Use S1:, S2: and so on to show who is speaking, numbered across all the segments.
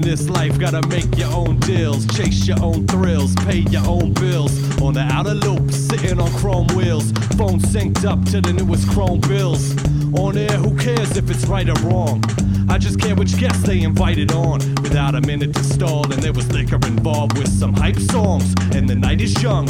S1: this life, gotta make your own deals, chase your own thrills, pay your own bills. On the outer loop, sitting on chrome wheels, phone synced up to the newest chrome bills. On air, who cares if it's right or wrong? I just care which guests they invited on. Without a minute to stall, and there was liquor involved with some hype songs, and the night is young.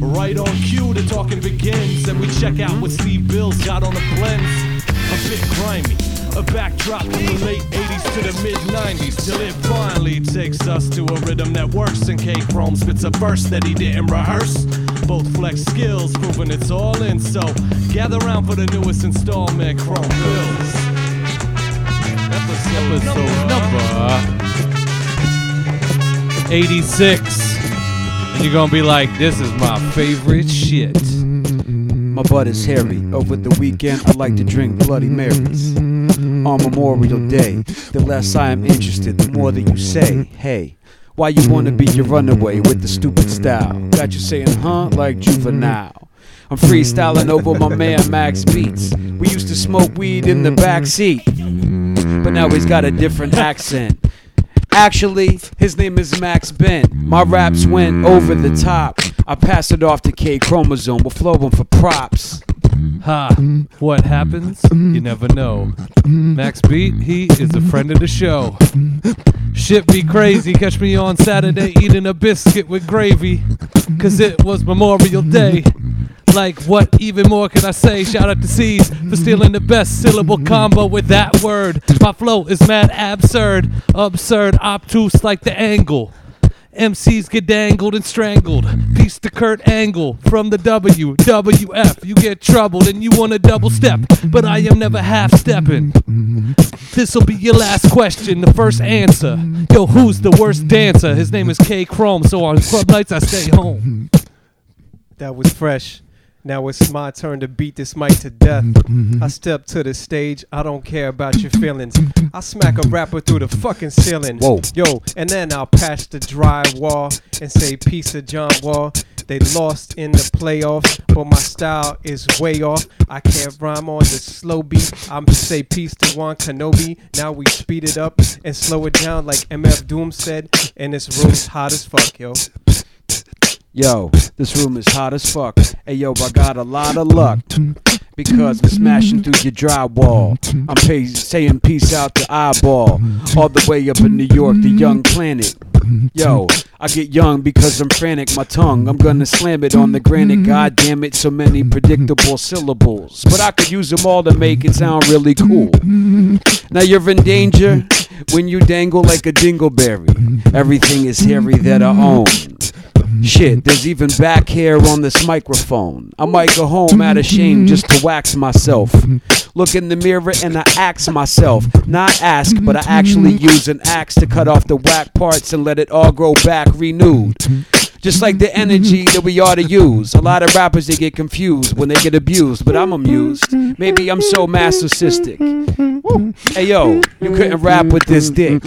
S1: Right on cue, the talking begins, and we check out what Steve Bills got on the blends. A bit grimy, a backdrop from the late 80s to the mid 90s, till it finally takes us to a rhythm that works, and K Chrome spits a verse that he didn't rehearse. Both flex skills, proving it's all in, so gather round for the newest installment, Chrome Bills. Episode
S2: number 86. And you're gonna be like, this is my favorite shit.
S3: My butt is hairy. Over the weekend, I like to drink Bloody Marys. On Memorial Day, the less I am interested, the more that you say, hey. Why you wanna be your runaway with the stupid style? Got you saying, huh, like juvenile. I'm freestyling over my man Max Beats. We used to smoke weed in the backseat, but now he's got a different accent. Actually, his name is Max Ben. My raps went over the top. I passed it off to K Chromosome. We'll flow him for props.
S2: Ha! What happens? You never know. Max Beat, he is a friend of the show. Shit be crazy. Catch me on Saturday eating a biscuit with gravy. Cause it was Memorial Day. Like, what even more can I say? Shout out to C's for stealing the best syllable combo with that word. My flow is mad absurd, absurd, obtuse like the angle. MCs get dangled and strangled. Peace to Kurt Angle from the WWF. You get troubled and you want to double step, but I am never half stepping. This'll be your last question, the first answer. Yo, who's the worst dancer? His name is K Chrome, so on club nights I stay home.
S4: That was fresh. Now it's my turn to beat this mic to death. I step to the stage, I don't care about your feelings. I smack a rapper through the fucking ceiling.
S3: Whoa.
S4: Yo, and then I'll patch the drywall and say piece of John Wall. They lost in the playoffs, but my style is way off. I can't rhyme on the slow beat. I'm say peace to Juan Kenobi. Now we speed it up and slow it down like MF Doom said. And this room's hot as fuck, yo.
S3: Yo, this room is hot as fuck. Hey yo, I got a lot of luck because I'm smashing through your drywall. I'm pay- saying peace out to eyeball, all the way up in New York, the young planet. Yo, I get young because I'm frantic. My tongue, I'm gonna slam it on the granite. God damn it, so many predictable syllables, but I could use them all to make it sound really cool. Now you're in danger when you dangle like a dingleberry. Everything is hairy that I own. Shit, there's even back hair on this microphone. I might go home out of shame just to wax myself. Look in the mirror and I axe myself. Not ask, but I actually use an axe to cut off the whack parts and let it all grow back renewed. Just like the energy that we ought to use. A lot of rappers they get confused when they get abused, but I'm amused. Maybe I'm so masochistic. Hey yo, you couldn't rap with this dick.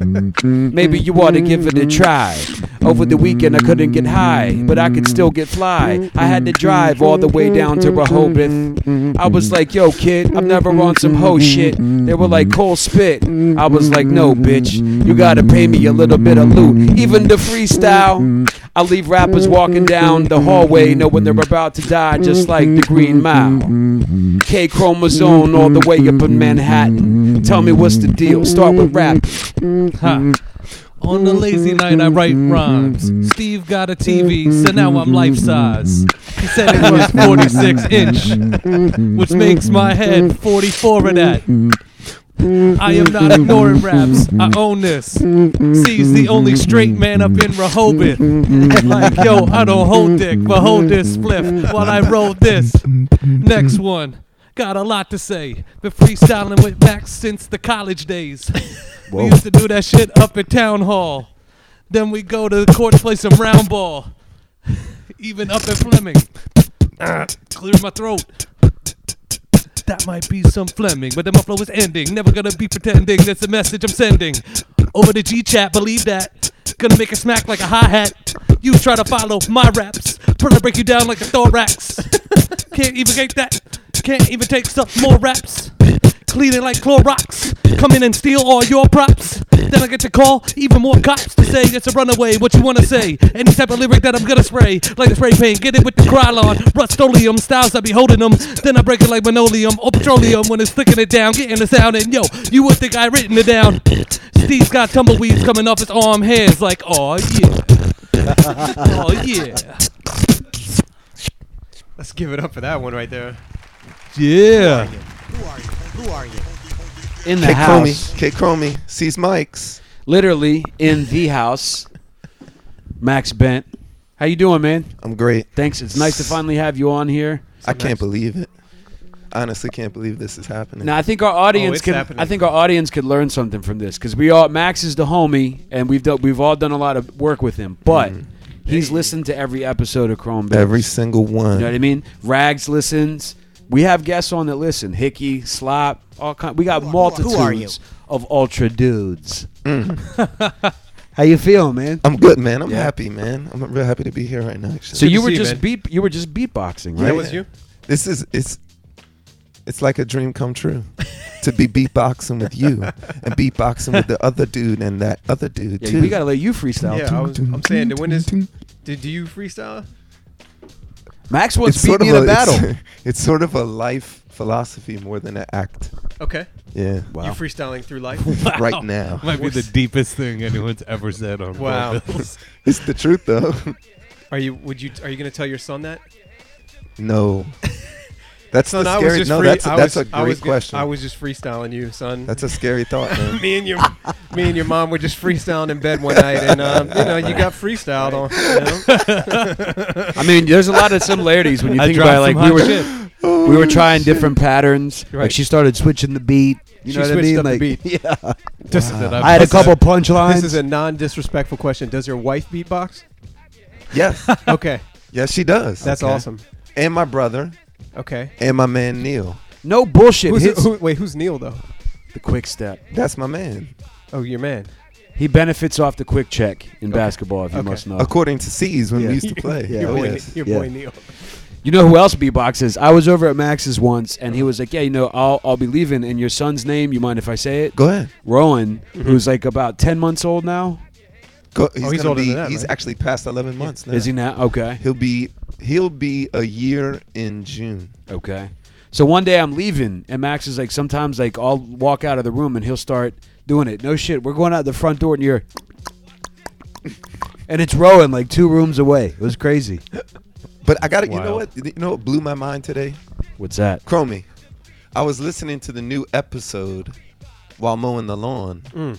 S3: Maybe you ought to give it a try. Over the weekend I couldn't get high, but I could still get fly. I had to drive all the way down to Rehoboth. I was like, yo kid, I'm never on some hoe shit. They were like, cold spit. I was like, no bitch, you gotta pay me a little bit of loot. Even the freestyle. I leave rappers walking down the hallway knowing they're about to die just like the Green Mile. K chromosome all the way up in Manhattan. Tell me what's the deal. Start with rap.
S2: Ha. On a lazy night, I write
S5: Mm-hmm.
S2: rhymes. Steve got a TV, so now I'm life size. He said it was
S5: Mm-hmm.
S2: 46 inch, which makes my head 44 of that. I am not ignoring raps. I own this. C's the only straight man up in Rehoboth. Like, yo, I don't hold dick, but hold this spliff while I roll this. Next one. Got a lot to say. Been freestyling with Max since the college days. We used to do that shit up at town hall. Then we go to the court, play some round ball. Even up at Fleming. Ah, clear my throat. That might be some Fleming, but then my flow is ending. Never gonna be pretending. That's the message I'm sending. Over the G chat, believe that. Gonna make it smack like a hi hat. You try to follow my raps, trying to break you down like a thorax. Can't even get that. Can't even take some more raps. cleaning like Clorox. Come in and steal all your props. Then I get to call even more cops to say it's a runaway. What you wanna say? Any type of lyric that I'm gonna spray, like a spray paint. Get it with the Krylon, Rust-Oleum styles. I be holding them. Then I break it like linoleum or petroleum when it's sticking it down, getting the sound. And yo, you would think I written it down. Steve's got tumbleweeds coming off his arm hairs, like oh yeah, oh yeah,
S4: Let's give it up for that one right there.
S2: yeah.
S3: in the
S5: K.
S3: house.
S5: Comey, K. Comey sees Mike's.
S3: Literally in the house. Max Bent. How you doing, man?
S5: I'm great.
S3: Thanks. It's nice to finally have you on here.
S5: I can't believe it. Honestly, can't believe this is happening.
S3: Now I think our audience
S4: Oh, it's
S3: could
S4: happening.
S3: I think our audience could learn something from this because we all Max is the homie and we've done we've all done a lot of work with him, but
S4: Mm.
S3: he's listened to every episode of Chrome. Bills.
S5: Every single one.
S3: you know what I mean? Rags listens. We have guests on that listen. Hickey, Slop, all kind. We got multitudes of ultra dudes. How you feel, man?
S5: I'm good, man. I'm
S3: Yeah.
S5: happy, man. I'm real happy to be here right now. Actually.
S3: So you
S4: to
S3: were
S4: see you,
S3: just
S4: man.
S3: beat you were just beatboxing, right?
S4: That was you?
S5: This is it's it's like a dream come true to be beatboxing with you and beatboxing with the other dude and that other dude
S3: Yeah,
S5: too.
S3: we gotta let you freestyle.
S4: Yeah,
S3: too.
S4: I was, I'm saying, the when is, did, do you freestyle?
S3: Max once beat me in a battle.
S5: It's, it's sort of a life philosophy more than an act.
S4: Okay.
S5: Yeah.
S4: You
S3: Wow.
S4: freestyling through life?
S5: Right now.
S2: Might be the deepest thing anyone's ever said on
S4: wow.
S5: It's the truth though.
S4: Are you, would you, are you going to tell your son that?
S5: no. That's
S4: Son,
S5: the
S4: I was
S5: scary.
S4: just
S5: No,
S4: free,
S5: that's a,
S4: I
S5: that's
S4: was,
S5: a
S4: I was,
S5: great
S4: g-
S5: question.
S4: I was just freestyling you, son.
S5: that's a scary thought, man.
S4: me and your me and your mom were just freestyling in bed one night, and um, you know you got freestyled on. You know?
S3: I mean, there's a lot of similarities when you
S2: I
S3: think
S2: dropped
S3: about it.
S2: some
S3: Like we
S2: hot
S3: were
S2: shit.
S3: we were trying different patterns. Like
S4: Right.
S3: she started switching the beat. You
S4: She
S3: know what I
S4: switched
S3: mean?
S4: up the
S3: like,
S4: beat.
S3: Yeah.
S2: This is it.
S3: I had a
S2: This is
S3: couple
S2: it.
S3: punchlines.
S4: This is a non-disrespectful question. Does your wife beatbox?
S5: Yes.
S4: Okay,
S5: Yes, she does.
S4: that's
S5: Okay.
S4: awesome.
S5: And my brother
S4: Okay,
S5: and my man Neil.
S3: no bullshit.
S4: who's,
S3: His,
S4: who, wait, who's Neil though?
S3: the quick step.
S5: That's my man.
S4: Oh, your man.
S3: He benefits off the quick check in basketball, if you
S4: Okay.
S3: must know.
S5: According to C's when
S3: Yeah.
S5: we used to play.
S3: Yeah.
S4: your
S5: Oh,
S4: boy,
S5: yes.
S4: your
S3: yeah.
S4: boy Neil.
S3: You know who else beatboxes? I was over at Max's once, and he was like, "Yeah, you know, I'll I'll be leaving, and your son's name. You mind if I say it?
S5: Go ahead.
S3: Rowan, who's like about ten months old now.
S5: Go, he's
S4: Oh, he's
S5: gonna
S4: older
S5: be,
S4: than that,
S5: He's
S4: right?
S5: actually past 11 months now.
S3: Is he now? Okay.
S5: He'll be he'll be a year in June.
S3: Okay. So one day I'm leaving, and Max is like, sometimes like I'll walk out of the room and he'll start doing it. No shit, we're going out the front door and you're, and it's Rowan like two rooms away. It was crazy.
S5: But I got to you know
S2: Wow.
S5: what you know what blew my mind today,
S3: What's that?
S5: Cromie. I was listening to the new episode while mowing the lawn,
S6: Mm.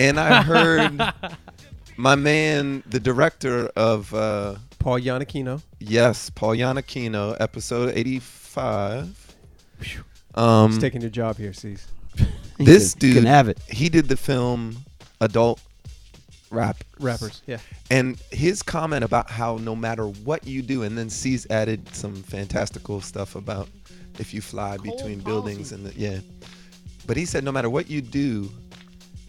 S5: and I heard my man, the director of uh,
S4: Paul Yannicino.
S5: Yes, Paul Yanakino, episode 85. Um,
S4: He's taking your job here, C's.
S5: this
S6: You
S5: dude
S6: can have it.
S5: He did the film Adult Rap
S4: Rappers. Yeah.
S5: and his comment about how no matter what you do, and then C's added some fantastical stuff about if you fly between buildings and the, yeah. But he said no matter what you do,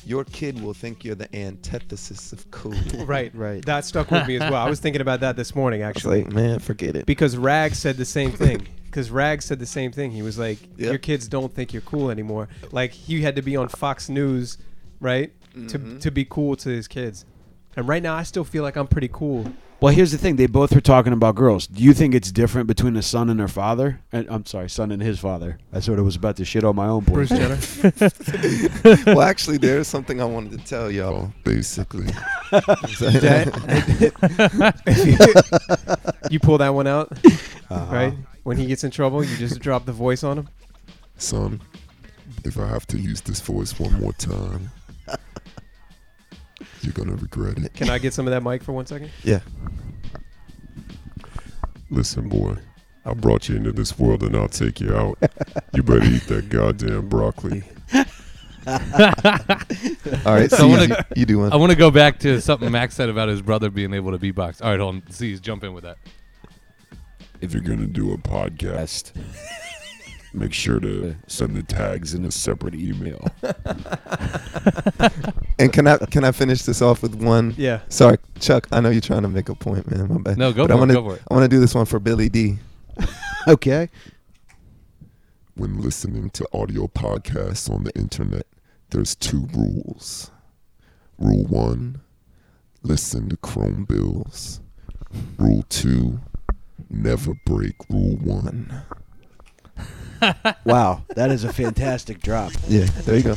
S5: your kid will think you're the antithesis of cool.
S4: Right.
S6: Right.
S4: That stuck with me as well. I was thinking about that this morning
S5: It's
S4: actually.
S5: like man, forget it.
S4: because Rag said the same thing. Because Rag said the same thing. He was like,
S5: Yep.
S4: "Your kids don't think you're cool anymore." Like he had to be on Fox News, right, to to be cool to his kids. And right now, I still feel like I'm pretty cool.
S3: Well, here's the thing. They both were talking about girls. Do you think it's different between a son and her father? And, I'm sorry, son and his father. I sort of was about to shit on my own boy.
S4: Bruce Jenner.
S5: well, actually, there is something I wanted to tell y'all. Basically,
S4: you pull that one out,
S3: Uh-huh.
S5: Uh-huh.
S4: right? When he gets in trouble, you just drop the voice on him.
S7: Son, if I have to use this voice one more time, you're gonna regret it.
S4: Can I get some of that mic for one second?
S5: yeah.
S7: Listen, boy, I brought you into this world and I'll take you out. You better eat that goddamn broccoli.
S5: All right, C's,
S2: So I wanna-
S5: you, you do one.
S2: I want to go back to something Max said about his brother being able to beatbox. All right, hold on. C's jump in with that.
S7: If you're gonna do a podcast,
S3: Best.
S7: make sure to send the tags in a separate email.
S5: And can I can I finish this off with one?
S4: Yeah.
S5: Sorry, Chuck. I know you're trying to make a point, man. My bad.
S2: No, go
S5: But
S2: for
S5: I
S2: it,
S5: wanna,
S2: go for it.
S5: I want to do this one for Billy D.
S6: Okay.
S7: When listening to audio podcasts on the internet, there's two rules. Rule one, listen to Chrome Bills. Rule two, never break rule one.
S3: Wow, that is a fantastic drop.
S5: Yeah, there you go.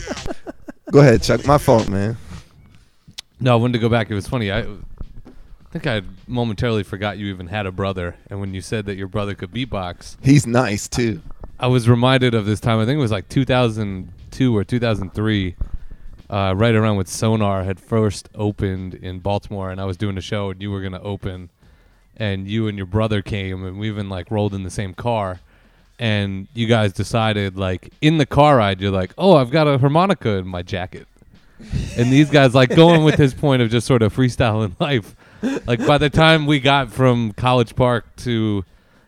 S5: Go ahead, Chuck. My fault, man.
S2: No, I wanted to go back. It was funny. I think I momentarily forgot you even had a brother. And when you said that your brother could beatbox,
S5: He's nice too.
S2: I was reminded of this time. I think it was like 2002 or 2003, uh, right around when Sonar had first opened in Baltimore, and I was doing a show, and you were gonna open, and you and your brother came, and we even like rolled in the same car, and you guys decided like in the car ride, you're like, oh, I've got a harmonica in my jacket, and these guys like going with his point of just sort of freestyling life. Like by the time we got from College Park to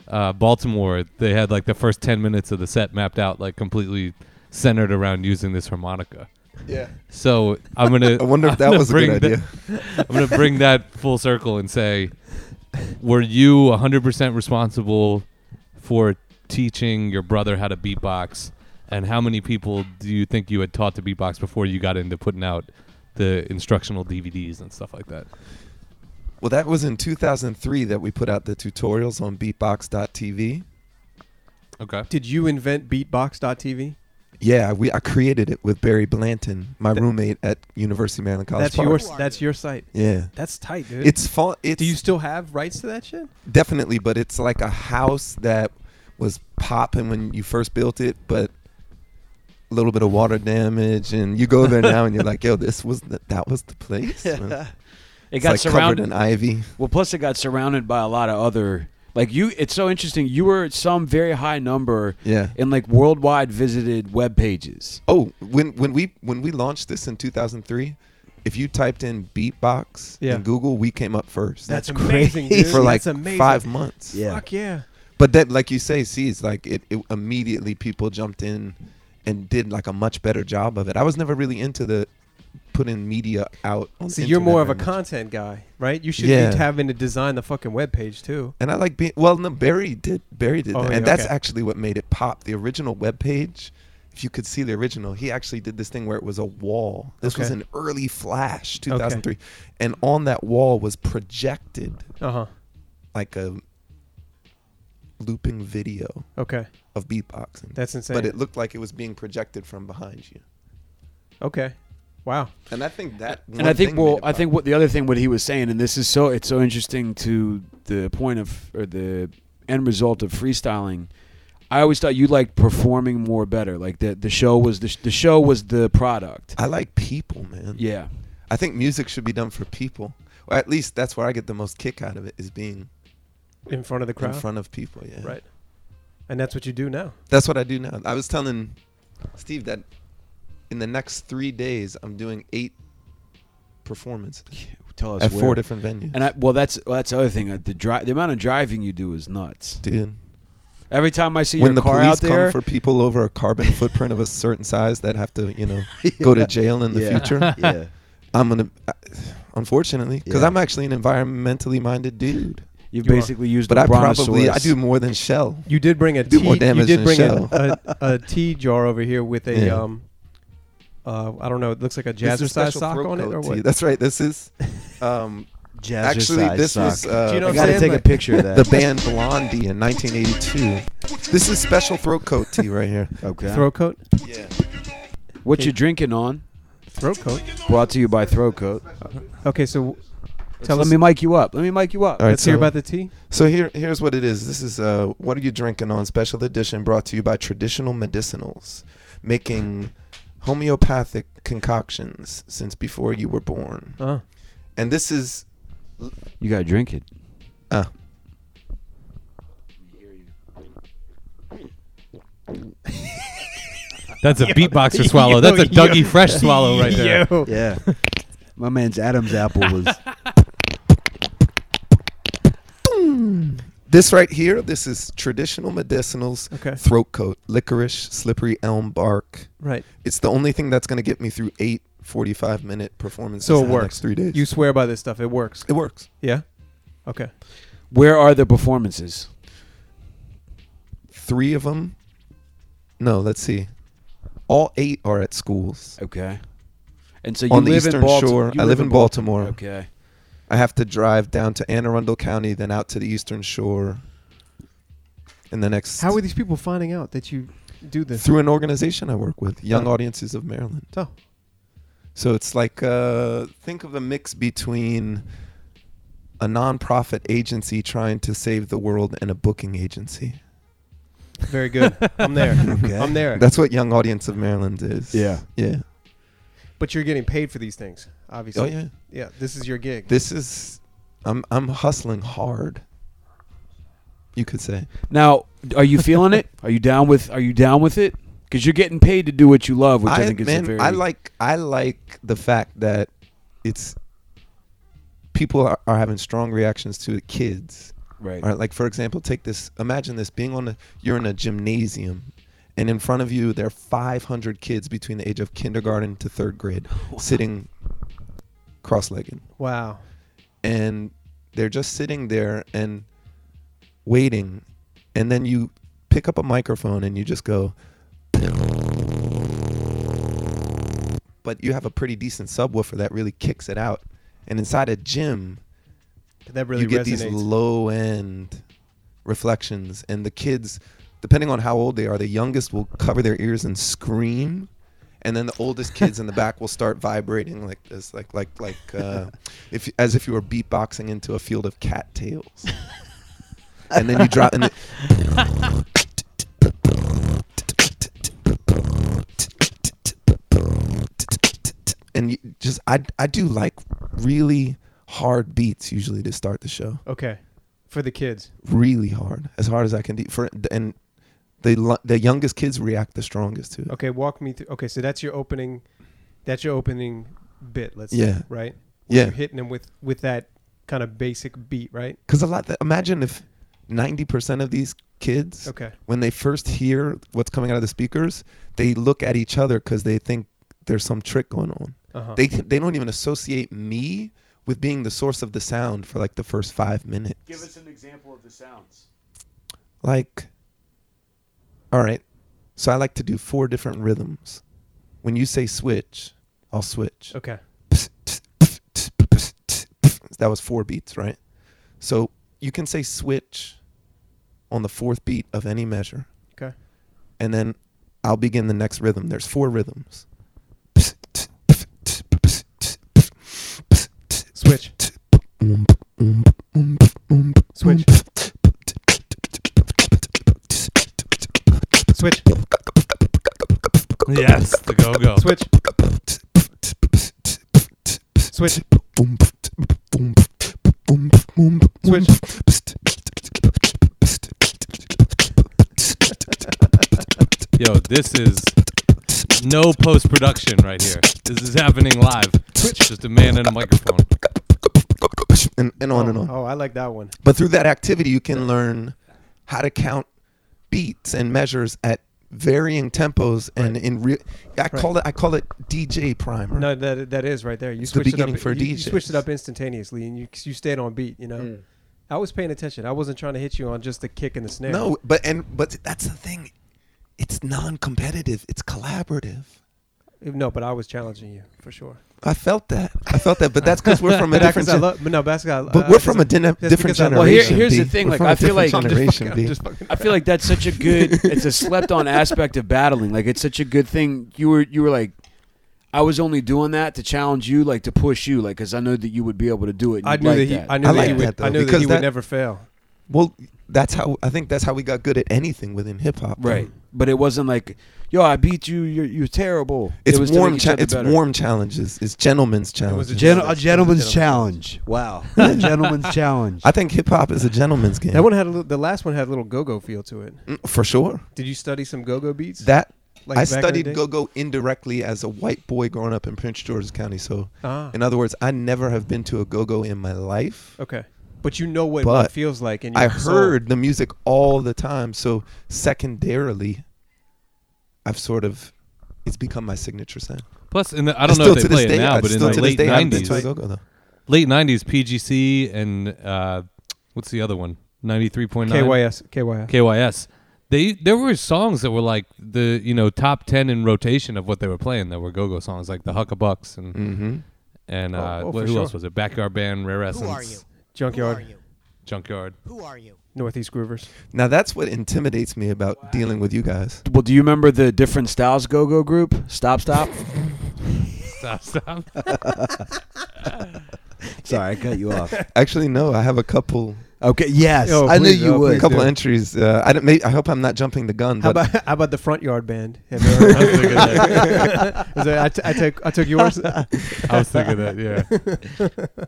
S2: uh, Baltimore, they had like the first ten minutes of the set mapped out, like completely centered around using this harmonica.
S5: Yeah.
S2: So I'm gonna.
S5: I wonder if
S2: I'm
S5: that
S2: gonna
S5: was a good
S2: bring the-
S5: idea.
S2: I'm gonna bring that full circle and say, were you 100% responsible for teaching your brother how to beatbox? And how many people do you think you had taught to beatbox before you got into putting out the instructional DVDs and stuff like that?
S5: Well, that was in 2003 that we put out the tutorials on beatbox.tv.
S2: Okay.
S4: Did you invent beatbox.tv?
S5: Yeah, we I created it with Barry Blanton, my roommate at University of Maryland College
S4: That's
S5: Park.
S4: your that's your site.
S5: Yeah.
S4: That's tight, dude.
S5: It's fun. It's
S4: Do you still have rights to that shit?
S5: definitely, but it's like a house that was popping when you first built it, but a little bit of water damage, and you go there now and you're like, yo, this was the, that was the place. man.
S3: It
S5: It's
S3: got
S5: like covered
S3: surrounded.
S5: in ivy.
S3: Well, plus it got surrounded by a lot of other. Like you, it's so interesting. You were at some very high number
S5: Yeah.
S3: in like worldwide visited web pages.
S5: Oh, when when we when we launched this in 2003, if you typed in beatbox
S4: Yeah.
S5: in Google, we came up first.
S4: That's amazing, dude.
S5: for like
S4: That's amazing.
S5: five months.
S4: Fuck yeah.
S5: But that, like you say, see, it's like it, it immediately people jumped in and did like a much better job of it. I was never really into the putting media out. On the
S4: So you're more of a
S5: internet very much.
S4: content guy, right? You should
S5: Yeah.
S4: be having to design the fucking webpage too.
S5: And I like being well. No, Barry did. Barry did,
S4: Oh,
S5: that.
S4: yeah,
S5: and that's
S4: okay.
S5: actually what made it pop. The original webpage, if you could see the original, he actually did this thing where it was a wall. This was
S4: Okay.
S5: an early Flash, 2003, and on that wall was projected
S4: Uh huh.
S5: like a looping video
S4: Okay,
S5: of beatboxing.
S4: that's insane.
S5: but it looked like it was being projected from behind you.
S4: okay, wow.
S5: And I think that.
S3: and I think well, I think what the other thing what he was saying, and this is so it's so interesting to the point of or the end result of freestyling. I always thought you liked performing more better. Like the the show was the sh- the show was the product.
S5: I like people, man.
S3: Yeah,
S5: I think music should be done for people. Or at least that's where I get the most kick out of it is being
S4: In front of the crowd,
S5: in front of people. Yeah.
S4: right? And that's what you do now.
S5: That's what I do now. I was telling Steve that in the next three days I'm doing eight performances
S3: tell us
S5: at
S3: where.
S5: four different venues.
S3: and I, well, that's well, that's the other thing. uh, The dri- the amount of driving you do is nuts.
S5: Dude,
S3: Every time I see
S5: when
S3: your
S5: the
S3: car
S5: police
S3: out
S5: come
S3: there,
S5: for people over a carbon footprint of a certain size that have to, you know, go to jail in the
S6: Yeah.
S5: future,
S6: yeah.
S5: I'm gonna, I- unfortunately, because
S6: Yeah.
S5: I'm actually an environmentally minded dude.
S3: you've
S4: you are.
S3: basically used.
S5: But
S3: a
S5: I probably I
S3: brontosaurus.
S5: do more than shell.
S4: You did bring a
S5: Do
S4: tea.
S5: more damage
S4: you did
S5: than
S4: bring
S5: Shell.
S4: a, a, a tea jar over here with a
S5: Yeah.
S4: um, uh, I don't know. It looks like a
S5: This
S4: jazzercise
S5: is special
S4: sock
S5: throat
S4: on it,
S5: coat
S4: or
S5: tea.
S4: what?
S5: That's right. This is um,
S6: Jazz
S5: actually this was uh,
S4: Do you know
S6: I
S4: what I'm
S6: gotta
S4: saying?
S6: take
S4: Like-
S6: a picture of that.
S5: the band Blondie in 1982. This is special throat coat tea right here.
S6: okay.
S4: Throat coat.
S5: Yeah.
S3: What you drinking on?
S4: Throat coat.
S3: Brought to you by Throat Coat.
S4: Okay, so
S3: So
S4: tell
S3: let
S4: us.
S3: me mic you up. Let me mic you up.
S5: All right.
S4: let's hear
S5: so-
S4: about the tea.
S5: So here here's what it is. This is uh, what are you drinking on special edition brought to you by Traditional Medicinals, making homeopathic concoctions since before you were born.
S4: Uh,
S5: And this is
S3: You gotta drink it.
S5: uh,
S2: That's a beatboxer swallow. That's a Dougie Fresh swallow right there.
S4: Yo.
S6: Yeah. My man's Adam's apple was
S5: This right here, this is traditional medicinals,
S4: Okay.
S5: throat coat, licorice, slippery elm bark.
S4: Right.
S5: It's the only thing that's going to get me through eight 45 minute performances
S4: So it
S5: in the
S4: works.
S5: next three days.
S4: You swear by this stuff. It works.
S5: it works.
S4: Yeah. Okay.
S3: Where are the performances?
S5: Three of them No, let's see. All eight are at schools
S3: Okay. And so you
S5: on the
S3: live
S5: Eastern
S3: in Baltimore.
S5: Shore.
S3: you
S5: I live in Baltimore.
S3: Okay.
S5: I have to drive down to Anne Arundel County, then out to the Eastern Shore. In the next,
S4: How are these people finding out that you do this?
S5: through an organization I work with, Young Audiences of Maryland.
S4: Oh.
S5: So it's like uh, think of a mix between a nonprofit agency trying to save the world and a booking agency.
S4: Very good. I'm there.
S6: Okay.
S4: I'm there.
S5: That's what Young Audience of Maryland is.
S6: Yeah.
S5: Yeah.
S4: but you're getting paid for these things, obviously.
S5: Oh yeah.
S4: Yeah, this is your gig.
S5: This is I'm I'm hustling hard. You could say.
S3: Now, are you feeling it? Are you down with? Are you down with it? Because you're getting paid to do what you love, which I, think is
S5: man,
S3: a very.
S5: I like I like the fact that it's people are, are having strong reactions to it. Kids,
S3: Right.
S5: All right, like for example, take this. Imagine this: being on a you're in a gymnasium, and in front of you there are 500 kids between the age of kindergarten to third grade, sitting cross-legged,
S4: wow.
S5: and they're just sitting there and waiting, and then you pick up a microphone and you just go. But you have a pretty decent subwoofer that really kicks it out, and inside a gym,
S4: That really
S5: you get
S4: resonates.
S5: these low end reflections and the kids depending on how old they are the youngest will cover their ears and scream and then the oldest kids in the back will start vibrating like this like like like uh, if as if you were beatboxing into a field of cattails and then you drop and the- and you just I I do like really hard beats usually to start the show
S4: okay. For the kids.
S5: really hard, as hard as I can do. For and the lo- the youngest kids react the strongest to it.
S4: Okay, walk me through. Okay, so that's your opening that's your opening bit, let's
S5: Yeah.
S4: say, right?
S5: Yeah.
S4: You're hitting them with with that kind of basic beat, right?
S5: Because a lot. That, imagine if ninety percent of these kids,
S4: Okay.
S5: when they first hear what's coming out of the speakers, they look at each other because they think there's some trick going on.
S4: Uh-huh.
S5: They they don't even associate me with being the source of the sound for like the first five minutes.
S3: an example of the sounds.
S5: like all right so i like to do four different rhythms when you say switch i'll switch
S4: okay.
S5: that was four beats right so you can say switch on the fourth beat of any measure
S4: Okay.
S5: and then i'll begin the next rhythm there's four rhythms
S4: Switch. Switch. Switch.
S2: Yes, the go go.
S4: Switch. Switch. Switch.
S2: Yo, this is no post production right here. This is happening live. It's just a man and a microphone.
S5: and, and on and on
S4: Oh, I like that one.
S5: But through that activity, you can learn how to count beats and measures at varying tempos and in real. I call it I call it DJ primer.
S4: No, that that is right there. You
S5: the
S4: switched
S5: beginning
S4: it up
S5: for
S4: you, you
S5: DJs.
S4: switched it up instantaneously, and you you stayed on beat. You know, I was paying attention. I wasn't trying to hit you on just the kick and the snare.
S5: no, but and but that's the thing. It's non-competitive. It's collaborative.
S4: no, but I was challenging you for sure.
S5: I felt that. I felt that. But that's because we're from a
S4: But I,
S5: different.
S4: cause I
S5: gen-
S4: love, but no, that's 'cause I-
S5: but
S4: uh,
S5: we're
S4: that's
S5: from a
S4: a-
S5: din-
S4: because
S5: different
S4: I
S5: generation.
S4: love- Well,
S3: here- here's the
S5: B.
S3: thing,
S5: We're
S3: like,
S5: from a
S3: I feel
S5: different
S3: like- I'm just
S5: generation B.
S3: I feel like that's such a good. it's a slept on aspect of battling. Like it's such a good thing. You were you were like, I was only doing that to challenge you, like to push you, like because I know that you would be able to do it. and
S4: I
S3: you'd
S4: knew
S3: like
S4: that he, I knew
S5: I
S4: that
S5: like
S4: he would,
S5: that, though,
S4: I knew that
S5: because
S4: he
S5: that-
S4: would never fail.
S5: well, that's how I think that's how we got good at anything within hip hop.
S3: right, but it wasn't like, yo, I beat you. You're you're terrible.
S5: It's
S3: it was to
S5: warm.
S3: make each
S5: Cha-
S3: other
S5: it's
S3: better.
S5: warm challenges. It's gentlemen's challenges.
S4: gen-
S6: Gen- a gentleman's challenge. Wow. a gentleman's challenge.
S5: I think hip hop is a gentleman's game.
S4: That one had a little, the last one had a little go-go feel to it.
S5: Mm, for sure.
S4: Did you study some go-go beats?
S5: That
S4: Like
S5: I
S4: back in the day?
S5: studied go-go indirectly as a white boy growing up in Prince George's County. So,
S4: Ah.
S5: in other words, I never have been to a go-go in my life.
S4: okay, but you know what
S5: But
S4: it feels like, and
S5: I heard the music all the time. So, secondarily, I've sort of it's become my signature sound.
S2: Plus, in the, I don't
S5: Still
S2: know if
S5: to
S2: they
S5: this
S2: play it
S5: day,
S2: now,
S5: I-
S2: but in
S5: still
S2: the
S5: to this
S2: late
S5: day, I haven't been to a
S2: '90s,
S5: go-go, though.
S2: late '90s, PGC and uh, what's the other one? '93.9
S4: KYS, KYS.
S2: KYS. They there were songs that were like the you know top ten in rotation of what they were playing that were go go songs like the Huckabucks and
S5: Mm. Mm-hmm.
S2: and uh,
S4: oh,
S2: wh-
S4: for
S2: who else
S4: sure.
S2: was it? Backyard Band, Rare Essence,
S8: Who are you? Who are
S4: Junkyard,
S8: you?
S2: Junkyard.
S8: Who are you?
S4: Northeast Groovers.
S5: Now that's what intimidates me about dealing with you guys.
S3: Well, do you remember the different styles go go group? Stop, stop.
S2: Stop stop.
S6: Sorry, I cut you off.
S5: Actually, no, I have a couple,
S6: Okay, yes,
S4: Yo,
S6: I knew
S4: please,
S6: you
S4: yo,
S6: would.
S4: please.
S5: couple
S4: do.
S5: entries. Uh, I don't. May, I hope I'm not jumping the gun.
S4: How
S5: but
S4: about how about the front yard band? Have you ever heard of that? Is that- I, t- I took I took yours.
S2: I was thinking that. Yeah.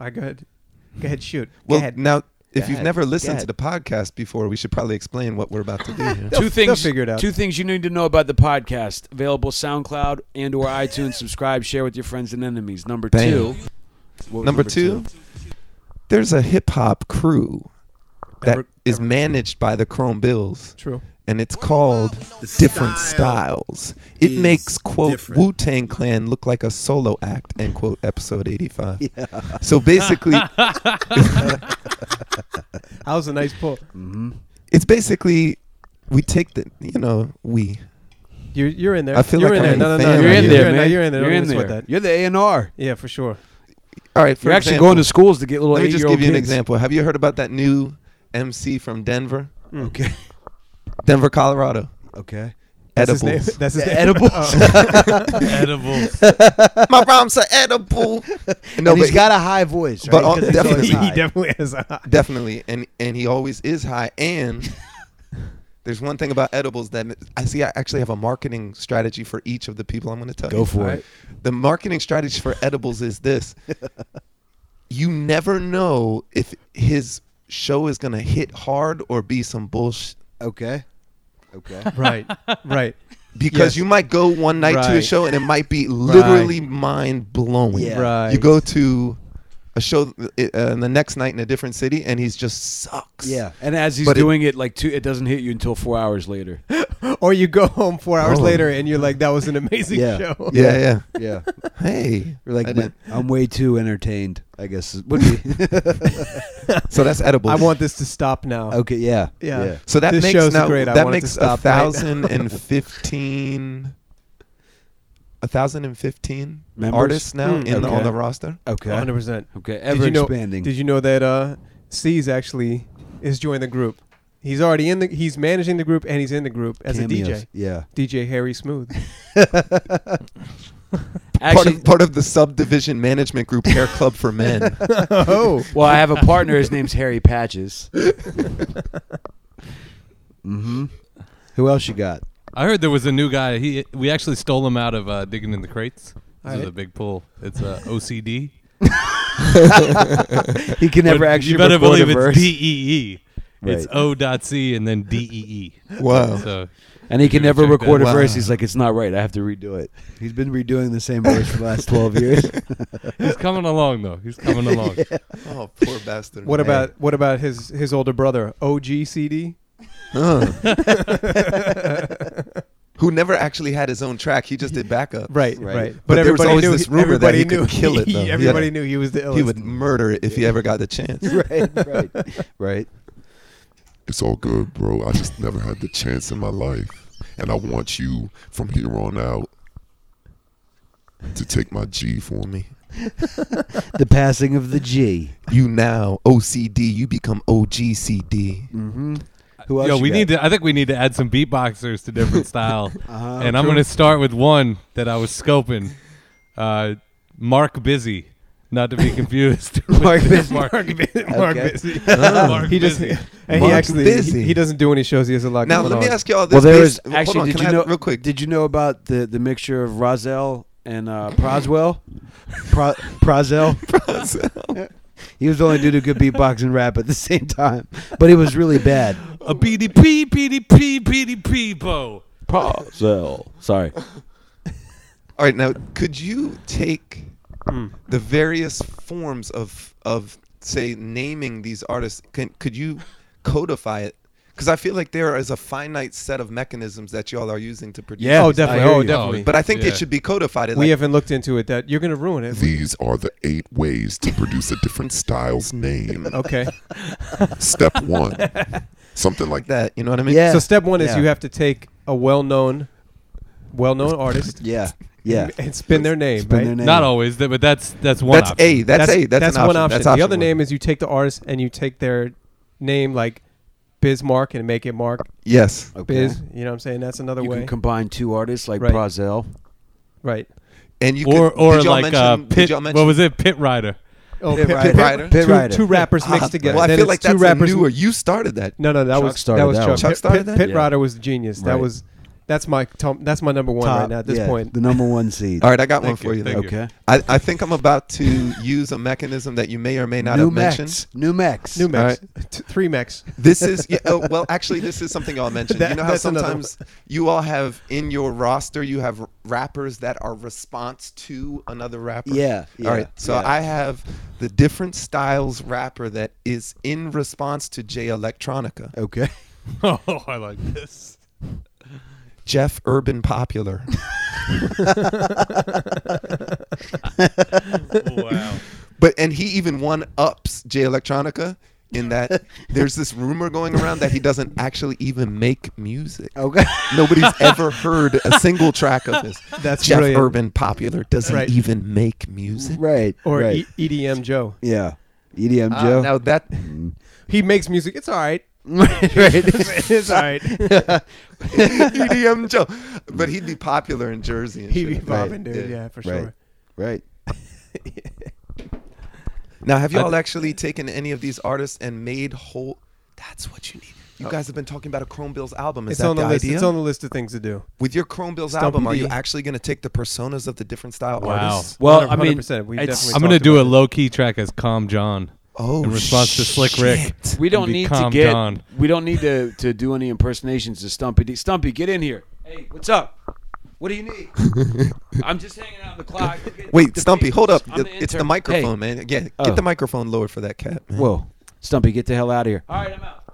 S4: I go ahead. Go ahead, shoot. Go
S5: well,
S4: ahead.
S5: now if you've
S4: ahead.
S5: never
S4: Go
S5: listened to
S4: ahead.
S5: the podcast before, we should probably explain what we're about to do. Here.
S4: They'll-
S3: two things
S4: they'll figure it out.
S3: Two things you need to know about the podcast: available SoundCloud and or iTunes. Subscribe, share with your friends and enemies. Number
S5: Bam.
S3: two. what was
S5: Number two, there's a hip hop crew that is
S4: Ever- ever-
S5: managed by the Chrome Bills,
S4: True.
S5: and it's called Different Styles. It makes quote Wu Tang Clan look like a solo act. End quote. Episode eighty-five. So basically,
S4: That was a nice pull.
S5: it's basically we take the you know we
S4: You're you're in there.
S5: I feel
S4: you're
S5: like
S4: in
S5: I'm
S4: there. No,
S5: in
S4: no,
S5: the
S4: no.
S5: family.
S3: You're in
S5: Yeah.
S3: there,
S4: You're in there.
S3: man.
S4: You're in there.
S3: You're
S4: Don't
S3: in
S4: sweat
S3: there.
S4: that.
S3: You're the A and R.
S4: Yeah, for sure.
S5: all right. For
S3: You're actually
S5: example,
S3: going to schools to get little
S5: Let me
S3: eight year
S5: just
S3: old
S5: give you
S3: kids.
S5: an example. Have you heard about that new MC from Denver,
S6: Okay,
S5: Denver, Colorado?
S6: okay.
S4: That's his name.
S5: Edibles.
S4: That's his name. Oh.
S6: Edibles.
S2: Edibles.
S5: My rhymes are edible.
S6: No, he's got a high voice, right?
S5: but on-
S6: 'Cause he's always
S5: definitely-
S4: he
S6: high.
S4: definitely is. a-
S5: Definitely, and and he always is high. And there's one thing about edibles that I see. I actually have a marketing strategy for each of the people I'm going to tell you.
S6: Go for it.
S5: The marketing strategy for edibles is this: you never know if his show is going to hit hard or be some bullshit.
S6: Okay, okay.
S4: Right. Right. Yes.
S5: Because you might go one night to a
S4: Right.
S5: show and it might be literally mind blowing.
S6: Yeah.
S4: Right.
S5: You go to a show uh, and the next night in a different city and he's just sucks.
S6: Yeah.
S3: And as he's
S5: But it-
S3: doing it, like two, it doesn't hit you until four hours later.
S4: Or you go home four hours
S5: Oh.
S4: later and you're like, that was an amazing
S6: Yeah.
S4: show.
S5: Yeah, yeah.
S6: Yeah,
S5: Hey.
S6: we're like,
S5: I did.
S6: I'm way too entertained. I guess it would be.
S5: So that's edible.
S4: I want this to stop now.
S6: okay, yeah,
S4: Yeah.
S5: So that
S4: This
S5: makes
S4: show's
S5: now,
S4: great. I
S5: that
S4: want it to
S5: makes a
S4: stop right now.
S5: thousand and fifteen. A thousand and fifteen
S3: Members?
S5: artists now
S4: Mm,
S5: in the, on
S4: okay.
S5: the roster.
S6: okay.
S4: 100%.
S3: Okay,
S4: Did
S3: ever
S4: you know,
S6: expanding.
S4: Did you know that uh, C's actually is joined the group? He's already in the. He's managing the group and he's in the group as
S6: Cameos.
S4: a
S6: Yeah.
S4: DJ. DJ Harry Smooth.
S5: Part
S3: actually,
S5: of part of the subdivision management group Hair Club for Men.
S4: oh,
S3: well, I have a partner. His name's Harry Patches.
S6: Mm-hmm. Who else you got?
S2: I heard there was a new guy. He we actually stole him out of uh, digging in the crates. This is
S4: Alright.
S2: a big pull. It's uh, OCD.
S6: He can never
S2: But
S6: actually
S2: You better
S6: record
S2: believe
S6: a verse.
S2: it's D E E. It's
S6: Right.
S2: O dot C and then D E E.
S5: Wow.
S2: So
S3: And he can never
S2: Check that.
S3: record a
S5: Wow.
S3: verse. He's like, it's not right. I have to redo it.
S6: He's been redoing the same verse for the last 12 years.
S2: he's coming along though. He's coming along.
S5: oh, poor bastard.
S4: what
S5: Hey.
S4: about what about his his older brother OGCD?
S5: Uh. Who never actually had his own track. He just did backup.
S4: Right, right. But,
S5: But there was
S4: everybody
S5: always
S4: knew
S5: this
S4: he-
S5: rumor that
S4: everybody
S5: he could
S4: knew
S5: kill it, though.
S4: everybody
S5: Yeah.
S4: knew he was the illest.
S5: He would murder it if he ever got the chance.
S6: right, right, right.
S7: It's all good, bro. I just never had the chance in my life. And I want you from here on out to take my G for me.
S6: The passing of the G.
S5: You now OCD. You become OGCD.
S6: Mm-hmm. Who else?
S2: Yo,
S6: you
S2: we
S6: got?
S2: need to. I think we need to add some beatboxers to different style.
S6: Uh-huh,
S2: and I'm gonna start with one that I was scoping. Uh, Mark Busy, not to be confused. with
S6: Mark Busy.
S2: Mark,
S4: Mark
S6: Okay.
S4: Busy.
S2: Mark
S4: he just
S2: Busy.
S4: and he
S5: Mark
S4: actually
S5: Busy.
S4: He, he doesn't do any shows. He has a lot.
S5: Now
S4: going
S5: let me
S4: on.
S5: ask y'all this.
S3: Well, there was
S5: based- hold
S3: actually.
S5: on,
S3: did
S5: can
S3: you
S5: I-
S3: know?
S5: real quick?
S3: Did you know about the the mixture of Rozelle and uh, Proswell?
S6: Pro- Prozel. he was the only dude who could beatbox and rap at the same time, but he was really bad.
S2: A BDP, BDP, BDP, bo.
S3: Proswell. Sorry.
S5: All right, now could you take
S3: Hmm.
S5: the various forms of of say naming these artists? Can could you codify it? Because I feel like there is a finite set of mechanisms that y'all are using to produce.
S3: Yeah.
S4: Oh,
S5: these.
S3: I hear
S4: definitely. Oh,
S3: you.
S4: definitely.
S5: But I think
S2: Yeah.
S5: it should be codified.
S4: we
S5: like,
S4: haven't looked into it. That you're gonna ruin it.
S7: These are the eight ways to produce a different style's name.
S4: Okay.
S7: Step one something like that.
S5: that. You know what I mean?
S3: Yeah.
S4: So step one is
S3: Yeah.
S4: you have to take a well-known, well-known artist
S3: Yeah, yeah.
S4: and, and spin their name,
S3: Spin
S4: right?
S3: their name.
S2: Not always, th- but that's that's one.
S5: That's
S2: option.
S5: A. That's, A. That's, an
S4: one option.
S5: That's option
S4: the other
S5: one.
S4: name is you take the artist and you take their name like Bismarck and make it Mark
S5: Yes.
S3: Okay.
S4: Biz. You know what I'm saying? That's another
S3: You
S4: way,
S3: can combine two artists like
S4: Right.
S3: Brazel.
S4: right?
S5: And you
S2: or
S5: could,
S2: or
S5: did y'all
S2: like
S5: mention,
S2: uh,
S5: did
S2: pit.
S5: y'all
S2: What
S5: mention
S2: was it? Pit rider.
S4: Oh,
S5: Pit
S4: Pit-
S5: Rider.
S4: Pit-
S5: Rider?
S3: Pit
S4: two,
S3: Rider.
S4: two rappers mixed together.
S5: Ah, Well, I
S4: Then it's
S5: feel like
S4: two
S5: that's
S4: rappers.
S5: newer. You started that.
S4: No, no, that
S3: Chuck
S4: was
S3: started
S4: that was
S3: that
S4: Chuck.
S3: one.
S5: Chuck
S4: Pit-
S5: started
S4: Pit,
S5: that?
S4: Pit
S3: Yeah.
S4: Rider was genius. That
S3: Right.
S4: was that's my tom, that's my number one right now at this
S3: yeah,
S4: point.
S3: the number one seed.
S5: All right, I got
S2: Thank
S5: one for
S2: you,
S5: you.
S2: thank
S5: though.
S2: you.
S3: Okay.
S5: I, I think I'm about to use a mechanism that you may or may not
S3: New
S5: have mentioned.
S3: Mex. New Mex.
S4: New
S5: All
S4: Mex, T- three Mex.
S5: This is yeah, oh, well, actually, this is something I'll mention.
S4: That-
S5: you know how
S4: that's another
S5: sometimes you all have in your roster, you have rappers that are response to another rapper.
S3: Yeah, yeah,
S5: all right. So
S3: yeah.
S5: I have the different styles rapper that is in response to Jay Electronica,
S3: Okay.
S2: Oh, I like this.
S5: Jeff Urban Popular,
S2: Wow.
S5: but and he even one ups Jay Electronica. In that there's this rumor going around that he doesn't actually even make music.
S3: Okay.
S5: Nobody's ever heard a single track of this.
S4: That's
S5: Jeff
S4: brilliant.
S5: Urban Popular doesn't
S4: Right.
S5: even make music.
S3: right.
S4: or
S3: right.
S4: E- EDM Joe.
S3: yeah. EDM
S5: Ah,
S3: Joe.
S5: now that
S4: He makes music. It's all right.
S3: right.
S4: it's all right.
S5: EDM E Joe, but he'd be popular in Jersey. And
S4: He be
S5: shit.
S4: bobbing, dude.
S5: Yeah.
S4: Yeah, for
S3: Right.
S4: sure.
S3: right.
S5: Now, have you all actually taken any of these artists and made whole? That's what you need. You guys have been talking about a Chrome Bills album. Is
S4: It's
S5: that
S4: on the, list.
S5: idea?
S4: It's on the list of things to do.
S5: With your Chrome Bills
S4: Stumpy
S5: album, are
S4: D.
S5: you actually going to take the personas of the different style
S2: Wow.
S5: artists?
S3: Well,
S4: 100%.
S3: I mean,
S4: We've
S3: it's-
S4: definitely
S2: I'm gonna
S4: talked
S2: do a
S4: about
S2: low key track as Calm John
S5: Oh,
S2: in response to Slick Rick.
S5: shit.
S2: It'll
S9: We don't
S2: be
S9: need to
S2: Calm
S9: get.
S2: John.
S3: We don't need to, to do any impersonations to Stumpy D. Stumpy, get in here. Hey, what's up? What do you need? I'm just hanging out on the clock.
S5: Wait, Stumpy, hold up.
S3: I'm
S5: it's the
S3: intern.
S5: microphone, man. Yeah,
S3: Oh.
S5: get the microphone lower for that cat. man.
S3: Whoa. Stumpy, get the hell out of here.
S9: All right, I'm out.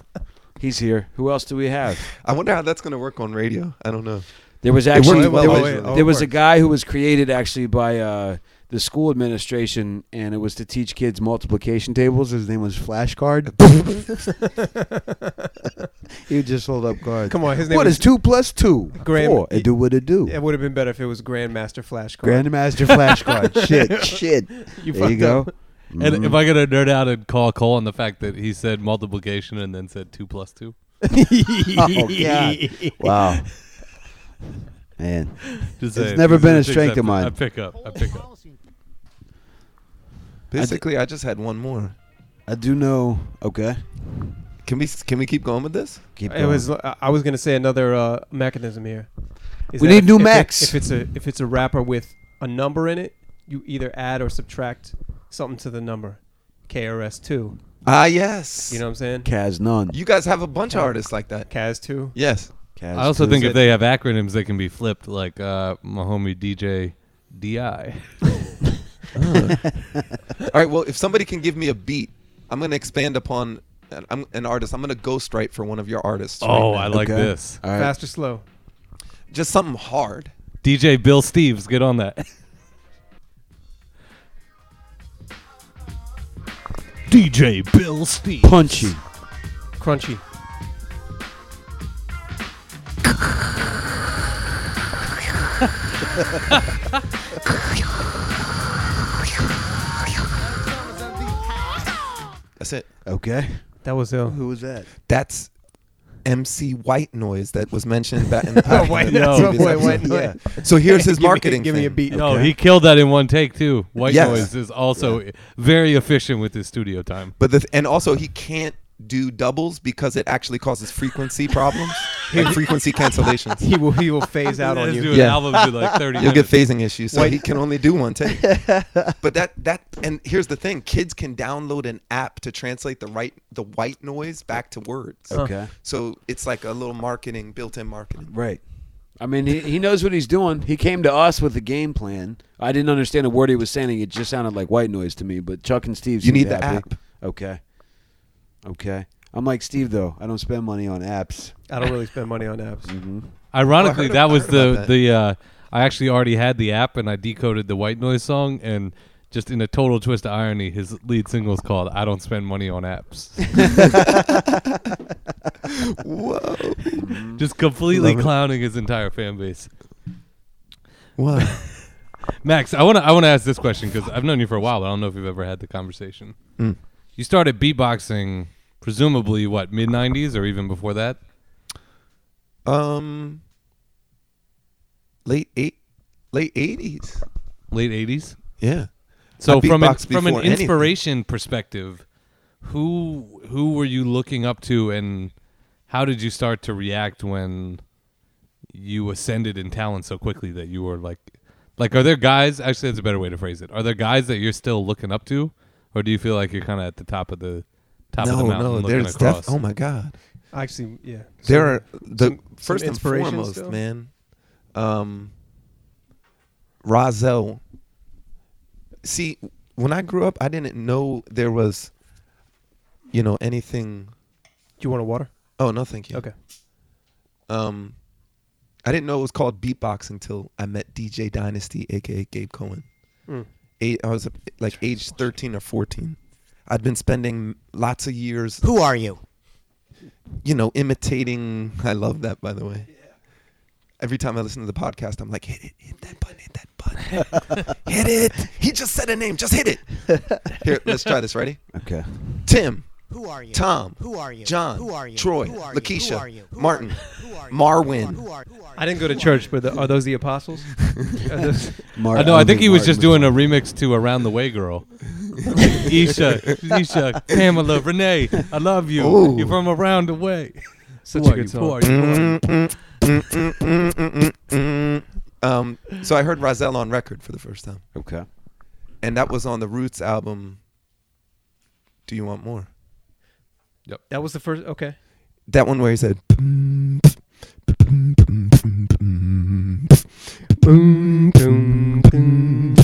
S3: He's here. Who else do we have?
S5: I wonder how that's going to work on radio. I don't know.
S3: There was actually
S5: worked well
S3: there was,
S5: visually.
S3: there was
S4: Oh,
S3: a
S4: it
S3: guy who was created actually by uh, the school administration, and it was to teach kids multiplication tables. His name was Flashcard.
S9: You just hold up
S4: it.
S9: cards.
S4: Come on, his name
S9: What
S4: is.
S9: is two plus two?
S4: Graham-
S9: Four. It do what it do.
S4: It would have been better if it was Grandmaster Flashcard.
S9: Grandmaster flashcard. Shit, shit.
S4: You
S3: there you
S4: fucked
S3: go.
S4: up.
S2: And am I gonna nerd out and call Cole on the fact that he said multiplication and then said two plus two?
S3: Oh God! Wow, man. It's
S2: Just saying,
S3: never
S2: these
S3: been
S2: are
S3: a
S2: the things
S3: strength
S2: I-
S3: of mine.
S2: I pick up. I pick up.
S5: Basically, I just had one more.
S3: I do know. Okay,
S5: Can we can we keep going with this?
S3: keep going.
S4: It was. I I was gonna say another uh, mechanism here. Is
S3: We
S4: that
S3: need
S4: if-
S3: new
S4: if it-
S3: Macs.
S4: if it's a if it's a rapper with a number in it, you either add or subtract something to the number. KRS two.
S5: Ah, yes.
S4: You know what I'm saying?
S3: Kaz none.
S5: you guys have a bunch of artists like that.
S4: Kaz two.
S5: Yes.
S3: Kaz
S2: I also
S3: two.
S2: think if they have acronyms, they can be flipped, like uh, my homie DJ Di.
S5: All right. Well, if somebody can give me a beat, I'm going to expand upon. I'm an artist. I'm going to ghostwrite for one of your artists. right
S2: Oh,
S5: now.
S2: I like
S3: Okay.
S2: this.
S3: All right.
S4: Fast or slow.
S5: just something hard.
S2: DJ Bill Steves, get on that. DJ Bill Steves.
S3: Punchy.
S4: Crunchy.
S5: That's it.
S3: Okay.
S4: That was ill.
S9: Who was that?
S5: That's MC White Noise that was mentioned back in the back in
S4: White
S5: the
S2: Noise.
S5: previous
S4: Wait,
S5: episode.
S4: White Noise.
S5: Yeah. So here's his
S4: Give me-
S5: marketing.
S4: Give me a
S5: thing.
S4: beat.
S2: No, he killed that in one take too. White
S5: Yes.
S2: noise is also very efficient with his studio time.
S5: But the th- and also he can't do doubles because it actually causes frequency problems, like frequency cancellations.
S4: He will. He will phase out on
S2: Let's do
S4: you.
S2: an
S5: Yeah.
S2: album to like 30
S5: You'll get
S2: minutes.
S5: phasing issues, so he can only do one take. but that that and here's the thing: kids can download an app to translate the right the white noise back to words.
S3: Okay.
S5: So it's like a little marketing, built-in marketing.
S3: Right. I mean, he, he knows what he's doing. He came to us with a game plan. I didn't understand a word he was saying. It just sounded like white noise to me. But Chuck and Steve,
S5: You
S3: seemed
S5: need the
S3: happy.
S5: app.
S3: Okay. Okay. I'm like Steve though. I don't spend money on apps.
S4: I don't really spend money on apps.
S2: Ironically, that was
S5: heard about
S2: the
S5: that.
S2: the uh, I actually already had the app and I decoded the white noise song and Just in a total twist of irony, his lead single is called "I Don't Spend Money on
S5: Mm-hmm.
S2: Apps."
S5: Whoa.
S2: Just completely
S5: Love it.
S2: clowning his entire fan base.
S5: What?
S2: Max, I want to I want to ask this question because I've known you for a while, but I don't know if you've ever had the conversation.
S5: Mm.
S2: You started beatboxing, presumably what mid '90s or even before that.
S5: Um, late eight, late eighties.
S2: late 80s
S5: Yeah.
S2: so
S5: I
S2: from an,
S5: beatboxed
S2: from an
S5: before anything.
S2: inspiration perspective who who were you looking up to and how did you start to react when you ascended in talent so quickly that you were like like are there guys actually that's a better way to phrase it are there guys that you're still looking up to or do you feel like you're kind of at the top of the top of the
S5: no,
S2: mountain
S5: no.
S2: looking
S5: There's
S2: across
S5: def- oh my god.
S4: Actually, yeah.
S5: there are the
S4: some- some
S5: first and
S4: inspiration
S5: foremost,
S4: still?
S5: man. Um, Razel. See, when I grew up, I didn't know there was, you know, anything.
S4: Do you want a water?
S5: Oh no, thank you.
S4: Okay.
S5: Um, I didn't know it was called beatbox until I met DJ Dynasty, aka Gabe Cohen.
S4: Mm.
S5: Eight, I was uh, like age thirteen or fourteen. I'd been spending lots of years
S8: Who are you?
S5: you know, imitating. I love that, by the way. Every time I listen to the podcast, I'm like, hit it, hit that button, hit that button, hit it. He just said a name, just hit it. Here, let's try this. Ready?
S6: Okay.
S5: Tim,
S8: Who are you?
S5: Tom,
S8: Who are you?
S5: John,
S8: Who are you?
S5: Troy,
S8: Who are you? Who are you?
S5: Lakeisha,
S8: Who are
S5: Martin,
S8: you? Who are you?
S5: Marwin.
S8: Who are, who are
S4: I
S8: you?
S4: didn't go to
S8: Who are
S4: church, but the, are those the apostles? Are those-
S2: I know. I think he was just doing a remix to "Around the Way Girl." Isha, Isha, Pamela, Renee, I love you.
S5: Ooh.
S2: You're from around the way.
S4: Such
S2: Who
S4: a
S2: are
S4: good
S2: you?
S4: song.
S2: Who are you? Who are you?
S5: Um, so I heard Razel on record for the first time,
S6: Okay.
S5: and that was on the Roots album. Do you want more?
S4: That was the first. Okay.
S5: That one where he said.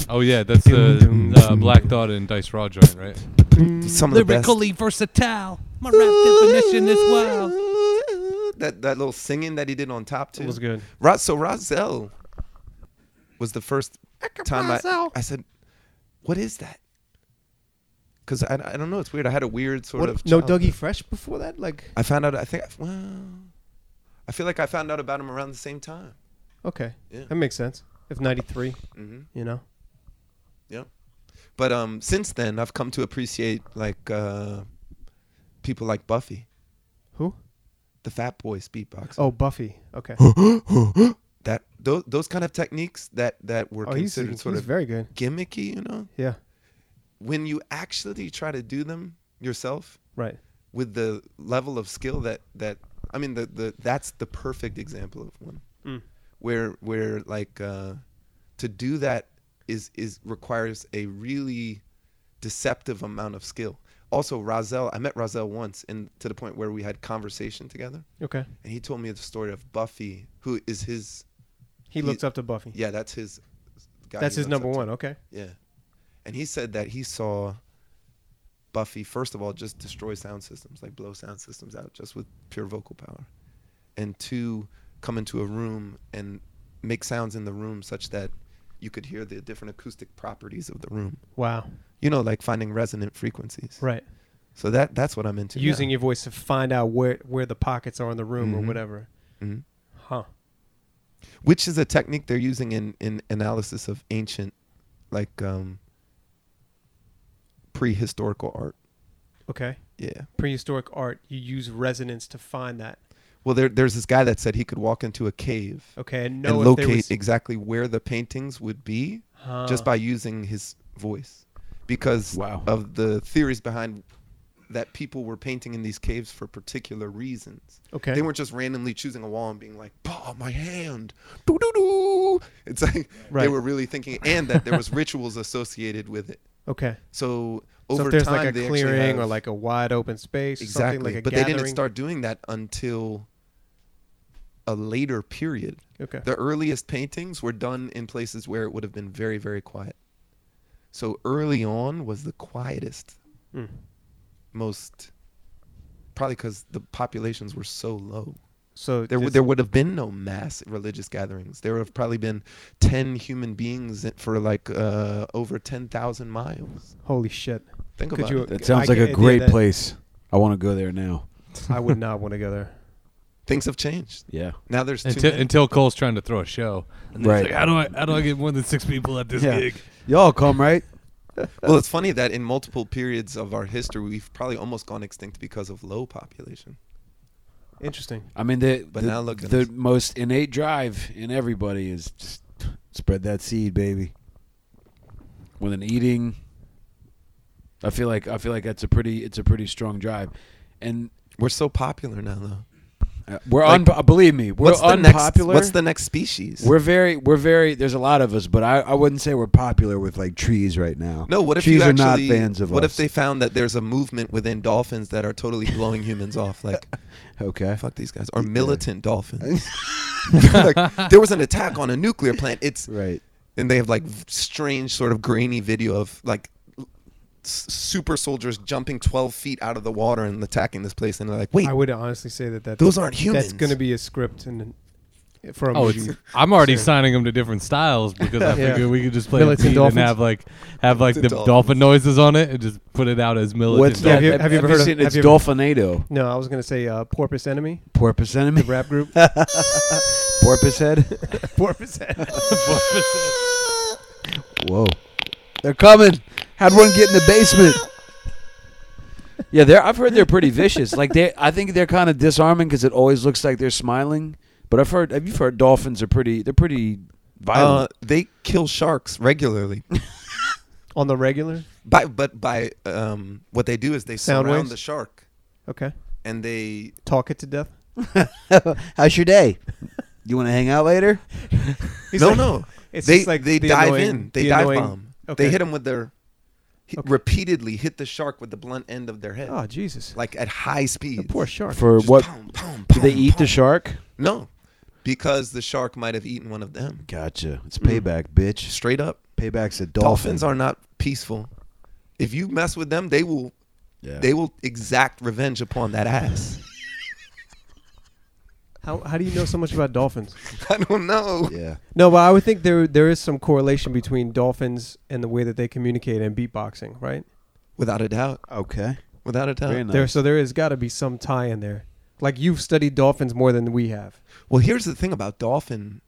S2: Oh yeah, that's the uh, Black Thought and Dice Raw joint, right?
S5: Some of the best.
S2: Lyrically versatile, my rap definition is wild.
S5: That that little singing that he did on top too
S4: It was good.
S5: Ra- so Razel was the first time I, I said, "What is that?" Because I, I don't know. It's weird. I had a weird sort
S8: What,
S5: of
S8: no
S5: childhood.
S8: Dougie Fresh before that? Like,
S5: I found out. I think. Well, I feel like I found out about him around the same time.
S4: Okay.
S5: Yeah.
S4: That makes sense. If 93,
S5: hmm
S4: you know.
S5: Yeah. But um, since then, I've come to appreciate like uh, people like Buffy,
S4: Who?
S5: the Fat Boys beatbox.
S4: Oh, Buffy. Okay.
S5: that those those kind of techniques that that were
S4: oh, he's,
S5: considered
S4: he's
S5: sort of
S4: very good.
S5: gimmicky. You know,
S4: Yeah.
S5: when you actually try to do them yourself,
S4: Right.
S5: with the level of skill that that I mean the the that's the perfect example of one
S4: Mm.
S5: where where like uh, to do that is is requires a really deceptive amount of skill. Also, Razel, I met Razel once, and to the point where we had conversation together,
S4: Okay.
S5: and he told me the story of Buffy, who is his
S4: He
S5: He-
S4: looks up to Buffy.
S5: yeah, that's his guy
S4: That's
S5: he
S4: his
S5: looks
S4: number
S5: up to.
S4: one. Okay.
S5: Yeah. And he said that he saw Buffy, first of all, just destroy sound systems, like blow sound systems out just with pure vocal power. And two, come into a room and make sounds in the room such that you could hear the different acoustic properties of the room.
S4: Wow.
S5: You know, like finding resonant frequencies.
S4: Right.
S5: So that that's what I'm into.
S4: Using your voice to find out where, where the pockets are in the room or
S5: Mhm.
S4: whatever.
S5: hmm
S4: Huh.
S5: Which is a technique they're using in, in analysis of ancient like um prehistorical art.
S4: Okay.
S5: Yeah.
S4: Prehistoric art, you use resonance to find that.
S5: Well, there, there's this guy that said he could walk into a cave
S4: Okay. And
S5: and
S4: know Oh, if
S5: locate
S4: there was,
S5: exactly where the paintings would be
S4: Huh.
S5: just by using his voice because
S6: Wow.
S5: of the theories behind that people were painting in these caves for particular reasons.
S4: Okay.
S5: They weren't just randomly choosing a wall and being like, "Bah, my hand." Doo doo doo. It's like they
S4: Right.
S5: were really thinking and that there was rituals associated with it.
S4: Okay.
S5: So over
S4: so if there's
S5: time
S4: like
S5: they
S4: a
S5: actually
S4: clearing or
S5: have-
S4: like a wide open space,
S5: exactly
S4: something like a
S5: but
S4: gathering.
S5: they didn't start doing that until a later period
S4: Okay.
S5: the earliest paintings were done in places where it would have been very very quiet so early on was the quietest
S4: Mm.
S5: most probably because the populations were so low
S4: So
S5: There, w
S4: just-
S5: there would have been no mass religious gatherings. There would have probably been 10 human beings for like uh, over 10,000 miles.
S4: holy shit.
S5: Think
S4: Could
S5: about
S4: you-
S5: it.
S4: I
S3: That sounds like
S4: get
S3: a
S4: it,
S3: great
S4: yeah, that-
S3: place. I want to go there now.
S4: I would not want to go there.
S5: Things have changed.
S3: Yeah.
S5: Now there's too
S2: until,
S5: many.
S2: until Cole's trying to throw a show. And then he's
S3: Right.
S2: Like, how do I how do I get more than six people at this
S6: Yeah.
S2: gig?
S6: Y'all come right.
S5: well, it's funny that in multiple periods of our history, we've probably almost gone extinct because of low population.
S4: Interesting.
S3: I mean, the
S5: But
S3: the,
S5: now look at
S3: the
S5: us.
S3: most innate drive in everybody is just spread that seed, baby. With an eating, I feel like I feel like that's a pretty it's a pretty strong drive, and
S5: We're so popular now, though.
S3: uh, we're
S5: Like,
S3: unpo- believe me, we're
S5: what's the
S3: unpopular.
S5: Next, what's the next species?
S6: We're very, we're very. There's a lot of us, but I, I wouldn't say we're popular with like trees right now.
S5: no, what if
S6: trees
S5: you actually,
S6: are not fans of
S5: What
S6: us?
S5: if they found that there's a movement within dolphins that are totally blowing humans off? Like,
S6: they? Okay.
S5: fuck these guys. Or militant dolphins. like, there was an attack on a nuclear plant. It's
S6: Right.
S5: and they have like v- strange sort of grainy video of like l- s- super soldiers jumping 12 feet out of the water and attacking this place and they're like wait
S4: I would honestly say that, that
S5: those aren't humans
S4: that's going to be a script in, for a
S2: Oh,
S4: movie.
S2: it's, I'm already signing them to different styles because I
S4: Yeah.
S2: figure we could just play
S4: Militant
S2: a beat and
S4: dolphins?
S2: have like have like the
S5: Militant
S2: dolphin noises on it and just put it out as militant.
S6: What's
S4: Yeah,
S6: that?
S4: have you-
S6: Have,
S4: have you
S6: have you
S4: ever heard of-
S6: seen?
S4: have
S6: it's
S4: you ever-
S6: Dolphinado.
S4: No, I was going to say uh, Porpoise Enemy,
S6: Porpoise enemy.
S4: the rap group.
S6: Porpoise head.
S4: Porpoise Enemy.
S6: Whoa. They're coming. How'd one get in the basement?
S3: yeah, they're I've heard they're pretty vicious. Like they, I think they're kind of disarming because it always looks like they're smiling. But I've heard, have you heard dolphins are pretty? They're pretty
S5: uh,
S3: violent.
S5: they kill sharks regularly
S4: On the regular?
S5: by, but by um, what they do is they
S4: Sound
S5: surround
S4: waves?
S5: the shark
S4: Okay.
S5: and they
S4: Talk it to death.
S6: Uh, How's your day? You want to hang out later?
S4: He's
S5: no
S4: like-
S5: no
S4: It's
S5: they
S4: just like
S5: they
S4: the
S5: dive
S4: annoying-
S5: in they
S4: the
S5: dive
S4: annoying-
S5: bomb
S4: Okay.
S5: they hit them with their hit-
S4: Okay.
S5: repeatedly hit the shark with the blunt end of their head
S4: Oh, Jesus.
S5: like at high speed
S4: Poor shark.
S3: For what? Do they eat
S5: the
S3: the shark?
S5: no because the shark might have eaten one of them
S6: Gotcha. It's payback, bitch.
S5: straight up
S6: Payback's a dolphin.
S5: Mm-hmm. dolphins are not peaceful. If you mess with them, they will
S6: Yeah.
S5: they will exact revenge upon that ass.
S4: How, how do you know so much about dolphins?
S5: I don't know.
S6: Yeah.
S4: No, but I would think there there is some correlation between dolphins and the way that they communicate and beatboxing, right?
S5: Without a doubt.
S6: Okay.
S5: Without a doubt.
S6: Very nice.
S4: There, so there has got to be some tie in there. Like you've studied dolphins more than we have.
S5: Well, here's the thing about dolphin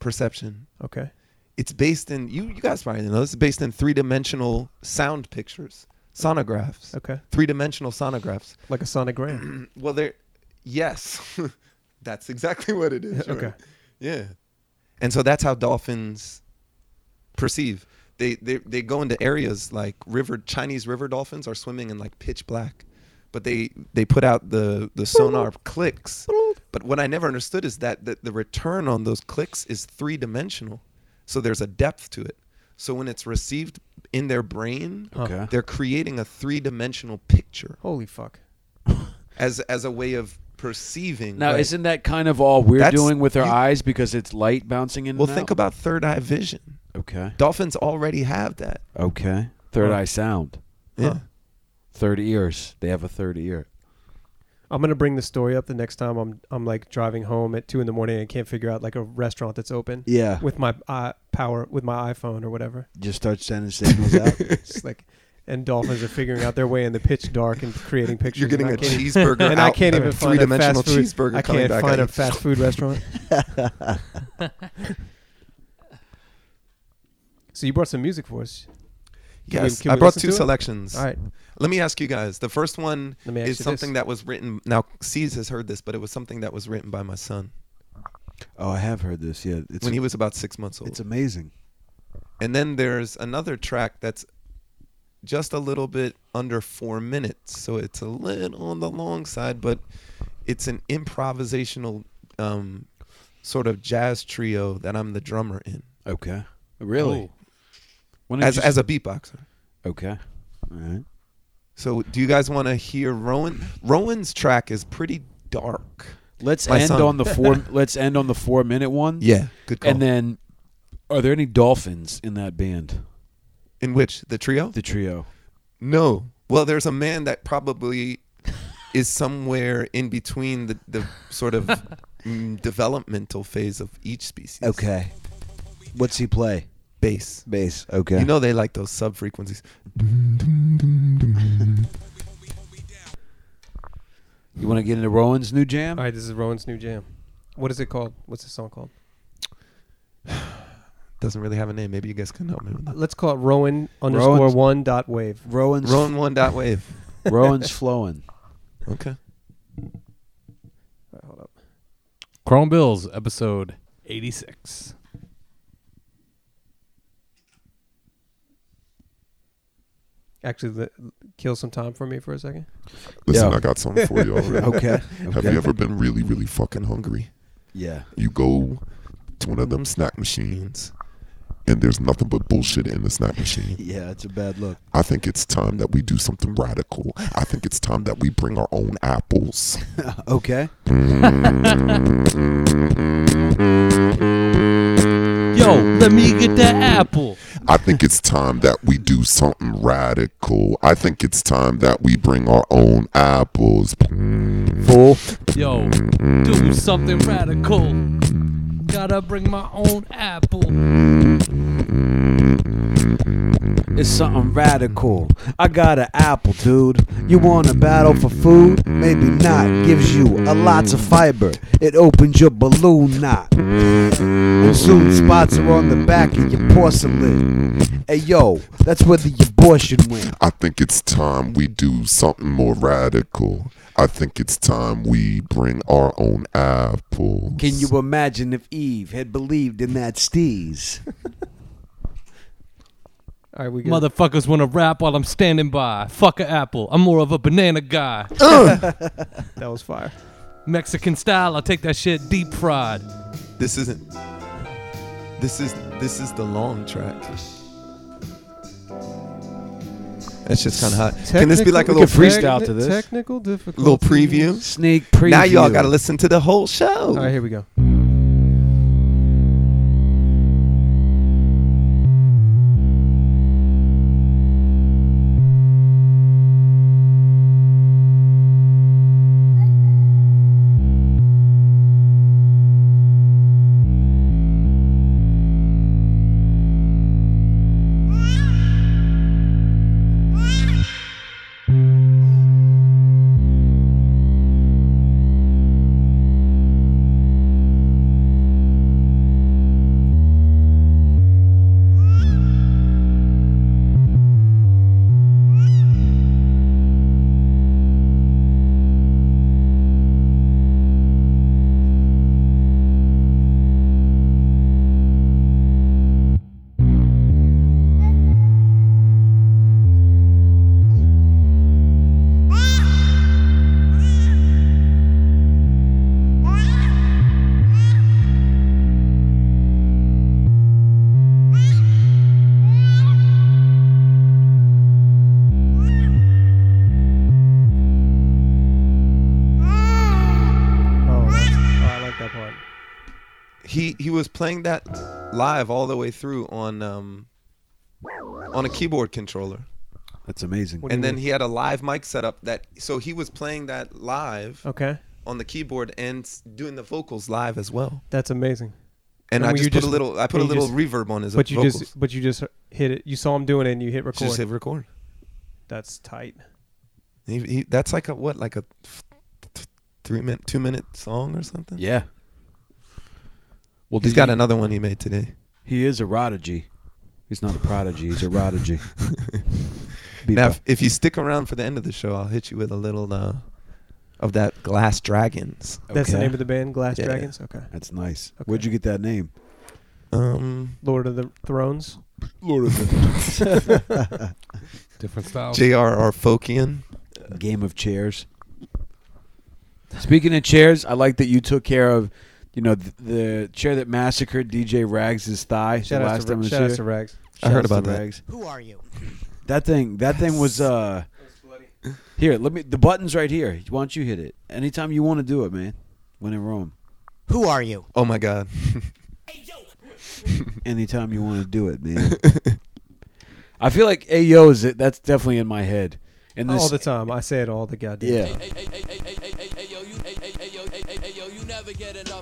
S5: perception.
S4: Okay.
S5: It's based in you you guys probably know this is based in three dimensional sound pictures. Sonographs.
S4: Okay.
S5: Three dimensional sonographs.
S4: Like a sonogram.
S5: Well they're yes. that's exactly what it is. you're
S4: Okay.
S5: right. Yeah. And so that's how dolphins perceive. They, they they go into areas like river Chinese river dolphins are swimming in like pitch black, but they they put out the the sonar clicks. But what I never understood is that that the return on those clicks is three dimensional, so there's a depth to it. So when it's received in their brain,
S3: Okay.
S5: they're creating a three dimensional picture
S4: Holy fuck.
S5: as as a way of perceiving.
S3: Now,
S5: right?
S3: isn't that kind of all we're
S5: That's-
S3: doing with our
S5: you-
S3: eyes because it's light bouncing in?
S5: well,
S3: and
S5: think
S3: out?
S5: about third eye vision.
S3: Okay.
S5: Dolphins already have that.
S3: Okay. Third eye sound.
S5: Yeah.
S3: Third ears. They have a third ear.
S4: I'm gonna bring the story up the next time I'm I'm like driving home at two in the morning and can't figure out like a restaurant that's open.
S6: Yeah.
S4: With my uh, power with my iPhone or whatever.
S6: Just start sending signals out.
S4: It's like, and dolphins are figuring out their way in the pitch dark and creating pictures.
S5: You're getting
S4: and
S5: a
S4: I can't even-
S5: cheeseburger
S4: and I
S5: out
S4: can't
S5: of
S4: even
S5: a
S4: find a
S5: three-dimensional
S4: fast food.
S5: cheeseburger
S4: I
S5: coming
S4: can't
S5: back
S4: find
S5: at
S4: a
S5: you.
S4: fast food restaurant. so you brought some music for us. we-
S5: Yes,
S4: can
S5: I
S4: we
S5: brought
S4: listen
S5: two
S4: to it?
S5: selections.
S4: All right.
S5: Let me ask you guys. The first one
S4: Let me ask
S5: is
S4: you
S5: something
S4: this.
S5: that was written. Now, C's has heard this, but it was something that was written by my son
S6: oh, I have heard this. Yeah. It's,
S5: when he was about six months old.
S6: it's amazing.
S5: and then there's another track that's just a little bit under four minutes, so it's a little on the long side, but it's an improvisational um, sort of jazz trio that I'm the drummer in
S6: Okay.
S3: Really? When did
S5: Oh. as
S3: you-
S5: as a beatboxer.
S6: Okay. All right.
S5: So, do you guys want to hear Rowan? Rowan's track is pretty dark.
S3: let's
S5: my
S3: end
S5: son.
S3: on the four. let's end on the four minute one.
S5: Yeah, good call.
S3: And then, are there any dolphins in that band?
S5: in which the trio?
S3: The trio.
S5: no. Well, there's a man that probably is somewhere in between the, the sort of mm, developmental phase of each species.
S3: Okay. What's he play?
S5: Bass.
S3: Bass. Okay.
S5: You know they like those sub frequencies.
S3: you want to get into Rowan's new jam?
S4: All right, this is Rowan's new jam. What is it called? What's the song called?
S5: Doesn't really have a name. Maybe you guys can help me with that.
S4: Let's call it Rowan underscore one dot wave.
S3: Rowan's
S5: Rowan one dot wave.
S3: Rowan's flowing.
S5: Okay.
S2: Chrome Bills, episode 86.
S4: Actually, let, kill some time for me for a second.
S7: Listen,
S3: Yeah.
S7: I got something for you already.
S3: Okay.
S7: Have
S3: okay.
S7: you ever been really, really fucking hungry?
S3: Yeah.
S7: You go to one of them snack machines, and there's nothing but bullshit in the snack machine.
S3: Yeah, it's a bad look.
S7: I think it's time that we do something radical. I think it's time that we bring our own apples.
S3: Okay.
S2: Yo, let me get that apple.
S7: I think it's time that we do something radical. I think it's time that we bring our own apples.
S3: Fool.
S2: Yo, do something radical. Gotta bring my own apple.
S3: It's something radical. I got an apple, dude. You want to battle for food? Maybe not. Gives you a lots of fiber. It opens your balloon knot. And soon spots are on the back of your porcelain. Hey yo, that's where the abortion went.
S7: I think it's time we do something more radical. I think it's time we bring our own apples.
S3: Can you imagine if Eve had believed in that steez?
S4: All right, we good.
S2: Motherfuckers wanna rap while I'm standing by. Fuck a apple. I'm more of a banana guy.
S4: that was fire.
S2: Mexican style, I'll take that shit deep fried.
S5: This isn't. This is this is the long track. That's just kind of hot. Can this be like
S4: Technical-
S5: a little
S3: could freestyle
S4: techni-
S3: to this.
S4: Technical difficulty.
S5: little preview?
S3: Snake preview.
S5: Now y'all got to listen to the whole show.
S4: All right, here we go. Oh, Oh, that's- oh, I like that part.
S5: He he was playing that live all the way through on um on a keyboard controller.
S3: That's amazing.
S4: What do you
S5: and then
S4: mean?
S5: he had a live mic setup that so he was playing that live
S4: okay,
S5: on the keyboard and s- doing the vocals live as well.
S4: that's amazing.
S5: And,
S4: And
S5: I
S4: were
S5: just
S4: you
S5: put a
S4: just-
S5: little I put a
S4: and you
S5: little
S4: just-
S5: reverb on his
S4: But you
S5: vocals.
S4: just but you just hit it. You saw him doing it, and you hit
S5: She
S4: record.
S5: just hit record.
S4: that's tight.
S5: He, he, that's like a what like a th- th- three minute two minute song or something.
S3: Yeah. Well,
S5: He's
S3: did
S5: got
S3: you-
S5: another one he made today.
S3: He is a prodigy. He's not a prodigy. He's a prodigy.
S5: Now, if, if you stick around for the end of the show, I'll hit you with a little uh, of that Glass Dragons.
S4: That's the name of the band, Glass
S5: Yeah.
S4: Dragons. Okay,
S3: That's nice.
S4: Okay.
S3: Where'd you get that name?
S5: Um,
S4: Lord of the Thrones.
S2: Different style.
S5: J.R.R. Folkian.
S3: Game of Chairs. Speaking of chairs, I like that you took care of, you know, the, the chair that massacred DJ Rags' thigh the
S4: Shout out
S3: last
S4: to,
S3: time
S4: Ra-
S3: was
S4: shout out
S3: here.
S4: to Rags.
S5: I heard
S3: Shouts to
S5: about that.
S3: Rags.
S10: Who are you?
S3: That thing, that thing was. uh Here, let me. The button's right here. Why don't you hit it? Anytime you want to do it, man. When in Rome.
S10: Who are you?
S5: Oh my God.
S3: anytime you want to do it, man. I feel like Ayo is it. That's definitely in my head.
S6: And
S4: all
S6: this,
S4: the time. I say it all the goddamn.
S6: yeah.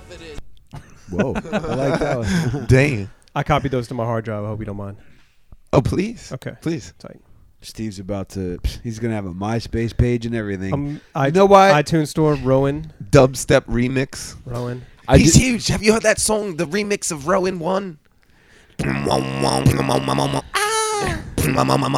S6: Whoa, I like that one.
S5: Damn.
S4: I copied those to my hard drive. I hope you don't mind.
S5: Oh, please.
S4: Okay.
S5: Please.
S4: Tight.
S6: Steve's about to. He's gonna have a MySpace page and everything.
S4: Um, I
S6: know why?
S4: iTunes Store. Rowan.
S5: Dubstep remix.
S4: Rowan.
S6: I
S5: He's
S6: ju-
S5: huge. Have you heard that song, the remix of Rowan One?
S2: Yo,
S5: Ah!
S4: How do you feel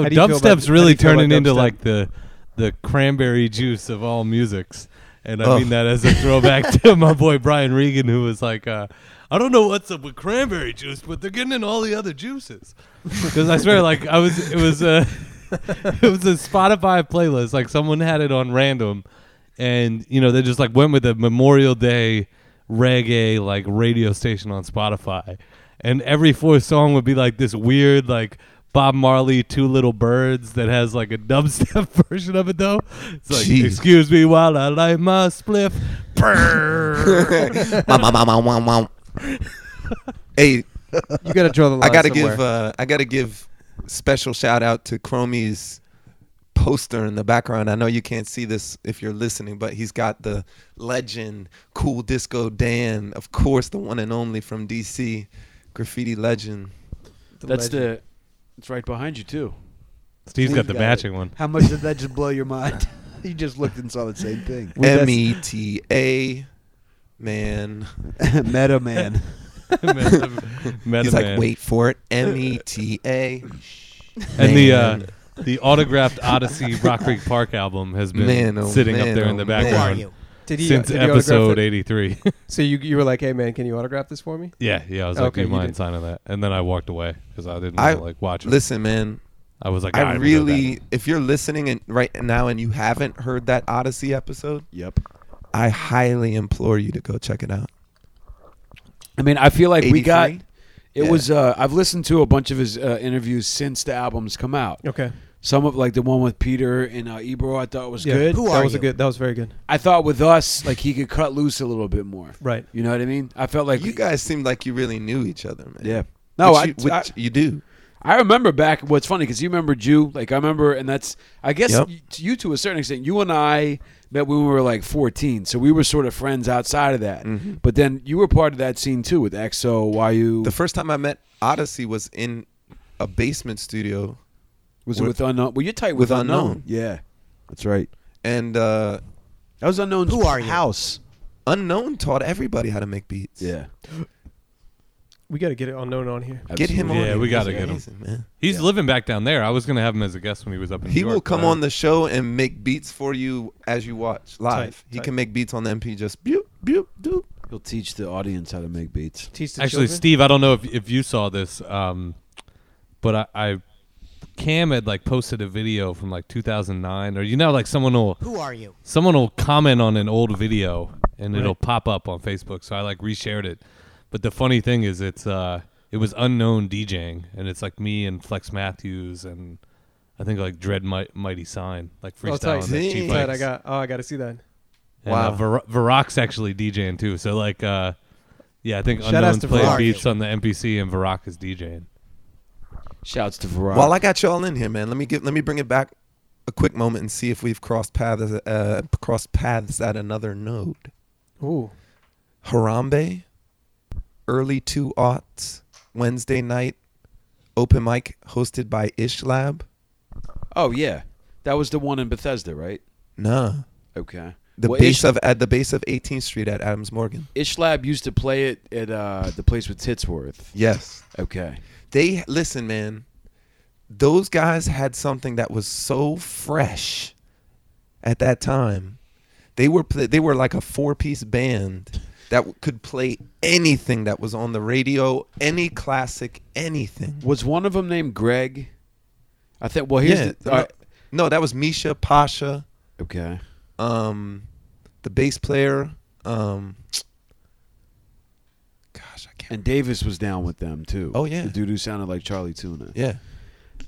S4: about-
S2: dubstep's
S4: how do
S2: really
S4: you feel
S2: turning
S4: about
S2: into
S4: dubstep?
S2: like the the cranberry juice of all musics. And I
S5: Ugh.
S2: mean that as a throwback to my boy Brian Regan, who was like, uh, I don't know what's up with cranberry juice, but they're getting in all the other juices. Because I swear, like I was, it was uh, a, it was a Spotify playlist. Like someone had it on random, and you know they just like went with the Memorial Day reggae like radio station on Spotify, and every fourth song would be like this weird like Bob Marley Two Little Birds that has like a dubstep version of it though. It's like
S5: Jeez.
S2: excuse me while I light my spliff.
S5: hey,
S4: You gotta draw the line.
S5: I gotta
S4: somewhere.
S5: give uh, I gotta give special shout out to Chromie's poster in the background. I know you can't see this if you're listening, but he's got the legend, cool disco Dan, of course, the one and only from DC, graffiti legend.
S3: That's the. It's right behind you too.
S2: Steve's got the
S6: Got it.
S2: matching one.
S6: How much did that just blow your mind? you just looked and saw the same thing.
S5: M E T A man.
S6: Meta Man.
S2: Meta, Meta
S5: He's like,
S2: Man.
S5: wait for it. M E T A.
S2: And the uh,
S5: Man.
S2: the autographed Odyssey Rock Creek Park album has been
S5: Man, oh,
S2: sitting
S5: man,
S2: up there in
S5: oh,
S2: the
S5: man.
S8: Who are
S2: background
S8: you?
S4: Did
S5: uh,
S4: he,
S2: since
S4: did he autograph
S2: episode
S4: it?
S2: 83.
S4: So you you were like, hey man, can you autograph this for me?
S2: yeah, yeah. I was like,
S4: Okay,
S2: do you
S4: you
S2: mind
S4: did.
S2: signing that? And then I walked away because I didn't
S5: I-
S2: want to like watch it.
S5: Listen, man,
S2: I was like,
S5: I
S2: "Ah, we'll go
S5: really,
S2: back."
S5: if you're listening and right now and you haven't heard that Odyssey episode,
S6: yep.
S5: I highly implore you to go check it out.
S3: I mean, I feel like we got.
S5: 83?
S3: It
S5: Yeah.
S3: was. Uh, I've listened to a bunch of his uh, interviews since the album's come out.
S4: Okay.
S3: Some of like the one with Peter and uh, Ebro, I thought was
S4: Yeah.
S3: good.
S8: Who
S4: that
S8: are
S4: was a
S8: you?
S4: good. That was very good.
S3: I thought with us, like he could cut loose a little bit more.
S4: Right.
S3: You know what I mean? I felt like
S5: You guys seem like you really knew each other, man.
S3: Yeah. No,
S5: Which
S3: I,
S5: you, which
S3: I
S5: you do.
S3: I remember back. What's funny because you remember Jew. Like I remember, and that's I guess
S5: Yep.
S3: you, to you to a certain extent. You and I met when we were like 14, so we were sort of friends outside of that. But then you were part of that scene too with EXO, YU.
S5: The first time I met Odyssey was in a basement studio,
S3: was it with unknown? Well, you're tight with,
S5: With
S3: unknown.
S5: Unknown.
S6: Yeah, that's right.
S5: and uh,
S6: That was unknown.
S8: Who are you?
S6: House.
S5: Unknown taught everybody how to make beats.
S6: Yeah.
S4: We gotta get it unknown on here.
S5: Get him on.
S2: Yeah,
S5: here.
S2: we
S5: He's
S2: gotta get him.
S5: amazing, man.
S2: He's living back down there. I was gonna have him as a guest when he was up in.
S5: He
S2: New York,
S5: will come
S2: but I-
S5: on the show and make beats for you as you watch live.
S4: Tight,
S5: he
S4: tight.
S5: can make beats on the MP just boop, boop, doop.
S6: He'll teach the audience how to make beats.
S4: Teach the
S2: Actually,
S4: children.
S2: Steve, I don't know if if you saw this, um, but I, I Cam had like posted a video from like 2009, or you know, like someone will
S8: Who are you?
S2: someone will comment on an old video and it'll pop up on Facebook. So I like reshared it. But the funny thing is, it's uh, it was unknown DJing, and it's like me and Flex Matthews and I think like Dread Mi- Mighty Sign, like
S4: Oh,
S2: freestyling.
S4: tight.
S2: on that cheap
S4: Tight, I
S2: bikes.
S4: got. Oh, I gotta see that.
S2: And, wow.
S5: Wow.
S2: Varrock's actually DJing too. So like, uh, yeah, I think
S4: Shout outs
S2: Unknown's
S4: to
S2: playing
S8: Varrock.
S2: beats on the MPC and Varrock is DJing.
S3: Shouts to Verizon.
S5: While I got y'all in here, man, let me get let me bring it back a quick moment and see if we've crossed paths uh, crossed paths at another node.
S4: Ooh.
S5: Harambe, early two aughts, Wednesday night, open mic hosted by Ish Lab.
S3: oh yeah, that was the one in Bethesda, right?
S5: Nah,
S3: Okay.
S5: the
S3: Well,
S5: base
S3: Ish-
S5: of at the base of 18th Street at Adams Morgan.
S3: Ishlab used to play it at uh, the place with Titsworth.
S5: Yes,
S3: Okay.
S5: they listen, man. Those guys had something that was so fresh at that time. They were pl- they were like a four piece band that w- could play anything that was on the radio, any classic, anything.
S3: Was one of them named Greg? I think. Well, here's
S5: yeah.
S3: the, all right.
S5: no, that was Misha Pasha.
S3: okay.
S5: um the bass player um gosh i can't
S3: And Davis was down with them too.
S5: Oh, yeah.
S3: the dude who sounded like Charlie Tuna.
S5: yeah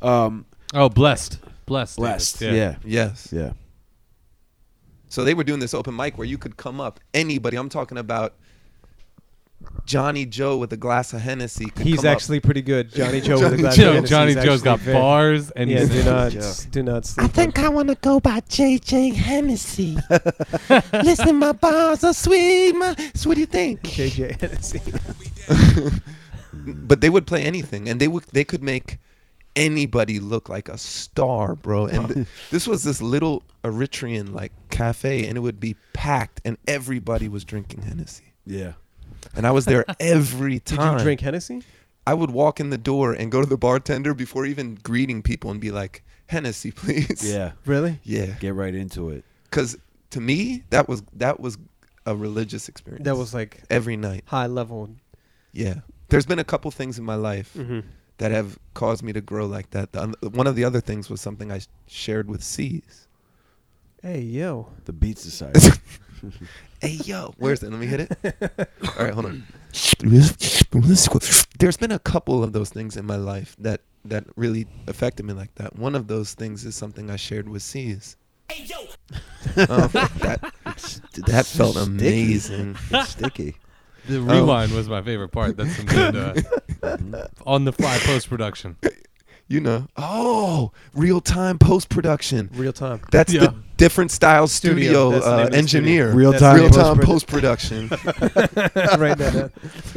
S3: Um,
S2: Oh, blessed, blessed,
S3: blessed.
S2: Davis.
S3: Yeah.
S5: yes
S3: yeah,
S5: so they were doing this open mic where you could come up anybody i'm talking about Johnny Joe with a glass of Hennessy. Could
S4: He's
S5: come up-
S4: actually pretty good, Johnny Joe. with a glass of
S2: Joe,
S4: Hennessy
S2: Johnny
S4: is
S2: Joe's
S4: actually
S2: got
S4: very-
S2: bars and
S4: Yeah,
S2: he's
S4: do
S5: Joe.
S4: not, do not sleep. on
S10: I want to go by JJ Hennessy. Listen, my balls are sweet, my sweetie thing.
S4: JJ Hennessy.
S5: but they would play anything, and they would they could make anybody look like a star, bro. And th- this was this little Eritrean like cafe, and it would be packed, and everybody was drinking Hennessy.
S3: Yeah.
S5: And I was there every
S4: Did
S5: time.
S4: you drink Hennessy?
S5: I would walk in the door and go to the bartender before even greeting people and be like, "Hennessy, please."
S3: Yeah.
S4: Really?
S5: yeah.
S3: Get right into it.
S5: Because to me, that was that was a religious experience.
S4: That was like
S5: every night.
S4: high level.
S5: Yeah. There's been a couple things in my life
S4: Mm-hmm.
S5: that have caused me to grow like that. The, un- one of the other things was something I sh- shared with C's.
S4: Hey yo,
S3: The Beat Society.
S5: Hey, yo, where's that? Let me hit it. All right, hold on. There's been a couple of those things in my life that that really affected me like that. One of those things is something I shared with C's. Hey, yo. that, that felt amazing.
S6: It's sticky.
S2: The
S5: Oh.
S2: rewind was my favorite part. That's some good uh, on the fly post production.
S5: You know, oh, real time post production.
S4: real time.
S5: That's
S2: Yeah.
S5: the different style
S4: Studio,
S5: studio,
S4: that's the name
S5: uh,
S4: of the
S5: engineer.
S4: studio. Real
S5: That's
S4: time
S5: real time
S4: post-produ-
S5: post production.
S4: right there.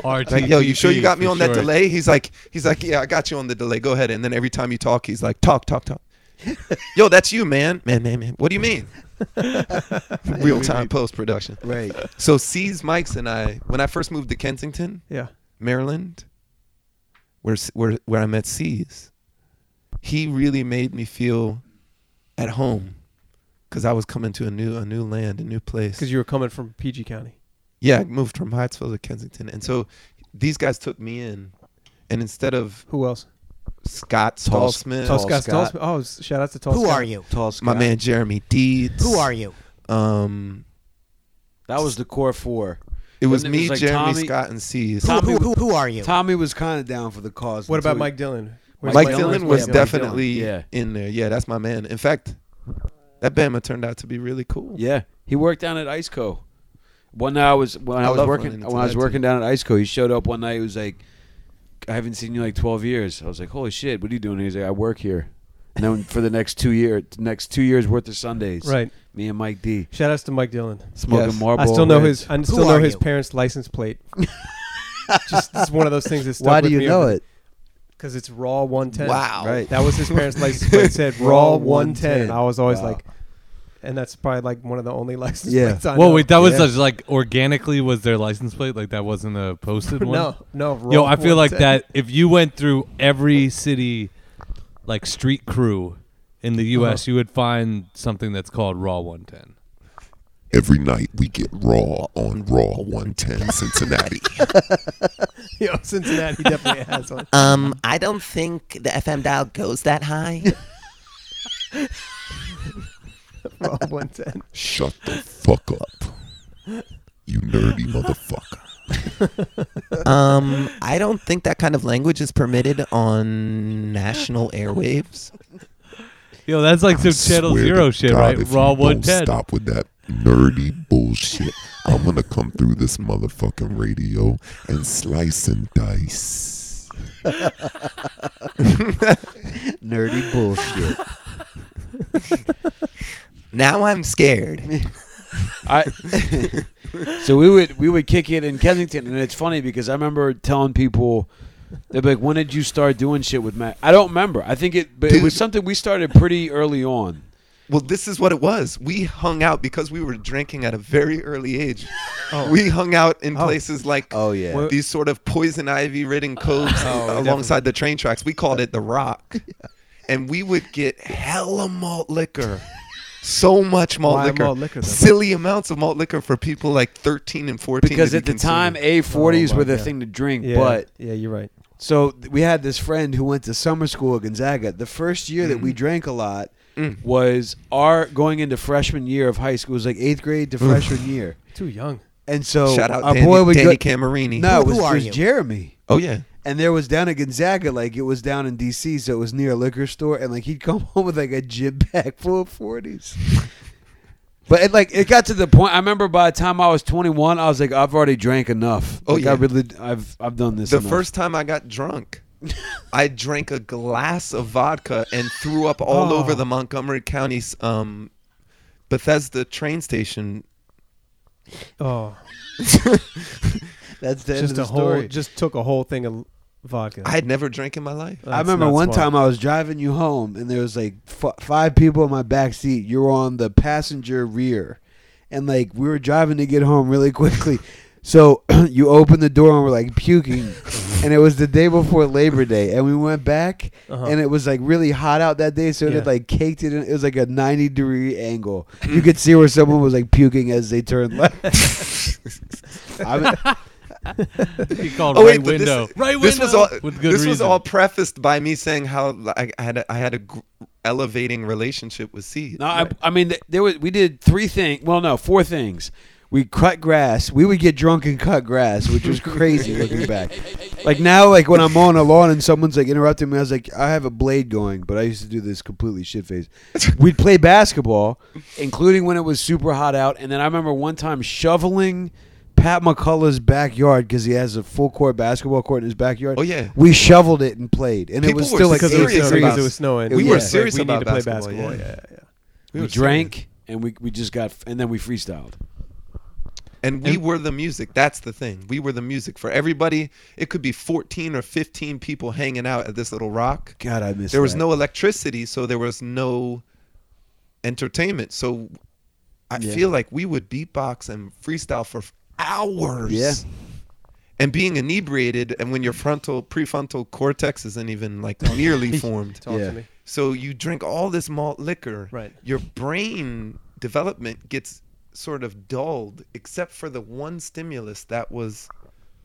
S2: RT.
S5: like, yo, you sure you got me on that delay? He's like, he's like, yeah, I got you on the delay. Go ahead. And then every time you talk, he's like, talk, talk, talk. yo, that's you, man, man, man, man. What do you mean? real time post production.
S6: Right.
S5: So C's Mike's and I, when I first moved to Kensington,
S4: Yeah.
S5: Maryland, where s- where where I met C's, he really made me feel at home because I was coming to a new a new land, a new place.
S4: Because Mm-hmm. you were coming from PG County.
S5: yeah, I moved from Hyattsville to Kensington, and so these guys took me in, and instead of
S4: Who else?
S5: Scott Stall Smith,
S4: Tall Scott. Tall
S6: Scott.
S4: Smith. Oh, s- shout out to Tall
S10: Who
S4: Scott.
S10: are you?
S6: Tall Scott.
S5: my man Jeremy Deeds,
S10: Who are you?
S5: Um,
S3: That was the core four.
S5: it was
S3: Wasn't it
S5: me,
S3: just like
S5: Jeremy,
S3: Tommy-
S5: Scott, and C's.
S10: Who,
S6: Tommy
S10: who,
S6: was-
S10: who, who are you?
S6: Tommy was kind of down for the cause.
S4: What
S6: until
S4: about
S6: he-
S4: Mike Dillon? Where's
S5: Mike
S4: Dillon?
S5: Dillon
S4: Where's
S5: was
S4: Mike
S5: definitely
S3: Yeah.
S5: in there. Yeah, that's my man. In fact, that Bama turned out to be really cool.
S3: Yeah, he worked down at IceCo. One night I was when I,
S5: I
S3: was
S5: love
S3: working
S5: running into
S3: when I was
S5: that
S3: working
S5: too.
S3: down at IceCo, he showed up one night. He was like, "I haven't seen you in like twelve years." I was like, "Holy shit, what are you doing?" here?" He's like, "I work here." And then for the next two year, next two years worth of Sundays,
S4: Right.
S3: Me and Mike D
S4: Shout outs to Mike Dillon.
S3: smoking
S5: Yes.
S3: Marlboro.
S4: I still know
S3: Reds.
S4: his. I still
S10: Who
S4: know
S10: are
S4: his
S10: you?
S4: parents' license plate. Just it's one of those things that stuck
S6: Why do you know it?
S4: Because it's raw one ten.
S5: Wow.
S6: Right.
S4: That was his parents' license plate. Said raw one ten. And I was always
S6: Wow.
S4: like, and that's probably like one of the only license
S6: Yeah.
S4: plates. I
S2: Whoa,
S4: know.
S2: wait, that was
S6: Yeah.
S2: just, like organically was their license plate? Like that wasn't a posted one?
S4: no, no. Raw
S2: Yo, I feel like
S4: 110.
S2: that if you went through every city, like street crew in the
S5: Uh-huh.
S2: U.S., you would find something that's called Raw 110.
S7: Every night we get raw on Raw 110 Cincinnati.
S4: Yo, Cincinnati definitely has one.
S10: Um, I don't think the FM dial goes that high.
S4: Raw one ten.
S7: Shut the fuck up. You nerdy motherfucker.
S10: Um,
S5: I don't think that kind of language is permitted on national airwaves.
S2: Yo, that's like some Channel
S7: Swear to
S2: Zero shit,
S7: God,
S2: right?
S7: if
S2: Raw
S7: you don't
S2: 110.
S7: Stop with that nerdy bullshit. I'm gonna come through this motherfucking radio and slice and dice.
S6: Nerdy bullshit.
S5: Now I'm scared.
S3: I, so we would we would kick it in Kensington, and it's funny because I remember telling people, they'd be like, "When did you start doing shit with Matt?" I don't remember. I think it, but it was
S5: Dude.
S3: something we started pretty early on.
S5: Well, this is what it was. We hung out because we were drinking at a very early age. We hung out in places like
S6: Oh, yeah. Well-
S5: these sort of poison ivy ridden coves alongside the train tracks. We called it the Rock, and we would get hella malt liquor. So much malt
S4: Why
S5: liquor.
S4: malt liquor, though?
S5: silly amounts of malt liquor for people like 13 and 14. to
S3: because
S5: be
S3: at the
S5: consuming.
S3: time A forties
S4: Oh, my
S3: were the
S4: God.
S3: thing to drink.
S4: Yeah,
S3: But
S4: yeah, you're right.
S6: So th- we had this friend who went to summer school at Gonzaga. The first year
S5: Mm.
S6: that we drank a lot was our going into freshman year of high school. It was like eighth grade to freshman year.
S4: Too young.
S6: And so
S5: Shout out
S6: our
S5: Danny-
S6: boy would
S5: Danny
S6: go,
S5: Camarini.
S6: No, it
S10: Who
S6: was,
S10: are
S6: it was
S10: you?
S6: Jeremy.
S5: Oh, yeah.
S6: And there was down at Gonzaga, like it was down in D.C., so it was near a liquor store, and like he'd come home with like a gym bag full of forties.
S3: But it like it got to the point. I remember by the time I was 21, I was like, I've already drank enough.
S5: Oh,
S3: Like,
S5: yeah.
S3: I really, I've I've done this.
S5: The
S3: enough.
S5: first time I got drunk, I drank a glass of vodka and threw up all
S2: Oh.
S5: over the Montgomery County um, Bethesda train station.
S4: Oh,
S10: That's the
S4: just a whole, just took a whole thing of vodka.
S5: I had never drank in my life.
S3: I remember one time I was driving you home, and there was like f- five people in my back seat. You were on the passenger rear, and like we were driving to get home really quickly. So you opened the door and we're like puking, and it was the day before Labor Day, and we went back, and it was like really hot out that day, so it had
S4: Yeah.
S3: like caked it in. It was like a ninety degree angle. You could see where someone was like puking as they turned left. I mean,
S2: He called
S5: Oh
S2: right
S5: wait, but
S2: window.
S5: this,
S2: right window.
S5: this was all
S2: with good
S5: this was
S2: reason.
S5: all prefaced by me saying how like, I had a, I had a gr- elevating relationship with seed.
S3: No, I, I mean th- there was we did three things. Well, no, four things. We cut grass. We would get drunk and cut grass, which was crazy looking back. Like now, like when I'm on a lawn and someone's like interrupting me, I was like, I have a blade going, but I used to do this completely shit face. We'd play basketball, including when it was super hot out. And then I remember one time shoveling Pat McCullough's backyard because he has a full court basketball court in his backyard.
S5: Oh, yeah.
S3: we shoveled it and played, and it
S5: People
S3: was
S5: were
S3: still like
S5: because
S4: it
S3: eight
S4: was,
S5: serious
S4: snowing,
S3: degrees.
S4: because it was snowing.
S5: about We
S4: Yeah.
S5: were
S4: Like,
S5: serious
S4: we
S5: about
S4: need to play
S5: basketball,
S4: basketball.
S5: yeah.
S4: yeah, yeah.
S3: We,
S5: were
S3: drank and we, we just got and then we freestyled.
S5: And we were the music. That's the thing. We were the music for everybody. It could be 14 or 15 people hanging out at this little rock.
S3: God, I miss.
S5: There was
S3: that.
S5: no electricity, so there was no entertainment. So I feel like we would beatbox and freestyle for hours.
S3: Yeah.
S5: And being inebriated, and when your frontal prefrontal cortex isn't even like nearly formed,
S4: Talk
S3: Yeah.
S4: to me.
S5: so you drink all this malt liquor.
S4: Right.
S5: Your brain development gets sort of dulled, except for the one stimulus that was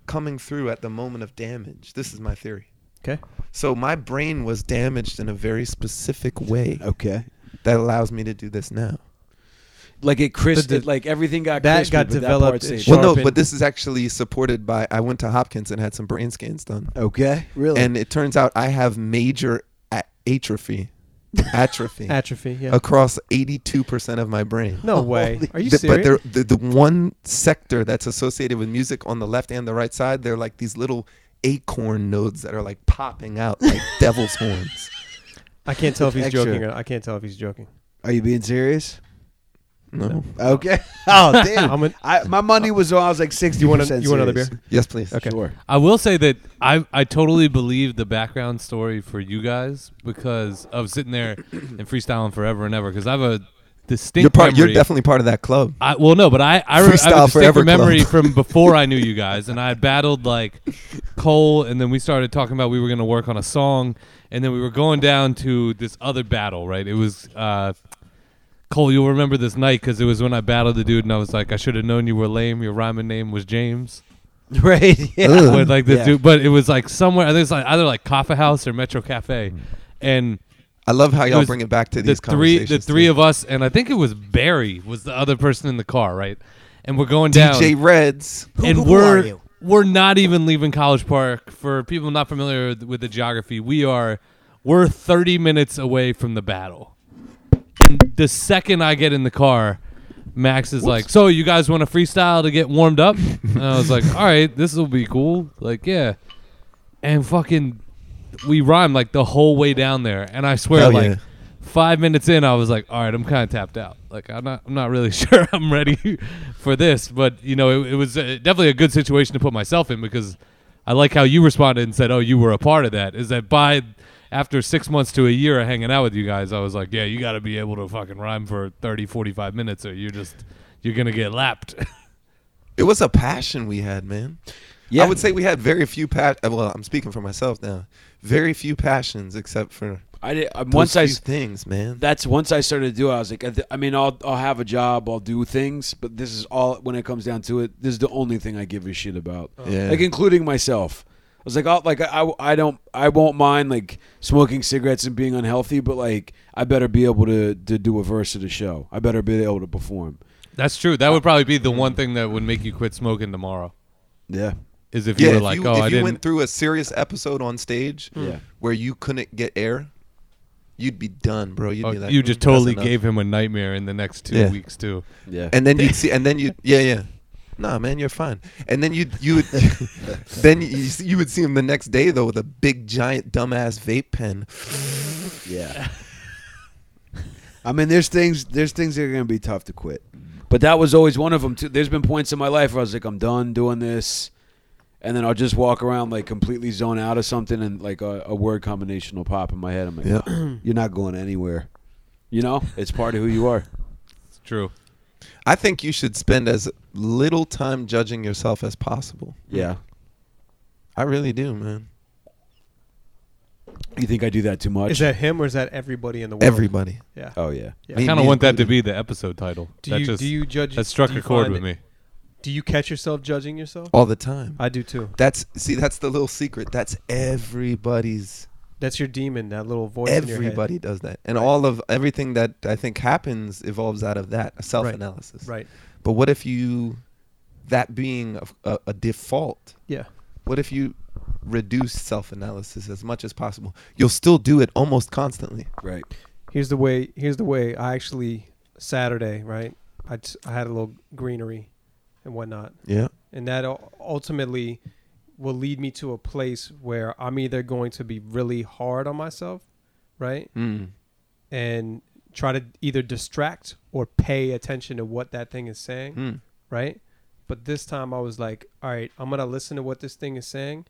S5: coming through at the moment of damage. This is my theory.
S4: Okay.
S5: So my brain was damaged in a very specific way
S3: Okay.
S5: that allows me to do this now.
S3: Like it crisp,
S4: The-
S3: it- like everything got
S4: that
S3: crispy,
S4: got
S3: but
S4: developed
S3: That
S4: and
S3: part's
S4: sharp.
S3: safe.
S5: Well, no,
S4: Sharpen.
S5: but this is actually supported by. I went to Hopkins and had some brain scans done,
S3: okay, really.
S5: and it turns out I have major a- atrophy, atrophy
S4: Atrophy. Yeah.
S5: across eighty-two percent of my brain.
S4: No way. Are you
S5: The-
S4: serious?
S5: But they're, the, the one sector that's associated with music on the left and the right side, they're like these little acorn nodes that are like popping out like devil's horns.
S4: I can't tell if he's
S3: Extra.
S4: joking or I can't tell if he's joking.
S3: Are you being serious?
S5: No.
S3: Okay. Oh damn!
S4: I'm an-
S3: I, my money was on. I was like sixty.
S4: You want you want another beer?
S5: Yes, please.
S4: Okay.
S3: Sure.
S2: I will say that I I totally believe the background story for you guys because of sitting there and freestyling forever and ever because I have a distinct
S5: You're part. You're
S2: memory.
S5: definitely part of that club.
S2: I, well, no, but I I,
S5: Freestyle
S2: re- I have a distinct
S5: Forever Club.
S2: memory from before I knew you guys, and I had battled like Cole, and then we started talking about we were going to work on a song, and then we were going down to this other battle, right? It was uh, Cole. You'll remember this night because it was when I battled the dude, and I was like, I should have known you were lame. Your rhyming name was James.
S3: Right. Yeah.
S2: With like the
S3: Yeah.
S2: dude, but it was like somewhere. I think it's like either like Coffee House or Metro Cafe, and
S5: I love how
S2: it
S5: y'all
S2: was
S5: bring it back to
S2: the
S5: these
S2: three. The
S5: conversations,
S2: three
S5: too.
S2: of us, and I think it was Barry was the other person in the car, right? And we're going down
S5: DJ Reds.
S10: Who-
S2: and
S10: who
S2: we're
S10: are you?
S2: we're not even leaving College Park. For people not familiar with, with the geography, we are we're 30 minutes away from the battle. And the second I get in the car, Max is like, "So you guys want to freestyle to get warmed up?" and I was like, "All right, this will be cool." Like, yeah. And fucking, we rhymed like the whole way down there, and I swear,
S5: Hell
S2: like.
S5: yeah.
S2: Five minutes in, I was like, "All right, I'm kind of tapped out. Like, I'm not, I'm not really sure I'm ready for this." But you know, it, it was uh, definitely a good situation to put myself in because I like how you responded and said, "Oh, you were a part of that." Is that by after six months to a year of hanging out with you guys, I was like, "Yeah, you got to be able to fucking rhyme for 30, 45 minutes, or you're just you're gonna get lapped."
S5: It was a passion we had, man.
S3: Yeah.
S5: I would say we had very few pa- uh, Well, I'm speaking for myself now. Very few passions, except for
S3: I did, um,
S5: those
S3: once I
S5: few
S3: s-
S5: things, man.
S3: that's once I started to do. it, I was like, I, th- I mean, I'll I'll have a job, I'll do things, but this is all when it comes down to it. This is the only thing I give a shit about.
S5: Oh. Yeah.
S3: like including myself. I was like, I'll, like I I don't I won't mind like smoking cigarettes and being unhealthy, but like I better be able to to do a verse of the show. I better be able to perform.
S2: That's true. That would probably be the one thing that would make you quit smoking tomorrow.
S3: Yeah,
S2: Is if
S5: yeah,
S2: you were
S5: if
S2: like,
S5: you,
S2: "Oh,
S5: if
S2: I
S5: you
S2: didn't."
S5: went through a serious episode on stage
S3: Yeah.
S5: where you couldn't get air, you'd be done, bro. You'd
S2: Oh,
S5: be like,
S2: you just
S5: "Mm, that's
S2: totally
S5: enough."
S2: gave him a nightmare in the next two
S5: Yeah.
S2: weeks too.
S6: Yeah.
S5: and then you'd see, and then you, yeah, yeah. Nah, man, you're fine. And then you, you would, then you, you see- you would see him the next day though with a big giant dumbass vape pen.
S6: Yeah. I mean, there's things there's things that are gonna be tough to quit.
S3: But that was always one of them too. There's been points in my life where I was like, I'm done doing this, and then I'll just walk around like completely zone out of something, and like a, a word combination will pop in my head. I'm like, "Ah,
S6: You're not going anywhere.
S3: you know, it's part of who you are.
S2: It's true.
S5: I think you should spend as little time judging yourself as possible.
S6: Yeah.
S5: I really do, man.
S3: You think I do that too much?
S4: Is that him or is that everybody in the world?
S5: Everybody.
S4: Yeah.
S6: Oh yeah.
S4: Yeah.
S2: I
S5: Me-
S2: kind of
S5: me
S2: want that to
S5: included.
S2: be the episode title.
S4: Do
S2: that
S4: you
S2: just
S4: do you judge?
S2: that struck
S4: do
S2: a
S4: you
S2: chord
S4: find
S2: with
S4: it-
S2: me.
S4: Do you catch yourself judging yourself?
S5: all the time.
S4: I do too.
S5: That's see, that's the little secret. That's everybody's.
S4: That's your demon. That little voice. In your head.
S5: Everybody does that, and all of everything that I think happens evolves out of that self-analysis.
S4: Right.
S5: But what if you, that being a, a, a default,
S4: Yeah.
S5: what if you reduce self-analysis as much as possible? You'll still do it almost constantly.
S3: right.
S4: Here's the way. Here's the way. I actually Saturday, right? I, t- I had a little greenery, and whatnot,
S5: Yeah.
S4: and that u- ultimately will lead me to a place where I'm either going to be really hard on myself, right,
S5: Mm.
S4: and try to either distract or pay attention to what that thing is saying,
S5: Mm.
S4: right? But this time I was like, all right, I'm going to listen to what this thing is saying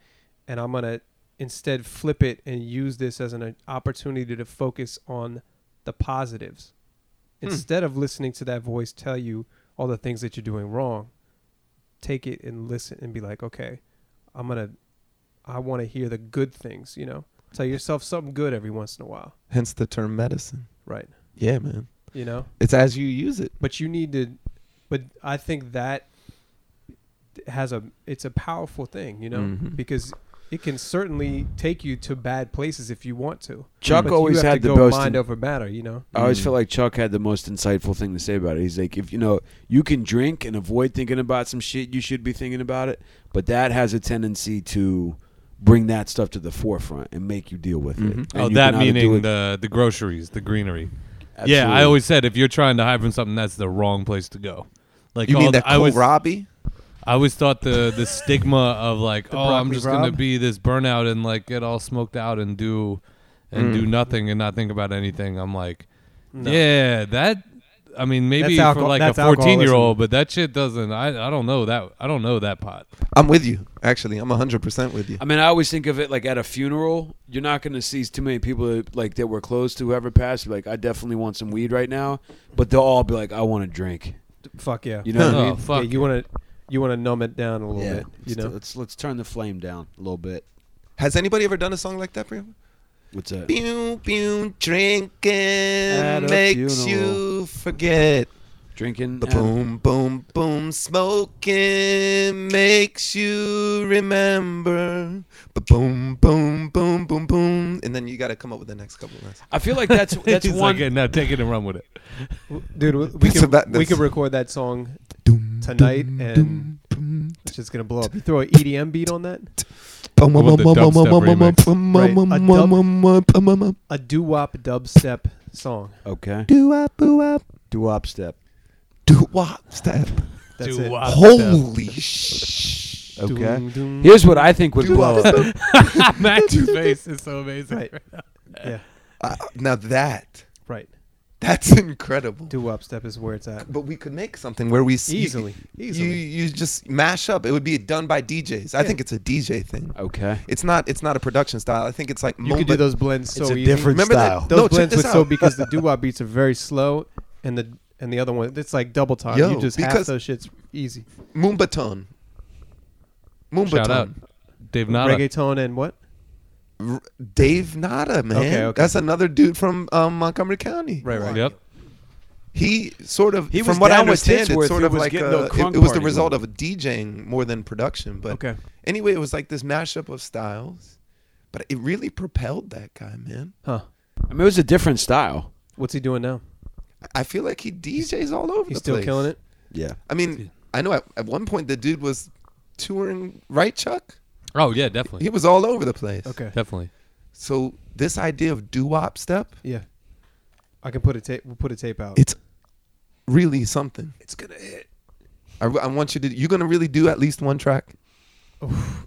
S4: and I'm going to instead flip it and use this as an uh, opportunity to focus on the positives. Instead of listening to that voice tell you all the things that you're doing wrong, take it and listen and be like, okay, I'm going to, I want to hear the good things, you know? Tell yourself something good every once in a while,
S5: Hence the term medicine.
S4: right?
S5: Yeah, man.
S4: You know?
S5: It's as you use it.
S4: but you need to but i think that has a it's a powerful thing you know
S5: Mhm.
S4: because it can certainly take you to bad places if you want to
S3: Chuck
S4: But you
S3: always
S4: have
S3: had
S4: to
S3: the
S4: go
S3: most.
S4: mind over matter you know
S3: I
S2: Mm.
S3: always felt like Chuck had the most insightful thing to say about it. He's like, if you know, you can drink and avoid thinking about some shit, you should be thinking about it. But that has a tendency to bring that stuff to the forefront and make you deal with it. And
S2: Oh,
S3: you
S2: that
S3: can either do
S2: meaning
S3: it-
S2: the the groceries, the greenery. Yeah,
S3: Absolutely.
S2: I always said if you're trying to hide from something, that's the wrong place to go. Like
S5: You
S2: all
S5: mean
S2: the-
S5: that
S2: I
S5: Cole
S2: was
S5: Robbie?
S2: I always thought the the stigma of like, oh, I'm
S4: broccoli
S2: just gonna
S4: Rob?
S2: be this burnout and like get all smoked out and do and do nothing and not think about anything. I'm like, yeah, that. I mean, maybe
S4: That's
S2: for
S4: alco-
S2: like
S4: that's
S2: a 14 year old, but that shit doesn't. I I don't know that. I don't know that pot.
S5: I'm with you. Actually, I'm 100% with you.
S3: I mean, I always think of it like at a funeral. You're not going to see too many people that, like that were close to whoever passed. Like, I definitely want some weed right now, but they'll all be like, I want a drink.
S4: fuck yeah
S3: You know what I
S2: Oh,
S3: mean?
S2: fuck.
S4: yeah, you want to you want to numb it down a little bit you know
S3: let's let's turn the flame down a little bit.
S5: Has anybody ever done a song like that for you?
S3: What's that?
S5: Pew pew drinking
S3: a
S5: makes
S3: funeral.
S5: you forget.
S3: Drinking.
S5: Ba
S3: and-
S5: boom boom boom smoking makes you remember. Ba boom boom boom boom boom. And then you got to come up with the next couple of lines.
S3: I feel like that's that's
S2: He's
S3: one.
S2: Like, now take it and run with it.
S4: dude we- we
S5: That's
S4: could
S5: about-
S4: we
S5: that's-
S4: could record that song tonight and it's just gonna blow up you throw an edm beat on that
S2: want the dubstep
S4: Right, a a doo-wop dubstep song
S3: okay.
S5: Do up, do up,
S6: Do op step.
S5: do wop step.
S4: that's
S2: Do
S4: it
S2: wop step.
S5: Holy shh.
S6: Okay.
S4: Doo-doo.
S3: Here's what I think would blow up.
S2: Max's face is so amazing.
S4: right yeah
S5: Uh, now that,
S4: right
S5: that's incredible.
S4: Do up step is where it's at.
S5: But we could make something where we s- you-
S4: Easily, easily.
S5: You, you just mash up. It would be done by DJs. I think it's a DJ thing.
S3: Okay.
S5: It's not. It's not a production style. I think it's like
S4: Oh. You could do those blends so
S6: it's a
S4: easy.
S6: different
S5: Remember that-
S6: style.
S4: Those
S5: No, check
S4: blends
S5: this
S4: with so
S5: out.
S4: because the doo wop beats are very slow, and the and the other one it's like double time.
S5: Yo,
S4: you just half
S5: because-
S4: those shits easy.
S5: Uh, Moombaton.
S2: Shout out,
S5: Moombaton.
S2: Dave Nada.
S4: Reggaeton and what?
S5: R- Dave Nada, man.
S4: Okay, okay.
S5: That's another dude from um, Montgomery County.
S4: Right, right.
S2: Yep.
S5: He sort of,
S3: He was
S5: from what I
S3: down with
S5: understand, it's
S3: Titsworth,
S5: sort
S3: who
S5: of
S3: was
S5: like
S3: getting
S5: a,
S3: the crunk
S5: it, it was the
S3: party
S5: result of a DJing more than production. But
S4: Okay.
S5: anyway, it was like this mashup of styles. But it really propelled that guy, man.
S4: Huh?
S3: I mean, it was a different style.
S4: What's he doing now?
S5: I feel like he DJs all over
S4: He's
S5: the
S4: still
S5: place.
S4: killing it.
S6: Yeah.
S5: I mean, I know at, at one point the dude was touring, right, Chuck?
S2: Oh yeah, definitely,
S5: He was all over the place.
S4: Okay.
S2: definitely.
S5: So this idea of doo wop step,
S4: Yeah. I can put a tape. We'll put a tape out.
S5: it's really something. It's gonna hit. I, I want you to. You're gonna really do at least one track.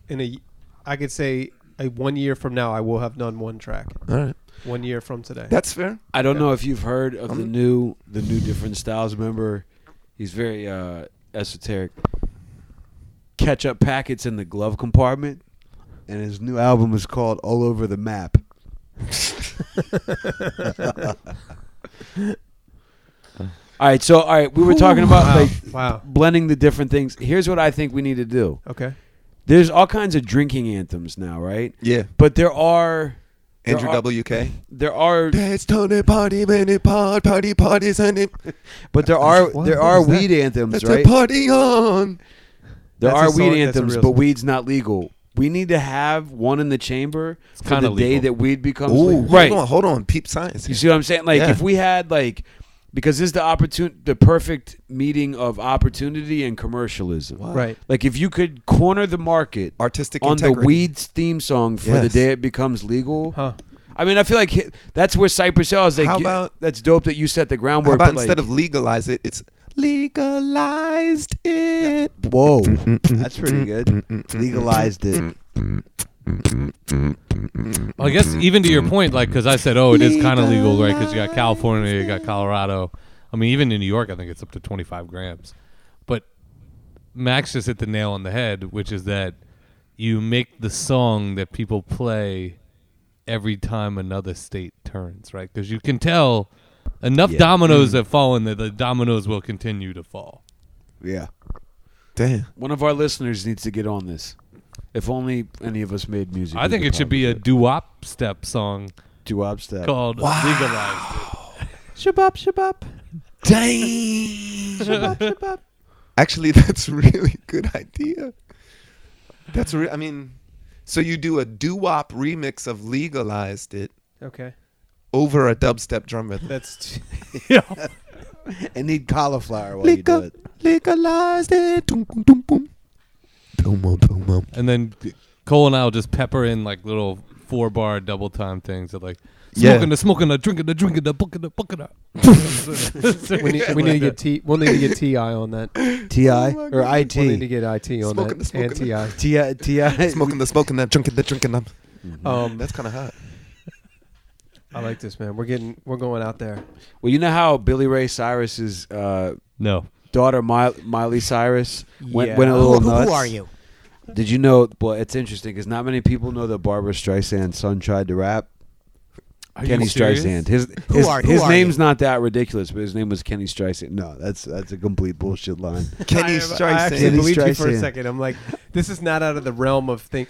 S4: in a, I could say a one year from now, I will have done one track.
S5: All right,
S4: One year from today.
S5: that's fair.
S3: I don't know if you've heard of the new the new different styles member. He's very uh, esoteric. Ketchup packets in the glove compartment.
S6: and his new album is called All Over the Map.
S3: All right, so all right, we were talking about like
S4: wow.
S3: blending the different things. Here's what I think we need to do.
S4: Okay.
S3: There's all kinds of drinking anthems now, right?
S5: Yeah,
S3: But there are there
S5: Andrew
S3: are-
S5: WK.
S3: There are
S5: Dance to the party, man, it pod, party, parties, and it.
S6: But there are
S4: What?
S6: there
S4: What
S6: are
S4: was that?
S6: weed anthems,
S5: Let's
S6: right?
S5: party on.
S3: There
S4: That's
S3: are
S4: a song-
S3: weed
S4: that's a
S3: anthems,
S4: real
S3: but
S4: song.
S3: weed's not legal. We need to have one in the chamber for
S2: kinda
S3: the day
S2: legal.
S3: that weed becomes
S5: Ooh,
S3: legal.
S5: right. Hold on, hold on. Peep science.
S3: You
S5: here.
S3: see what I'm saying? Like
S5: Yeah.
S3: if we had like because this is the opportun the perfect meeting of opportunity and commercialism.
S4: Right.
S3: Like if you could corner the market
S5: Artistic
S3: on the
S5: integrity.
S3: weed's theme song for the
S5: Yes.
S3: day it becomes legal.
S4: Huh.
S3: I mean, I feel like hi- that's where Cypress Hill is. Like,
S5: How
S3: you-
S5: about-
S3: that's dope that you set the
S5: How
S3: groundwork.
S5: about
S3: but,
S5: instead
S3: like,
S5: of legalize it, it's legalized it.
S6: Whoa,
S4: Mm,
S6: that's pretty good. Legalized it.
S2: Well, I guess even to your point, like, because I said, oh, it is kind of legal, right? Because you got California, you got Colorado. I mean, even in New York, I think it's up to 25 grams. But Max just hit the nail on the head, which is that you make the song that people play every time another state turns, right? Because you can tell enough dominoes have fallen that the dominoes will continue to fall.
S6: Yeah.
S5: Damn.
S3: one of our listeners needs to get on this. If only any of us made music.
S2: I think it should be a doo wop step song
S6: Two obstacles.
S2: called Legalized.
S8: Shabop, shabop.
S5: Actually, that's a really good idea. That's re- I mean, so you do a doo wop remix of legalized it
S4: Okay.
S5: over a dubstep drum rhythm.
S4: That's.
S6: And need cauliflower while you do it.
S5: legalized it. Dum, dum, dum, dum. Dum, dum, dum, dum.
S2: and then Cole and I will just pepper in like little four bar double time things that like
S5: Yeah.
S2: smoking the smoking the drinking the drinking the booking the booking the.
S4: we need, we need to get T. We'll need to get Ti on that.
S6: Ti
S4: Oh
S6: or
S4: We'll need to
S6: it.
S4: get It on
S5: Oh Smoking the-
S4: that
S5: smoking
S4: and
S5: the-
S4: Ti.
S6: Ti Ti.
S5: Smoking the smoking that, drinking the drinking that.
S4: Um,
S5: That's kind of hot.
S4: I like this man. We're getting. We're going out there.
S3: Well, you know how Billy Ray Cyrus's uh,
S2: no.
S3: daughter Miley, Miley Cyrus went,
S4: Yeah.
S3: went a little
S4: Who-
S3: nuts. Did you know? Well, it's interesting because not many people know that Barbara Streisand's son tried to rap.
S2: Are
S3: Kenny
S2: you serious?
S3: Streisand. His his, his name's not that ridiculous, but his name was Kenny Streisand.
S6: No, that's that's a complete bullshit line.
S4: I,
S5: Kenny
S4: I actually
S5: Streisand.
S6: Kenny
S4: believed you for a
S6: Streisand.
S4: second. I'm like, this is not out of the realm of thing.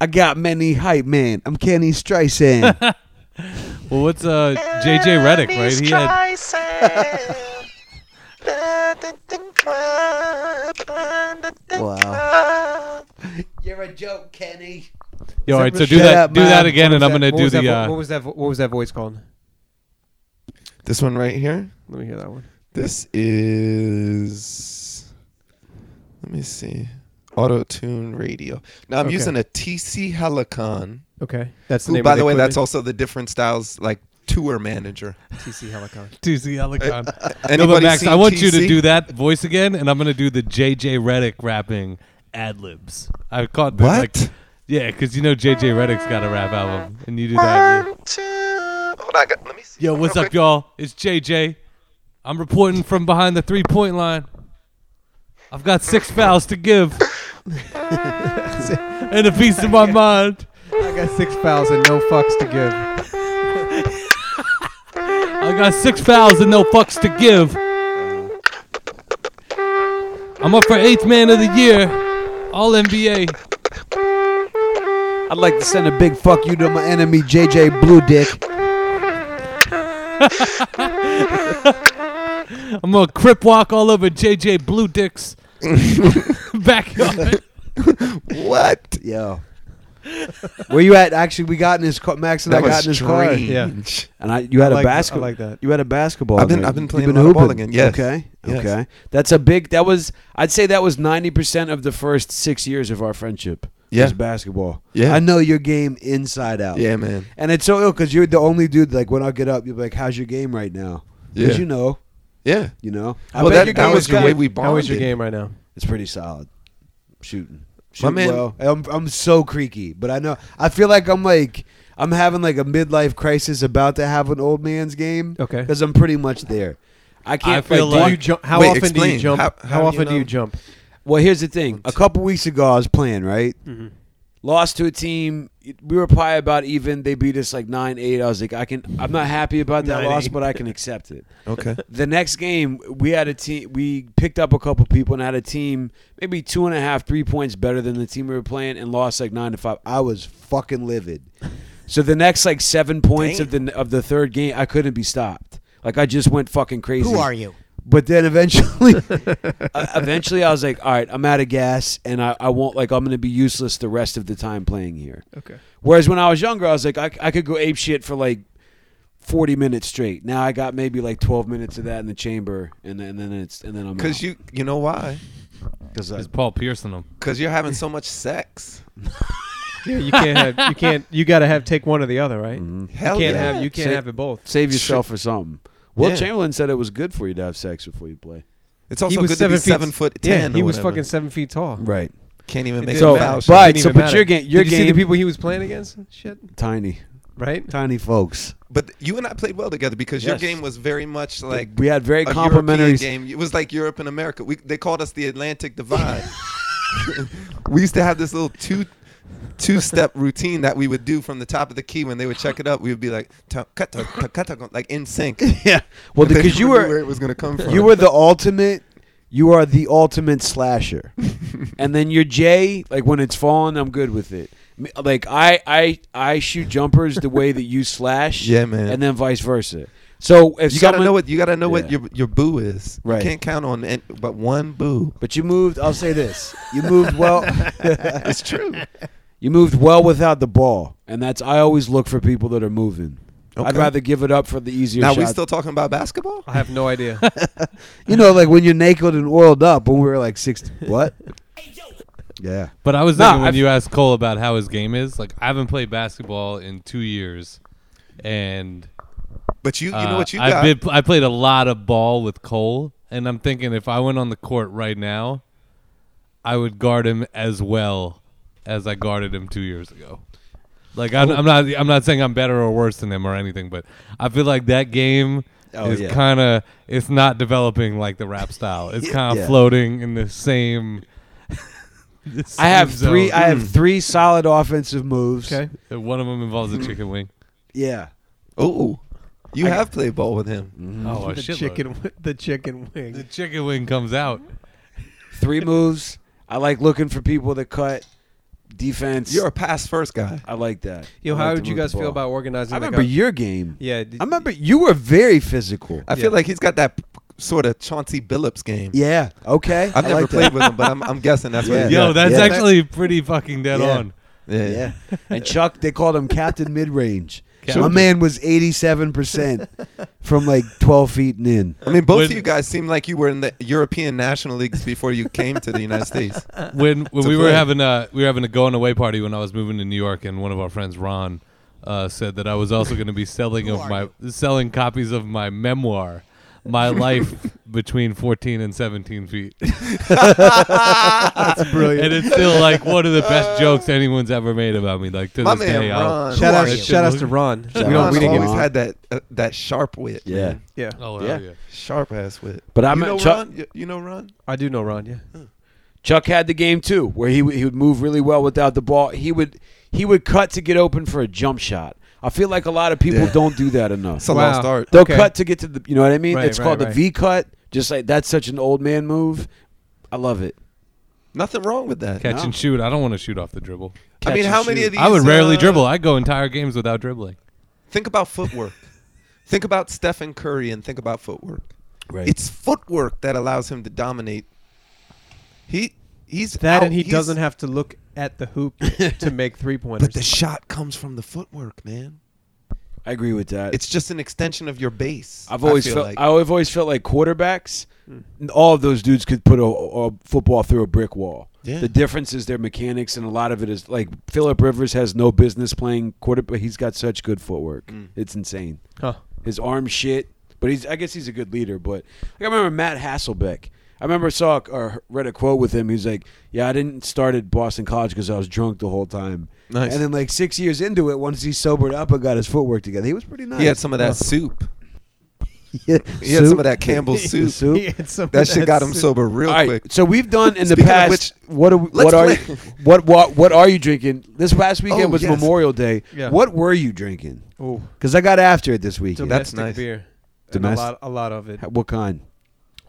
S6: I got many hype man. I'm Kenny Streisand.
S2: Well, what's uh JJ Reddick, right? He had
S6: wow. You're a joke, Kenny.
S2: Yo, all right, so
S6: Shut
S2: do that
S6: up,
S2: do that
S6: man.
S2: again, and I'm
S4: What
S2: gonna do
S4: was that
S2: the.
S4: vo-
S2: Uh,
S4: what was that? vo- What was that voice called?
S5: This one right here.
S4: Let me hear that one.
S5: This is. Let me see. Auto tune radio. Now I'm
S4: Okay.
S5: using a TC Helicon.
S4: Okay, that's the
S5: Who,
S4: name.
S5: by
S4: of
S5: the way, that's
S4: equipment.
S5: also the different styles like tour manager.
S4: TC Helicon.
S2: TC Helicon. No, but
S5: Anybody
S2: Max,
S5: seen
S2: I want you to
S5: TC?
S2: do that voice again, and I'm gonna do the JJ Reddick rapping ad libs. I caught the, Like,
S5: What?
S2: yeah, because you know JJ Reddick's got a rap album, and you do that. yeah.
S5: Hold on, I got- let me see.
S2: Yo, what's
S5: real
S2: up,
S5: quick.
S2: y'all? It's JJ. I'm reporting from behind the three point line. I've got six fouls to give and a piece of my mind.
S4: I got six fouls and no fucks to give.
S2: I got six fouls and no fucks to give. I'm up for eighth man of the year, all NBA.
S6: I'd like to send a big fuck you to my enemy JJ Blue Dick.
S2: I'm gonna crip walk all over JJ Blue Dicks. Backyard.
S5: What?
S6: Yo. Where you at? Actually, we got in his car. Max and
S5: That
S6: I got
S5: was
S6: in his car,
S5: strange.
S4: Yeah.
S6: and I you had a
S4: like- I
S6: basketball.
S4: like that.
S6: You had a basketball.
S5: I've been-
S6: game.
S5: I've been
S6: You've
S5: playing volleyball
S6: hooping.
S5: again, yes.
S6: Okay.
S5: Yes.
S6: Okay. That's a big. That was. I'd say that was ninety percent of the first six years of our friendship.
S5: Yeah.
S3: is basketball.
S5: Yeah.
S3: I know your game inside out.
S5: Yeah, man.
S3: And it's so ill because you're the only dude. Like when I get up, you're like, "How's your game right now?" Because
S5: Yeah.
S3: you know,
S5: Yeah.
S3: you know. I
S5: Well,
S3: bet
S5: that,
S3: your
S5: that
S3: game
S5: was
S3: is
S5: the
S3: good.
S5: way we bonded.
S4: How is your game right now?
S3: It's pretty solid. Shooting, shooting
S5: man-
S3: well. I'm I'm so creaky, but I know I feel like I'm like I'm having like a midlife crisis, about to have an old man's game.
S4: Okay.
S3: because I'm pretty much there. I
S2: I
S3: can't
S2: feel
S3: feel
S4: Do
S2: like-
S3: like.
S4: you jump? How
S5: Wait,
S4: often do you
S5: explain.
S4: jump? How,
S5: How- how do you
S4: often do you,
S5: know?
S4: jump?
S3: Well, here's the thing. A couple weeks ago, I was playing right.
S10: Mm-hmm.
S3: Lost to a team. We were probably about even. They beat us like nine eight. I was like, I can. I'm not happy about that loss, but I can accept it.
S5: Okay.
S3: The next game, we had a team. We picked up a couple people and had a team maybe two and a half, three points better than the team we were playing, and lost like nine to five. I was fucking livid. So the next like seven points of the of the third game, I couldn't be stopped. Like I just went fucking crazy.
S10: Who are you?
S3: But then eventually, uh, eventually, I was like, all right, I'm out of gas, and I, I won't like I'm going to be useless the rest of the time playing here.
S4: Okay.
S3: Whereas when I was younger, I was like, I, I could go ape shit for like 40 minutes straight. Now I got maybe like 12 minutes of that in the chamber, and then, and then it's and then I'm
S5: Because you, you know why?
S2: It's Paul Pearson him.
S5: Because you're having so much sex.
S4: Yeah, you can't have. You can't. You gotta have take one or the other, right?
S5: Mm-hmm. Hell
S4: You can't
S5: yeah.
S4: have. You can't
S3: Say-
S4: have it both.
S3: save yourself for something. Will
S5: Yeah.
S3: Chamberlain said it was good for you to have sex before you play.
S5: It's also good to be seven foot
S4: Yeah,
S5: ten.
S4: he
S5: or
S4: was
S5: whatever.
S4: fucking seven feet tall.
S3: Right.
S5: Can't even
S4: It
S5: make
S4: didn't
S5: a
S3: So,
S5: foul
S4: matter.
S5: shot.
S3: but-
S4: Didn't
S3: so
S4: even
S3: your game- your
S4: Did you see the
S3: game-
S4: people he was playing against? Shit,
S3: Tiny,
S4: right?
S3: tiny folks.
S5: But you and I played well together because your
S3: Yes.
S5: game was very much like
S3: we had very
S5: a
S3: complimentary.
S5: European game. It was like Europe and America. We, they called us the Atlantic Divide. we used to have this little two two step routine that we would do from the top of the key when they would check it up. We would be like "Ta- kata- ta- kata," like in sync.
S3: yeah. Well,
S5: They
S3: because you
S5: never knew
S3: were
S5: where it was going to come from.
S3: You were the ultimate. You are the ultimate slasher. and then your J, like when it's falling, I'm good with it. M- Like I, I, I shoot jumpers the way that you slash.
S5: Yeah, man.
S3: And then vice versa. So if
S5: you got
S3: someone,
S5: to know what you got to know what
S3: Yeah.
S5: your your boo is.
S3: Right.
S5: You can't count on an- but one boo.
S3: but you moved. I'll say this: you moved well.
S5: It's true.
S3: you moved well without the ball, and that's I always look for people that are moving. I'd
S5: Okay.
S3: rather give it up for the easier
S5: Now
S3: shot.
S5: we still talking about basketball?
S4: I have no idea.
S3: you know, like when you're naked and oiled up. When we were like six, what? Yeah.
S2: But I was
S3: Nah,
S2: thinking when
S3: I've-
S2: you asked Cole about how his game is, like I haven't played basketball in two years, and
S5: But you you
S2: uh,
S5: know what you
S2: I've
S5: got.
S2: been- I played a lot of ball with Cole, and I'm thinking if I went on the court right now, I would guard him as well as I guarded him two years ago. Like I'm, I'm not I'm not saying I'm better or worse than him or anything, but I feel like that game
S3: Oh,
S2: is
S3: yeah.
S2: kind of it's not developing like the rap style. It's kind of
S3: Yeah.
S2: floating in the same. the
S3: I have
S2: same
S3: three.
S2: zone.
S3: I have three solid offensive moves.
S4: Okay.
S2: Uh, One of them involves a chicken wing.
S3: Yeah.
S5: oh. You have played ball with him.
S2: Oh, a
S4: the
S2: shitload.
S4: chicken. wi- The chicken
S2: The
S4: wing.
S2: chicken wing comes out.
S3: Three moves. I like looking for people that cut defense.
S5: You're a pass first guy.
S3: I like that.
S4: Yo,
S3: I
S4: how
S3: like to
S4: would you
S3: move the
S4: guys feel
S3: ball.
S4: about organizing?
S3: I
S4: like
S3: remember
S4: a-
S3: your game.
S4: Yeah. did-
S3: I remember you were very physical.
S5: I
S4: Yeah.
S5: feel like he's got that p- sort of Chauncey Billups game.
S3: Yeah. Okay.
S5: I've
S3: I
S5: never
S3: like
S5: played
S3: that.
S5: with him, but I'm, I'm guessing that's what he
S2: Yo,
S5: got.
S2: that's
S3: yeah.
S2: actually pretty fucking dead
S3: Yeah.
S2: on.
S5: yeah.
S3: Yeah. And Chuck, they called him Captain Mid Range. My
S2: Captain.
S3: man was 87% from like 12 feet and in.
S5: I mean, both
S2: When-
S5: of you guys seem like you were in the European national leagues before you came to the United States.
S2: When when
S5: To
S2: we were
S5: play.
S2: having a we were having a going away party when I was moving to New York, and one of our friends Ron uh, said that I was also going to be selling of my selling copies of my memoir, my life between 14 and 17 feet. That's brilliant, and it's still like one of the best jokes anyone's ever made about me. Like to
S5: My
S2: this
S5: man
S2: day, I'll-
S5: Ron.
S4: Shout
S5: Who
S4: out!
S5: are you?
S4: Shout outs to Ron. We
S5: Ron
S4: don't. We didn't
S5: always
S4: get.
S5: had that uh, that sharp wit.
S3: Yeah.
S5: man.
S4: Yeah.
S2: Oh
S3: Yeah.
S2: hell yeah.
S5: sharp ass wit.
S3: But I
S5: you
S3: met
S5: know
S3: Chuck-
S5: Ron. You, you know Ron.
S4: I do know Ron. Yeah.
S3: Chuck had the game too, where he would- he would move really well without the ball. He would he would cut to get open for a jump shot. I feel like a lot of people
S5: Yeah.
S3: don't do that enough.
S5: It's a
S4: Wow.
S5: lost art.
S3: They'll
S4: okay.
S3: cut to get to the you know what I mean.
S4: Right,
S3: it's
S4: right,
S3: called the
S4: right.
S3: V cut. Just like that's such an old man move. I love it.
S5: Nothing wrong with that.
S2: Catch
S3: No.
S2: and shoot. I don't want to shoot off the dribble.
S5: I mean,
S3: catch
S5: how
S3: and
S5: many
S3: shoot.
S5: of these?
S2: I would rarely
S5: uh,
S2: dribble. I go entire games without dribbling.
S5: Think about footwork. think about Stephen Curry and think about footwork.
S3: Right.
S5: It's footwork that allows him to dominate. He he's
S4: That
S5: out-
S4: and he
S5: Oh, he's-
S4: doesn't have to look at the hoop to make three
S5: But the
S4: pointers.
S5: shot comes from the footwork, man.
S3: I agree with that.
S5: It's just an extension of your base.
S3: I've always
S5: I feel
S3: felt
S5: like. Hmm.
S3: I've always felt like quarterbacks, all of those dudes could put a, a football through a brick wall.
S5: Yeah.
S3: The difference is their mechanics, and a lot of it is like Philip Rivers has no business playing quarter, but he's got such good footwork.
S5: Hmm.
S3: It's insane.
S4: Huh.
S3: His arm shit, but he's I guess he's a good leader. But like, I remember Matt Hasselbeck. I remember saw or read a quote with him. He's like, "Yeah, I didn't start at Boston College because I was drunk the whole time."
S5: Nice.
S3: And then like six years into it, once he sobered up and got his footwork together, he was pretty nice.
S5: He had some of that soup.
S6: yeah,
S5: He had some of that Campbell's
S6: The
S5: soup.
S6: soup.
S4: He had some of
S5: That shit got him
S4: soup.
S5: sober real
S3: All right,
S5: quick.
S3: So we've done in the
S5: Speaking of
S3: past.
S5: which,
S3: what are we,
S5: let's
S3: what are
S5: play-
S3: you, what what what are you drinking? This past weekend
S5: Oh,
S3: was
S5: yes.
S3: Memorial Day.
S4: Yeah.
S3: What were you drinking?
S4: Ooh,
S3: Because I got after it this weekend.
S4: domestic
S5: nice.
S4: beer. And a
S3: Domestic-
S4: lot, a lot of it.
S3: what kind?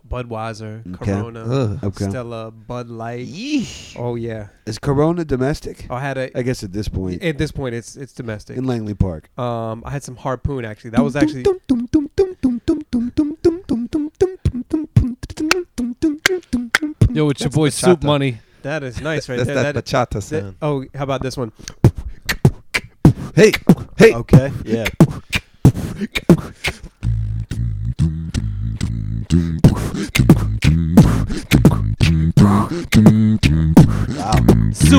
S4: Budweiser,
S3: Okay.
S4: Corona,
S5: Ugh.
S3: Okay.
S4: Stella, Bud Light.
S5: Yeesh.
S4: Oh yeah,
S3: Is Corona domestic?
S5: Uh,
S4: I had a.
S3: I guess at this point
S4: At this point, it's it's domestic.
S3: in Langley Park.
S4: Um, I had some harpoon actually. That was actually
S2: Yo, it's your
S5: That's
S2: boy Soup
S5: bachata.
S2: Money.
S4: that is nice right
S5: That's
S4: there.
S5: that,
S4: That-
S5: bachata
S4: that-
S5: sound.
S4: oh, how about this one?
S5: Hey, hey.
S3: Okay. Yeah.
S2: Soup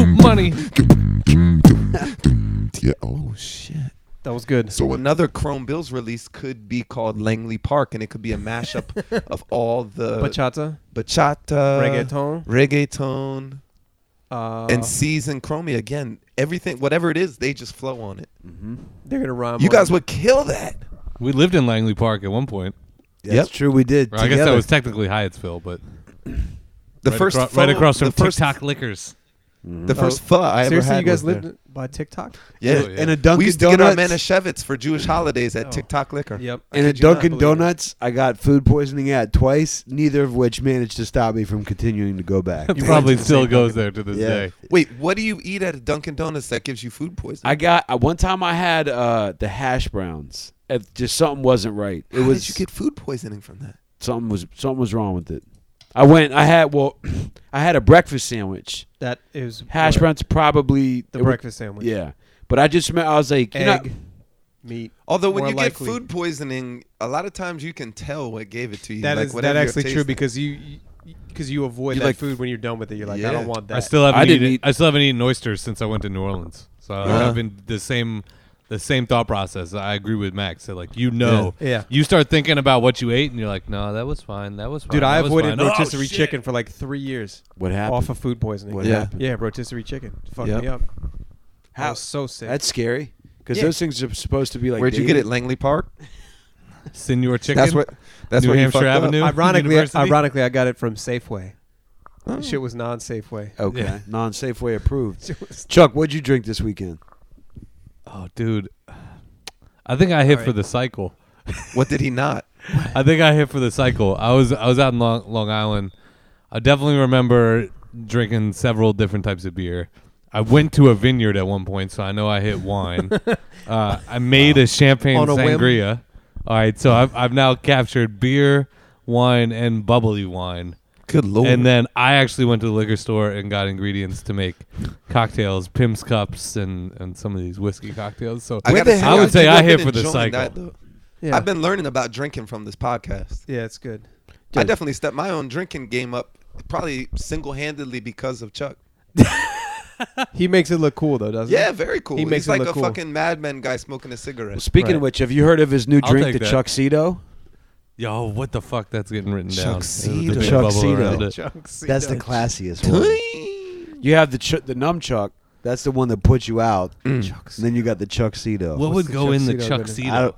S5: Mm.
S2: Money.
S7: Yeah. Oh shit.
S4: That was good.
S7: So an-
S5: Another Chrome Bills release could be called Langley Park, and it could be a mashup of all the
S4: Bachata,
S5: bachata,
S4: reggaeton,
S5: reggaeton,
S4: uh,
S5: and C's and Chromie again. Everything, whatever it is, they just flow on it.
S4: they're gonna rhyme.
S5: You
S4: on
S5: guys
S4: it.
S5: would kill that.
S2: We lived in Langley Park at one point.
S3: That's
S5: Yep.
S3: true. We did.
S2: Or I guess that
S3: together.
S2: was technically Hyattsville, but
S5: The
S2: right,
S5: first
S2: acro-
S5: pho-
S2: right across from
S5: the first,
S2: TikTok Liquors.
S5: The first pho I ever
S4: Oh. seriously,
S5: had.
S4: you guys
S5: was
S4: lived
S5: there.
S4: by TikTok?
S5: Yeah.
S2: Oh, yeah.
S3: And a Dunkin'
S5: we used to
S3: Donuts.
S5: get our manischewitz for Jewish holidays at
S4: Oh.
S5: TikTok Liquor.
S4: Yep.
S3: and
S4: I
S3: at
S4: kid you not,
S3: Dunkin'
S4: believe it.
S3: Donuts, I got food poisoning at twice, neither of which managed to stop me from continuing to go back.
S2: It probably still goes there to this
S3: Yeah.
S2: day.
S5: Wait, what do you eat at a Dunkin' Donuts that gives you food poisoning?
S3: I got uh, one time I had uh, the hash browns. If just something wasn't right. It
S5: How
S3: was
S5: did you get food poisoning from that?
S3: something was something was wrong with it. I went. I had well, I had a breakfast sandwich.
S4: That is
S3: Hash
S4: what-
S3: browns probably
S4: the
S3: it wa-
S4: breakfast sandwich.
S3: Yeah, but I just remember I was like, you know-
S4: Egg, meat.
S5: Although when
S4: More
S5: you
S4: likely.
S5: get food poisoning, a lot of times you can tell what gave it to you.
S4: That
S5: like
S4: is that
S5: whatever you're
S4: actually true
S5: tasting.
S4: because you because you avoid
S5: You
S4: that
S5: like-
S4: food when you're done with it. You're like,
S5: Yeah.
S4: I don't want that.
S2: I still haven't
S3: I didn't
S2: eaten.
S3: eat-
S2: I still haven't eaten oysters since I went to New Orleans. So
S5: Uh-huh.
S2: I've been the same, the same thought process. I agree with Max. That like you know,
S4: Yeah. Yeah.
S2: you start thinking about what you ate, and you're like, no, that was fine. That was fine.
S4: Dude,
S2: that
S4: I
S2: was
S4: avoided
S2: fine. Oh,
S4: rotisserie
S2: shit.
S4: chicken for like three years
S3: what happened?
S4: off of food poisoning.
S3: What
S5: Yeah.
S3: happened?
S4: Yeah, rotisserie chicken. Fucked
S5: Yep.
S4: me up. I
S3: How-
S4: was so sick.
S3: That's scary because
S4: Yeah.
S3: those things are supposed to be like.
S5: Where'd you get it?
S3: dated.
S5: Langley Park.
S2: Senor chicken.
S5: That's what. That's
S2: New
S5: where
S2: Hampshire
S5: you fucked up.
S2: Avenue.
S4: ironically,
S2: University? Oh.
S4: ironically, I got it from Safeway. Shit was non-Safeway.
S5: Oh,
S3: Okay,
S2: Yeah.
S3: non-Safeway approved.
S4: Shit was-
S3: Chuck, what'd you drink this weekend?
S2: Oh, dude. I think I hit
S4: All
S2: for
S4: right.
S2: the cycle.
S5: What did he not?
S2: I think I hit for the cycle. I was I was out in Long, Long Island. I definitely remember drinking several different types of beer. I went to a vineyard at one point, so I know I hit wine. uh, I made a champagne
S4: On a whim?
S2: sangria. All right, so I've I've now captured beer, wine, and bubbly wine.
S5: Good lord.
S2: And then I actually went to the liquor store and got ingredients to make cocktails, Pim's cups, and, and some of these whiskey cocktails. So
S5: I, gotta
S3: the hell
S2: I would
S5: think
S2: say
S5: I've
S2: I
S5: been
S2: hit for the
S5: enjoying
S2: cycle.
S5: that, though.
S4: Yeah,
S5: I've been learning about drinking from this podcast.
S4: yeah, it's good.
S5: I definitely stepped my own drinking game up, probably single handedly because of Chuck.
S4: He makes it look cool though, doesn't
S5: Yeah,
S4: he?
S5: very cool.
S4: He makes
S5: He's
S4: it
S5: like
S4: look
S5: a
S4: cool.
S5: fucking madman guy smoking a cigarette.
S3: Speaking of
S4: Right.
S3: which, have you heard of his new
S2: I'll
S3: drink, the
S2: take that.
S3: Chuckcedo?
S2: Yo, what the fuck? That's getting written down.
S5: Chuckcedo.
S2: There's a big
S3: Chuckcedo.
S2: bubble around it.
S6: That's the classiest one.
S5: Tweet.
S3: You have the ch- the nunchuck. That's the one that puts you out.
S5: Mm.
S3: And then you got the Chuckcedo.
S2: What
S4: What's
S2: would
S4: the
S2: go in the
S4: Chuckcedo gonna-
S2: Chuckcedo?
S3: I don't,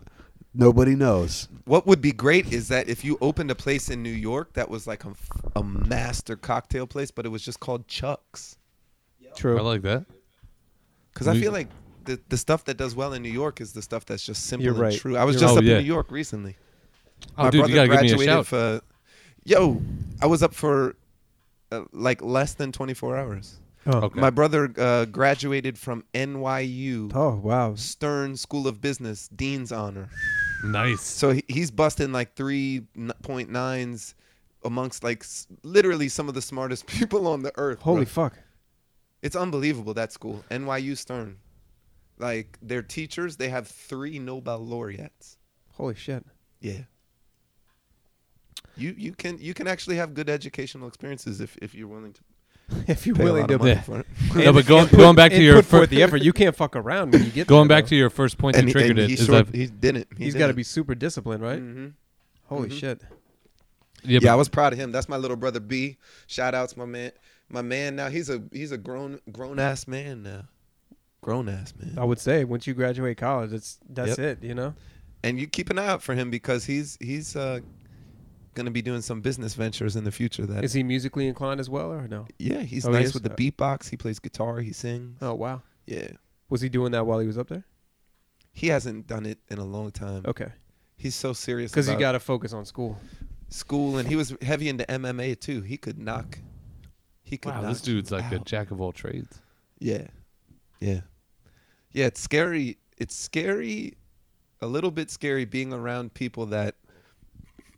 S3: nobody knows.
S5: What would be great is that if you opened a place in New York that was like a, a master cocktail place, but it was just called Chuck's.
S2: I
S4: True.
S2: like that. Oh,
S5: Because I
S2: We-
S5: feel like the, the stuff that does well in New York is the stuff that's just simple
S4: You're
S5: and
S4: right.
S5: true. I was
S4: You're
S5: just
S2: right.
S5: up
S2: Oh, yeah.
S5: in New York recently.
S2: Oh, dude, you gotta give me a shout.
S5: for. Yo, I was up for uh, like less than 24 hours.
S2: Okay.
S5: My brother uh, graduated from NYU
S4: Oh wow.
S5: Stern School of Business, Dean's Honor.
S2: nice.
S5: So he, he's busting like 3.9s amongst like s- literally some of the smartest people on the earth.
S4: Holy
S5: bruh.
S4: fuck.
S5: It's unbelievable that school, NYU Stern. Like their teachers, they have three Nobel laureates.
S4: Holy shit.
S5: Yeah. You you can you can actually have good educational experiences if, if you're willing to
S4: if you're
S5: Pay a
S4: willing
S5: lot of
S4: to.
S5: money
S2: Yeah.
S5: for it.
S2: No, but going- going back to
S4: and
S2: your
S4: put
S2: fir-
S4: forth the effort, you can't fuck around when you get
S2: Going
S4: there,
S2: back to your first point
S5: And
S2: that
S5: he-
S2: triggered
S5: and
S2: it
S5: he,
S2: is
S5: short-
S2: that
S5: he didn't.
S4: though.
S5: He Mm-hmm.
S4: he's got to
S5: didn't.
S4: be super disciplined, right? Holy shit!
S2: yeah,
S5: Yeah, I was proud of him. That's my little brother B. Shout outs, my man. My man. Now he's a he's a grown grown ass man now. Grown ass man.
S4: I would say once you graduate college, it's that's it. You know,
S5: And you keep an eye out for him because he's he's uh gonna be doing some business ventures in the future. That
S4: is he musically inclined as well or no?
S5: yeah, he's
S4: Oh, he
S5: nice
S4: is?
S5: with the beatbox. He plays guitar. He sings.
S4: Oh wow,
S5: Yeah,
S4: was he doing that while he was up there?
S5: he hasn't done it in a long time.
S4: Okay,
S5: He's so serious
S4: because
S5: because
S4: you got to focus on school.
S5: school, and he was heavy into MMA too. He could knock. He could.
S2: wow,
S5: knock
S2: this dude's
S5: you
S2: like a
S5: out.
S2: jack of all trades.
S5: Yeah. Yeah. Yeah, it's scary. It's scary a little bit scary being around people that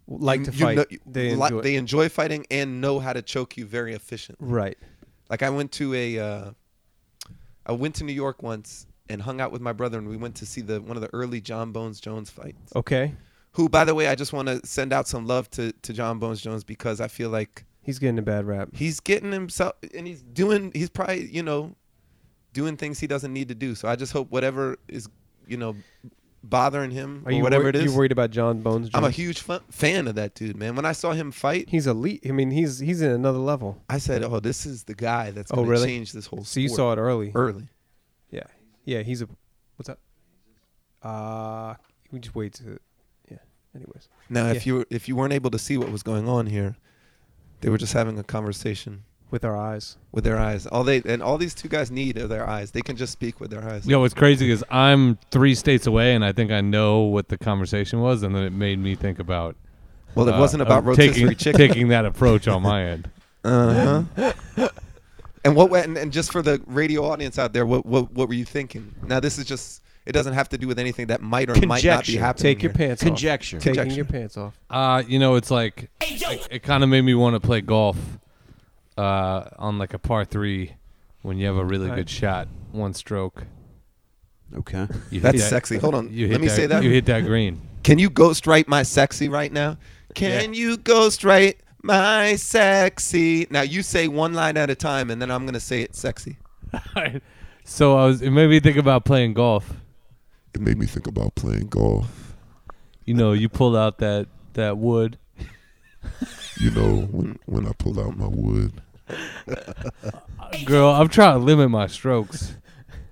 S4: Like to
S5: you
S4: fight,
S5: know-
S4: they
S5: li-
S4: enjoy.
S5: they enjoy fighting and know how to choke you very efficiently.
S4: right.
S5: Like I went to a uh, I went to New York once and hung out with my brother and we went to see the one of the early John Bones Jones fights.
S4: Okay,
S5: Who by the way, I just want to send out some love to to John Bones Jones because I feel like
S4: he's getting a bad rap.
S5: he's getting himself and he's doing he's probably you know doing things he doesn't need to do so i just hope whatever is you know bothering him
S4: Are
S5: or
S4: you
S5: whatever
S4: wor-
S5: it is
S4: You worried about John Bones?
S5: i'm a
S4: Jones?
S5: huge fun, fan of that dude man when i saw him fight
S4: He's elite. I mean, he's he's in another level.
S5: i said oh this is the guy that's
S4: Oh,
S5: going to
S4: really?
S5: change this whole
S4: So you
S5: sport Er
S4: saw it early.
S5: early
S4: Yeah, yeah. He's a what's up? Uh, we just wait to. Yeah. Anyways,
S5: now
S4: Yeah.
S5: if you were, if you weren't able to see what was going on here they were just having a conversation
S4: with our eyes.
S5: with their eyes all they and all these two guys need are their eyes they can just speak with their eyes
S2: Yo, what's crazy is I'm three states away, and I think I know what the conversation was, and then it made me think about.
S5: well it
S2: uh,
S5: wasn't
S2: of
S5: about rotisserie
S2: taking,
S5: chicken
S2: taking that approach on my end.
S5: Uh huh. and what? And, and just for the radio audience out there, what what what were you thinking? Now this is just. It doesn't have to do with anything that might or might not be
S3: Conjecture.
S5: happening.
S4: Take your
S5: here.
S4: pants
S3: Conjecture.
S4: off. Taking
S5: Conjecture.
S4: your pants off.
S2: Uh, you know, it's like it, it kind of made me want to play golf uh, on like a par three when you have a really
S4: Right.
S2: good shot, one stroke.
S6: Okay.
S2: You hit
S5: That's
S2: that-
S5: sexy. Hold on.
S2: You hit
S5: Let me say that.
S2: You hit that green.
S5: Can you ghost right my sexy right now? Can you ghost right my sexy? Now you say one line at a time, and then I'm gonna say it sexy.
S2: so I was. It made me think about playing golf.
S7: It made me think about playing golf.
S2: You know, you pull out that that wood.
S7: You know, when, when I pull out my wood,
S2: Girl, I'm trying to limit my strokes.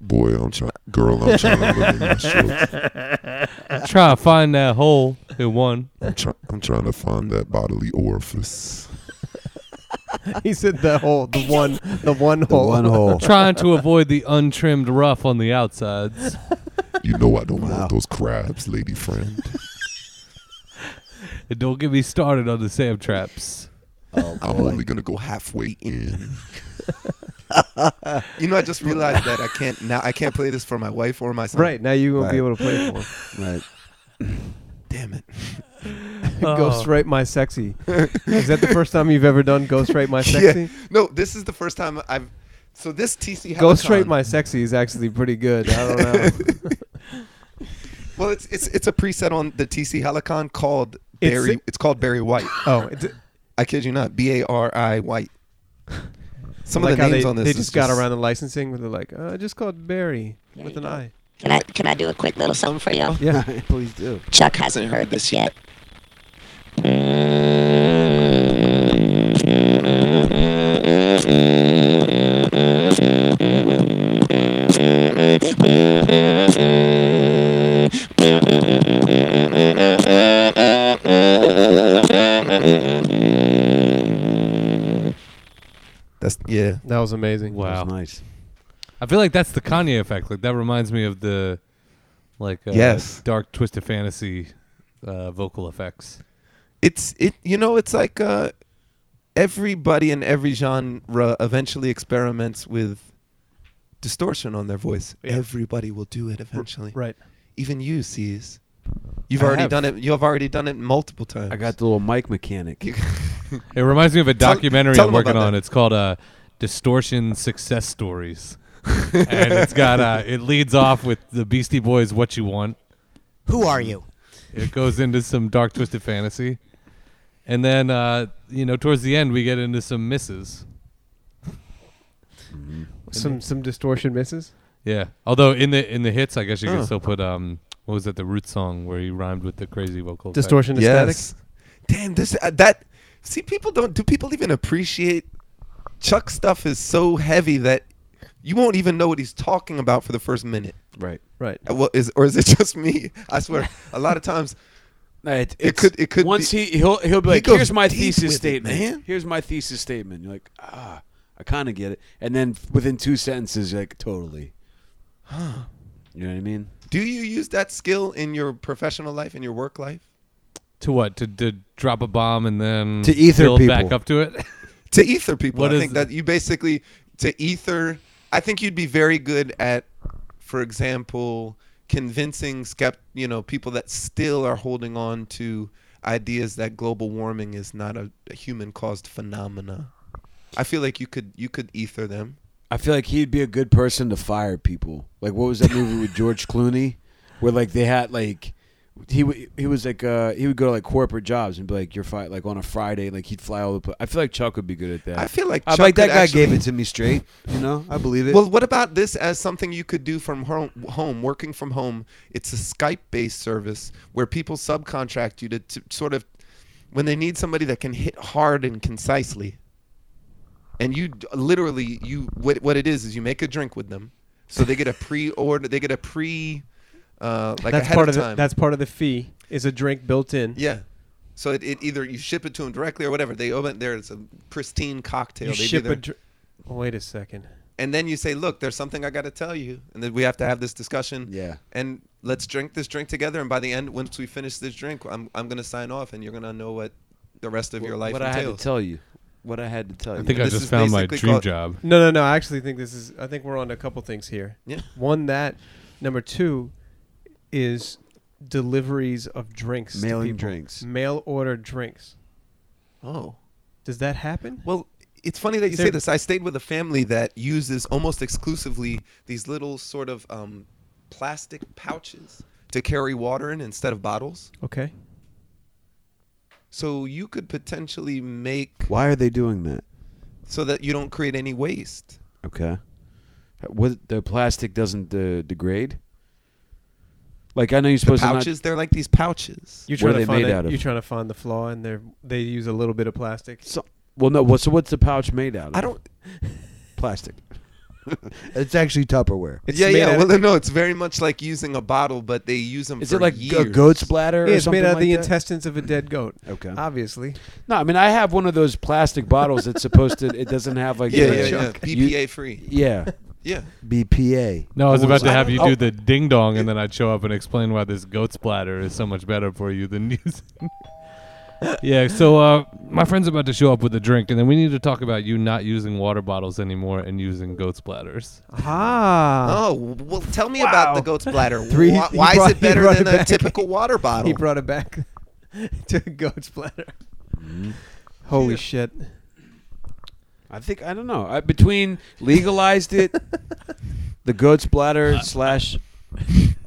S7: boy, I'm trying. Girl, I'm trying to limit my strokes.
S2: I'm trying to find that hole in one.
S7: I'm, try, I'm trying to find that bodily orifice.
S4: he said the hole, the one, the one hole.
S6: One hole.
S2: Trying to avoid the untrimmed rough on the outsides.
S7: You know, I don't
S6: Wow.
S7: want those crabs, lady friend.
S2: And don't get me started on the Sam traps.
S7: I'm only gonna go halfway in.
S5: You know, I just realized that I can't now. I can't play this for my wife or my son.
S4: Right now, you won't be able to play for. him.
S6: Right.
S5: Damn it.
S4: Ghost right my sexy. Is that the first time you've ever done ghost right my
S5: Yeah.
S4: sexy?
S5: No, this is the first time I've. So this TC.
S4: Ghost
S5: Helicon-
S4: right my sexy is actually pretty good. I don't know.
S5: Well, it's it's it's a preset on the TC Helicon called Barry. It's, called Barry White.
S4: oh, it's,
S5: I kid you not, B A R I White. Some
S4: like
S5: of the
S4: how
S5: names
S4: they,
S5: on this
S4: they
S5: is
S4: just got around the licensing where they're like, uh, I just called Barry with an I.
S11: Can I can I do a quick little something for y'all?
S4: Yeah.
S6: Please do.
S11: Chuck hasn't heard this yet.
S5: That's yeah.
S4: That was amazing.
S6: That was
S2: Wow.
S6: nice.
S2: I feel like that's the Kanye effect. Like that reminds me of the like uh,
S5: Yes.
S2: dark twisted fantasy uh, vocal effects.
S5: It's it. You know, it's like uh, everybody in every genre eventually experiments with distortion on their voice. Everybody will do it eventually.
S4: Right.
S5: Even you, C's. You've
S2: I
S5: already
S2: have.
S5: done it. You've already done it multiple times.
S6: I got the little mic mechanic.
S2: It reminds me of a
S5: Tell-
S2: documentary
S5: tell
S2: I'm
S5: them
S2: working
S5: about
S2: on.
S5: that.
S2: It's called uh, "Distortion Success Stories," and it's got uh, it leads off with the Beastie Boys "What You Want."
S10: Who are you?
S2: It goes into some dark twisted fantasy, and then uh, you know towards the end we get into some misses.
S4: Some some distortion misses.
S2: Yeah. Although in the in the hits, I guess you
S4: Huh.
S2: can still put um what was it the root song where he rhymed with the crazy vocal effect?
S4: Distortion
S5: Yes. Damn, this uh, that. See, people don't. Do people even appreciate Chuck stuff? Is so heavy that you won't even know what he's talking about for the first minute.
S3: Right.
S4: Right.
S5: Uh, Well, is or is it just me? I swear. A lot of times,
S3: It,
S5: it could. It could.
S3: once
S5: be,
S3: he he'll he'll be
S5: He
S3: like,
S5: goes
S3: "Here's my
S5: deep
S3: thesis
S5: with it,
S3: statement.
S5: man.
S3: Here's my thesis statement." You're like, "Ah, I kind of get it," and then f- within two sentences, you're like, "Totally." You know what I mean?
S5: Do you use that skill in your professional life, in your work life?
S2: To what? To, to drop a bomb and then
S6: To ether
S2: build
S6: people.
S2: back up to it.
S5: to ether people.
S2: What
S5: I
S2: is
S5: think that you basically to ether. I think you'd be very good at, for example, convincing skept you know people that still are holding on to ideas that global warming is not a, a human caused phenomena. I feel like you could you could ether them.
S3: I feel like he'd be a good person to fire people. Like, what was that movie with George Clooney, where like they had like he w- he was like uh he would go to like corporate jobs and be like, "You're fired." Like on a Friday, like he'd fly all the. pla- I feel like Chuck would be good at that.
S5: I feel like
S6: I'm
S5: Chuck
S6: like that
S5: could
S6: guy
S5: actually-
S6: gave it to me straight. You know, I believe it.
S5: Well, what about this as something you could do from home, home working from home? It's a Skype-based service where people subcontract you to, to sort of when they need somebody that can hit hard and concisely. And you d- literally you what what it is is you make a drink with them, so they get a pre-order, they get a pre, uh, like
S4: that's
S5: ahead
S4: part
S5: of
S4: of
S5: time.
S4: The, that's part of the fee. Is a drink built in?
S5: yeah. So it, it either you ship it to them directly or whatever. They open there. It's a pristine cocktail.
S4: You
S5: they do
S4: ship
S5: their-
S4: a. Dr- oh, Wait a second.
S5: and then you say, "Look, there's something I got to tell you," and then we have to have this discussion.
S3: Yeah.
S5: And let's drink this drink together. And by the end, once we finish this drink, I'm I'm gonna sign off, and you're gonna know what the rest of your life
S3: what I
S5: entails.
S3: had to tell you. What I had to tell you.
S2: I think I
S5: This
S2: just
S5: is
S2: found my
S5: basically
S2: dream
S5: called-
S2: job.
S4: No, no, no. I actually think this is. I think we're on to a couple things here.
S5: Yeah.
S4: One that, number two, is deliveries of drinks. to
S6: Mailing
S4: people.
S6: drinks.
S4: Mail order drinks.
S5: oh.
S4: Does that happen?
S5: Well, it's funny that you
S4: Is
S5: say
S4: there-
S5: this. I stayed with a family that uses almost exclusively these little sort of um, plastic pouches to carry water in instead of bottles.
S4: Okay.
S5: So you could potentially make
S6: Why are they doing that?
S5: so that you don't create any waste.
S6: Okay.
S3: What the plastic doesn't uh, degrade? Like I know you're
S5: The
S3: supposed to
S5: pouches,
S3: not.
S5: they're like these pouches.
S4: You're
S3: What are
S4: trying to
S3: they
S4: find
S3: made
S4: a-
S3: out of?
S4: You're trying to find the flaw, and they they use a little bit of plastic.
S3: So, well, no. What, so what's the pouch made out of?
S5: I don't
S6: Plastic. it's actually Tupperware.
S4: It's
S5: yeah,
S4: made
S5: yeah.
S4: out
S5: Well,
S4: of,
S5: no, it's very much like using a bottle, but they use them.
S3: Is
S5: for
S3: it like a
S5: years.
S3: goat's bladder?
S4: Yeah,
S3: or
S4: it's
S3: something
S4: made out of
S3: like
S4: the
S3: that?
S4: intestines of a dead goat.
S6: Okay.
S4: Obviously.
S3: No, I mean I have one of those plastic bottles that's supposed to. It doesn't have like.
S5: Yeah,
S3: the-
S5: yeah, yeah.
S3: you-
S5: BPA free.
S3: yeah.
S5: Yeah.
S6: BPA.
S2: No, I was about to have you
S5: Oh.
S2: do the ding dong, and then I'd show up and explain why this goat splatter is so much better for you than using. yeah, so uh, my friend's about to show up with a drink, and then we need to talk about you not using water bottles anymore and using goat splatters.
S4: Ah.
S5: Oh well, tell me about the goat's bladder.
S4: Three-
S5: why
S4: he
S5: why
S4: brought-
S5: is it
S4: he
S5: better
S4: brought
S5: than
S4: it
S5: a
S4: back.
S5: typical water bottle?
S4: Ah. He
S3: Oh.
S4: brought it back to a goat's bladder.
S3: Mm.
S4: Holy shit.
S3: I think I don't know. I, between legalized it, the goat's bladder slash.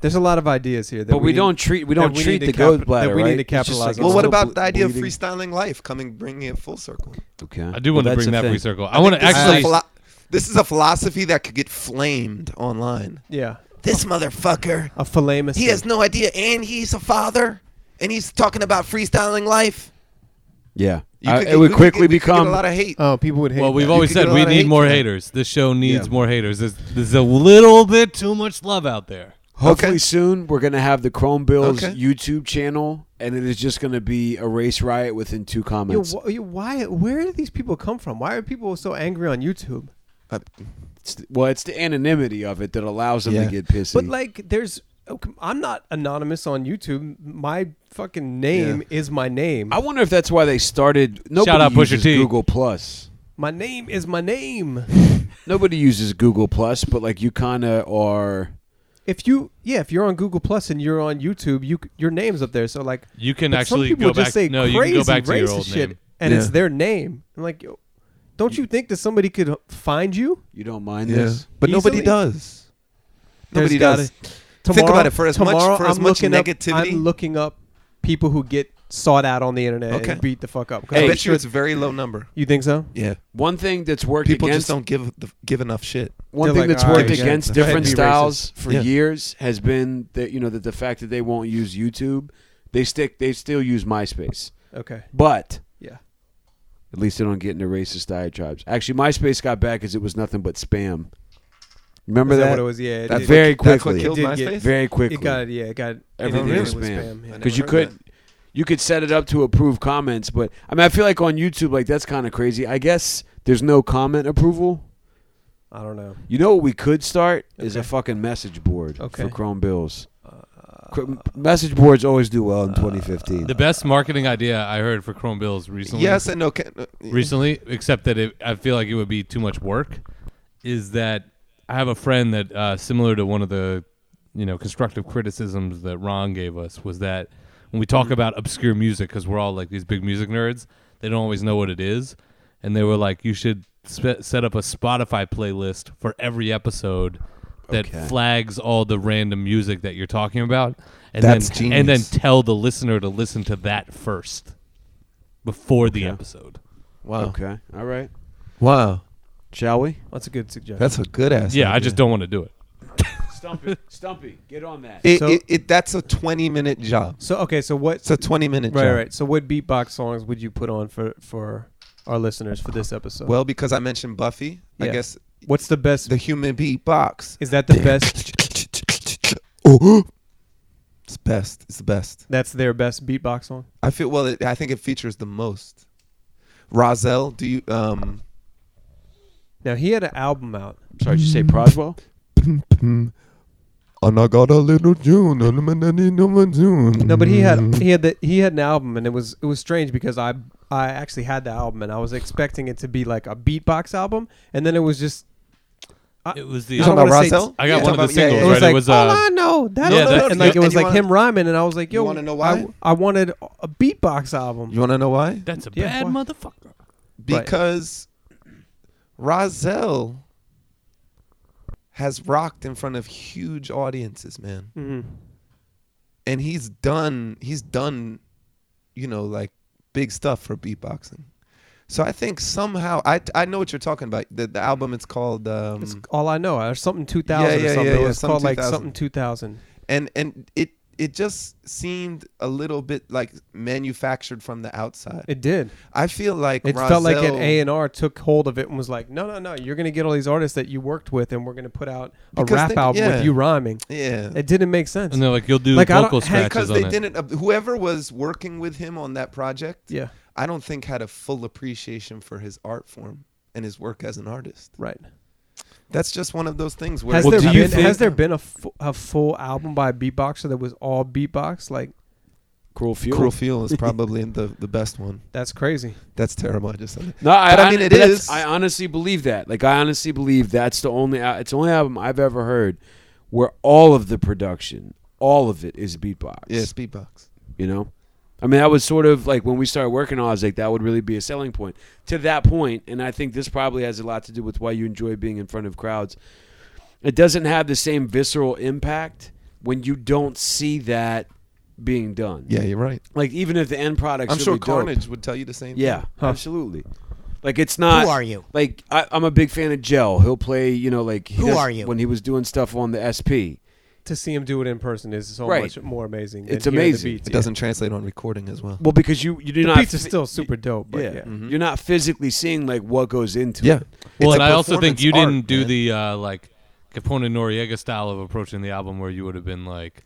S4: There's a lot of ideas here. That
S3: But we,
S4: need-
S3: don't treat we don't
S4: that we
S3: treat
S4: need to
S3: the
S4: capi-
S3: goat's
S4: that
S3: bladder.
S4: we need
S3: right?
S4: to
S3: It's just,
S4: capitalize
S3: like,
S4: on.
S5: well,
S3: it's
S5: what
S3: still
S5: about
S3: ble-
S5: the idea
S3: bleeding.
S5: of freestyling life, coming, bringing it full circle?
S3: Okay.
S2: I do want
S3: Well, that's
S2: to bring
S3: the
S2: that
S3: thing.
S2: free circle. I want to
S5: This is a
S2: actually.
S5: philo- this is a philosophy that could get flamed online.
S4: Yeah.
S5: This motherfucker.
S4: A philamus.
S5: He has no idea, and he's a father, and he's talking about freestyling life.
S3: Yeah,
S5: You
S3: I-
S5: could
S3: it
S5: get-
S3: would
S5: we could
S3: quickly
S5: get- we could get
S3: become
S5: a lot of hate.
S4: Oh, people would hate.
S2: well, we've
S4: that.
S2: always
S5: could get
S2: said
S5: a lot
S2: we
S5: of
S2: need
S5: hate
S2: more
S5: for that.
S2: haters. This show needs
S3: Yeah.
S2: more haters. There's, there's a little bit too much love out there.
S3: Hopefully
S5: Okay.
S3: soon we're gonna have the Chrome Bills
S5: Okay.
S3: YouTube channel, and it is just gonna be a race riot within two
S4: Yo,
S3: comments.
S4: wh- yo, why? Where do these people come from? Why are people so angry on YouTube?
S3: It's th- well, it's the anonymity of it that allows them
S5: Yeah.
S3: to get pissy.
S4: But like, there's. oh, come- I'm not anonymous on YouTube. My fucking name is my name.
S3: I wonder if that's why they started. Nobody
S2: out Pusha
S3: uses
S2: T.
S3: Google Plus.
S4: my name is my name.
S3: Nobody uses Google Plus, but like you kind of are.
S4: if you, yeah, if you're on Google Plus and you're on YouTube, you c- your name's up there. So like,
S2: You can
S4: but some
S2: actually
S4: people
S2: go
S4: just
S2: back.
S4: say
S2: No,
S4: crazy
S2: you can go back to your
S4: racist
S2: old
S4: shit,
S2: name.
S4: and it's
S5: Yeah.
S4: their name. I'm like, yo, don't you think that somebody could find you?
S3: You don't mind this.
S5: But nobody
S4: Easily.
S5: does.
S4: There's
S5: Nobody
S4: gotta-
S5: does. Think about it, for as much-
S4: tomorrow
S5: for as
S4: I'm
S5: much
S4: looking up-
S5: negativity-
S4: I'm looking up people who get sought out on the internet
S5: Okay.
S4: and beat the fuck up. 'Cause
S5: I
S4: I'm
S5: bet you
S4: sure-
S5: it's a very low number.
S4: You think so?
S5: Yeah.
S3: One thing that's worked
S5: People
S3: against
S5: just don't "Ah, give the, give enough shit.
S3: One thing that's worked against different styles for years has been that you know that the fact that they won't use YouTube, they stick they still use MySpace.
S4: Okay.
S3: but
S4: Yeah.
S3: at least they don't get into racist diatribes. Actually, MySpace got back because it was nothing but spam. Remember
S4: Is that
S3: that?
S4: what it was? Yeah, it
S3: That's
S4: did.
S3: very
S4: That's what
S3: quickly.
S4: killed It did get- MySpace?
S3: very
S4: it
S3: quickly.
S4: got- yeah, it got- it
S3: everything
S4: did
S3: was
S4: get with spam.
S3: spam
S4: I
S3: because
S4: never
S3: you
S4: heard
S3: could you could set it up to approve comments, but I mean I feel like on YouTube like that's kind of crazy. I guess there's no comment approval.
S4: I don't know.
S3: You know what we could start is a fucking message board
S4: Okay.
S3: for Chrome Bills. Cr- message boards always do well in 2015.
S2: The best marketing idea I heard for Chrome Bills recently.
S5: Yes and no, can- uh,
S2: recently, except that it, I feel like it would be too much work. Is that I have a friend that uh, similar to one of the you know constructive criticisms that Ron gave us was that when we
S5: Mm-hmm.
S2: talk about obscure music because we're all like these big music nerds, they don't always know what it is, and they were like, you should spe- set up a Spotify playlist for every episode. That flags all the random music that you're talking about, and
S5: That's
S2: then and then
S5: genius.
S2: tell the listener to listen to that first before the episode.
S5: Wow.
S3: Okay. All right.
S5: Wow.
S3: Shall we?
S4: That's a good suggestion.
S5: That's a good ass.
S2: Yeah, I just don't want to do it.
S3: Stumpy, Stumpy, get on that.
S5: It, it, it, that's a 20 minute job.
S4: So okay, so what?
S5: It's a 20 minute
S4: Right,
S5: job.
S4: right. So what beatbox songs would you put on for for our listeners for this episode?
S5: Well, because I mentioned Buffy, I
S4: Yeah.
S5: guess
S4: what's the best?
S5: the human beatbox.
S4: Is that the best?
S5: Oh. It's best. It's the best.
S4: That's their best beatbox song.
S5: I feel well. It, I think it features the most. Rozelle, do you? Um,
S4: Now he had an album out.
S3: Sorry, did you say Proswell?
S7: And I got a little June, and I'm in any number June.
S4: No, but he had he had the he had an album, and it was it was strange because I I actually had the album, and I was expecting it to be like a beatbox album, and then it was just. I,
S2: It was the-
S4: I
S2: You
S4: don't
S2: talking
S4: wanna
S2: about
S4: say-
S2: Rozelle? I got
S5: Yeah,
S2: one of the
S5: talking about- yeah,
S2: singles,
S5: yeah,
S4: It was
S2: right?
S4: like
S2: it was,
S4: all
S2: uh,
S4: I know. That
S2: yeah, that-
S4: and like it
S5: and
S4: was
S5: you
S4: like
S5: wanna-
S4: him rhyming, and I was like, "Yo,
S5: wanna know
S4: I-
S5: why?
S4: I, wanted a beatbox album."
S5: you want to know why?
S2: That's a
S4: Yeah,
S2: bad
S4: why?
S2: motherfucker.
S4: Right.
S5: Because Rozelle has rocked in front of huge audiences, man.
S4: Mhm.
S2: Mm-hmm.
S5: And he's done. He's done. You know, like big stuff for beatboxing. So I think somehow I, I know what you're talking about. The, the album it's called um,
S4: It's all I know. Or something 2000
S5: Yeah, yeah,
S4: or something.
S5: yeah,
S4: it
S5: yeah,
S4: was
S5: some
S4: called like
S5: 2000.
S4: something 2000.
S5: and and it it just seemed a little bit like manufactured from the outside.
S4: It did.
S5: I feel like
S4: It felt like an
S5: Rozelle-
S4: A and R took hold of it and was like, "No, no, no. You're going to get all these artists that you worked with, and we're going to put out a
S5: Because
S4: rap
S5: they-
S4: album
S5: yeah.
S4: with you rhyming."
S5: Yeah,
S4: It didn't make sense.
S2: And they're like, you'll do
S4: Like, I don't-
S2: vocal
S4: hey,
S2: scratches
S5: because
S2: on
S5: they
S2: it.
S5: didn't. uh, Whoever was working with him on that project,
S4: Yeah.
S5: I don't think had a full appreciation for his art form and his work as an artist.
S4: Right.
S5: That's just one of those things where
S4: Has
S3: Well,
S4: there
S3: do
S4: been
S3: you think-
S4: has there been a, fu- a full album by a beatboxer that was all beatbox? Like
S3: Cruel Fuel.
S5: Cruel Feel is probably the the best one.
S4: that's crazy.
S5: That's terrible. I just said that.
S3: No, I,
S5: But I
S3: hon-
S5: mean, it
S3: that's-
S5: is.
S3: I honestly believe that. Like, I honestly believe that's the only. al- It's the only album I've ever heard where all of the production, all of it, is beatbox.
S5: Yeah, it's beatbox.
S3: You know, I mean, that was sort of like when we started working on. it, I was like, that would really be a selling point. To that point, and I think this probably has a lot to do with why you enjoy being in front of crowds. It doesn't have the same visceral impact when you don't see that being done.
S5: Yeah, you're right.
S3: Like even if the end product,
S5: I'm sure Carnage would tell you the same.
S3: Yeah,
S5: thing.
S3: absolutely. Like it's not.
S10: Who are you?
S3: Like I, I'm a big fan of Gel. He'll play. You know, like he
S10: Who
S3: does-
S10: are you?
S3: When he was doing stuff on the SP,
S4: To see him do it in person is so
S3: Right.
S4: much more amazing. than
S3: It's
S4: hearing the
S3: amazing.
S4: beats,
S5: It
S4: yeah.
S5: doesn't translate on recording as well.
S3: well, because you you do
S4: The
S3: not.
S4: beats are
S3: phy-
S4: still super dope. But yeah.
S3: Mm-hmm.
S5: Mm-hmm.
S4: Mm-hmm.
S3: You're not physically seeing like what goes into
S5: Yeah.
S3: it.
S2: Well,
S5: It's
S2: and
S5: a
S2: I also think
S5: performance
S2: you
S5: art,
S2: didn't do
S5: man.
S2: the uh, like Capone and Noriega style of approaching the album where you would have been like,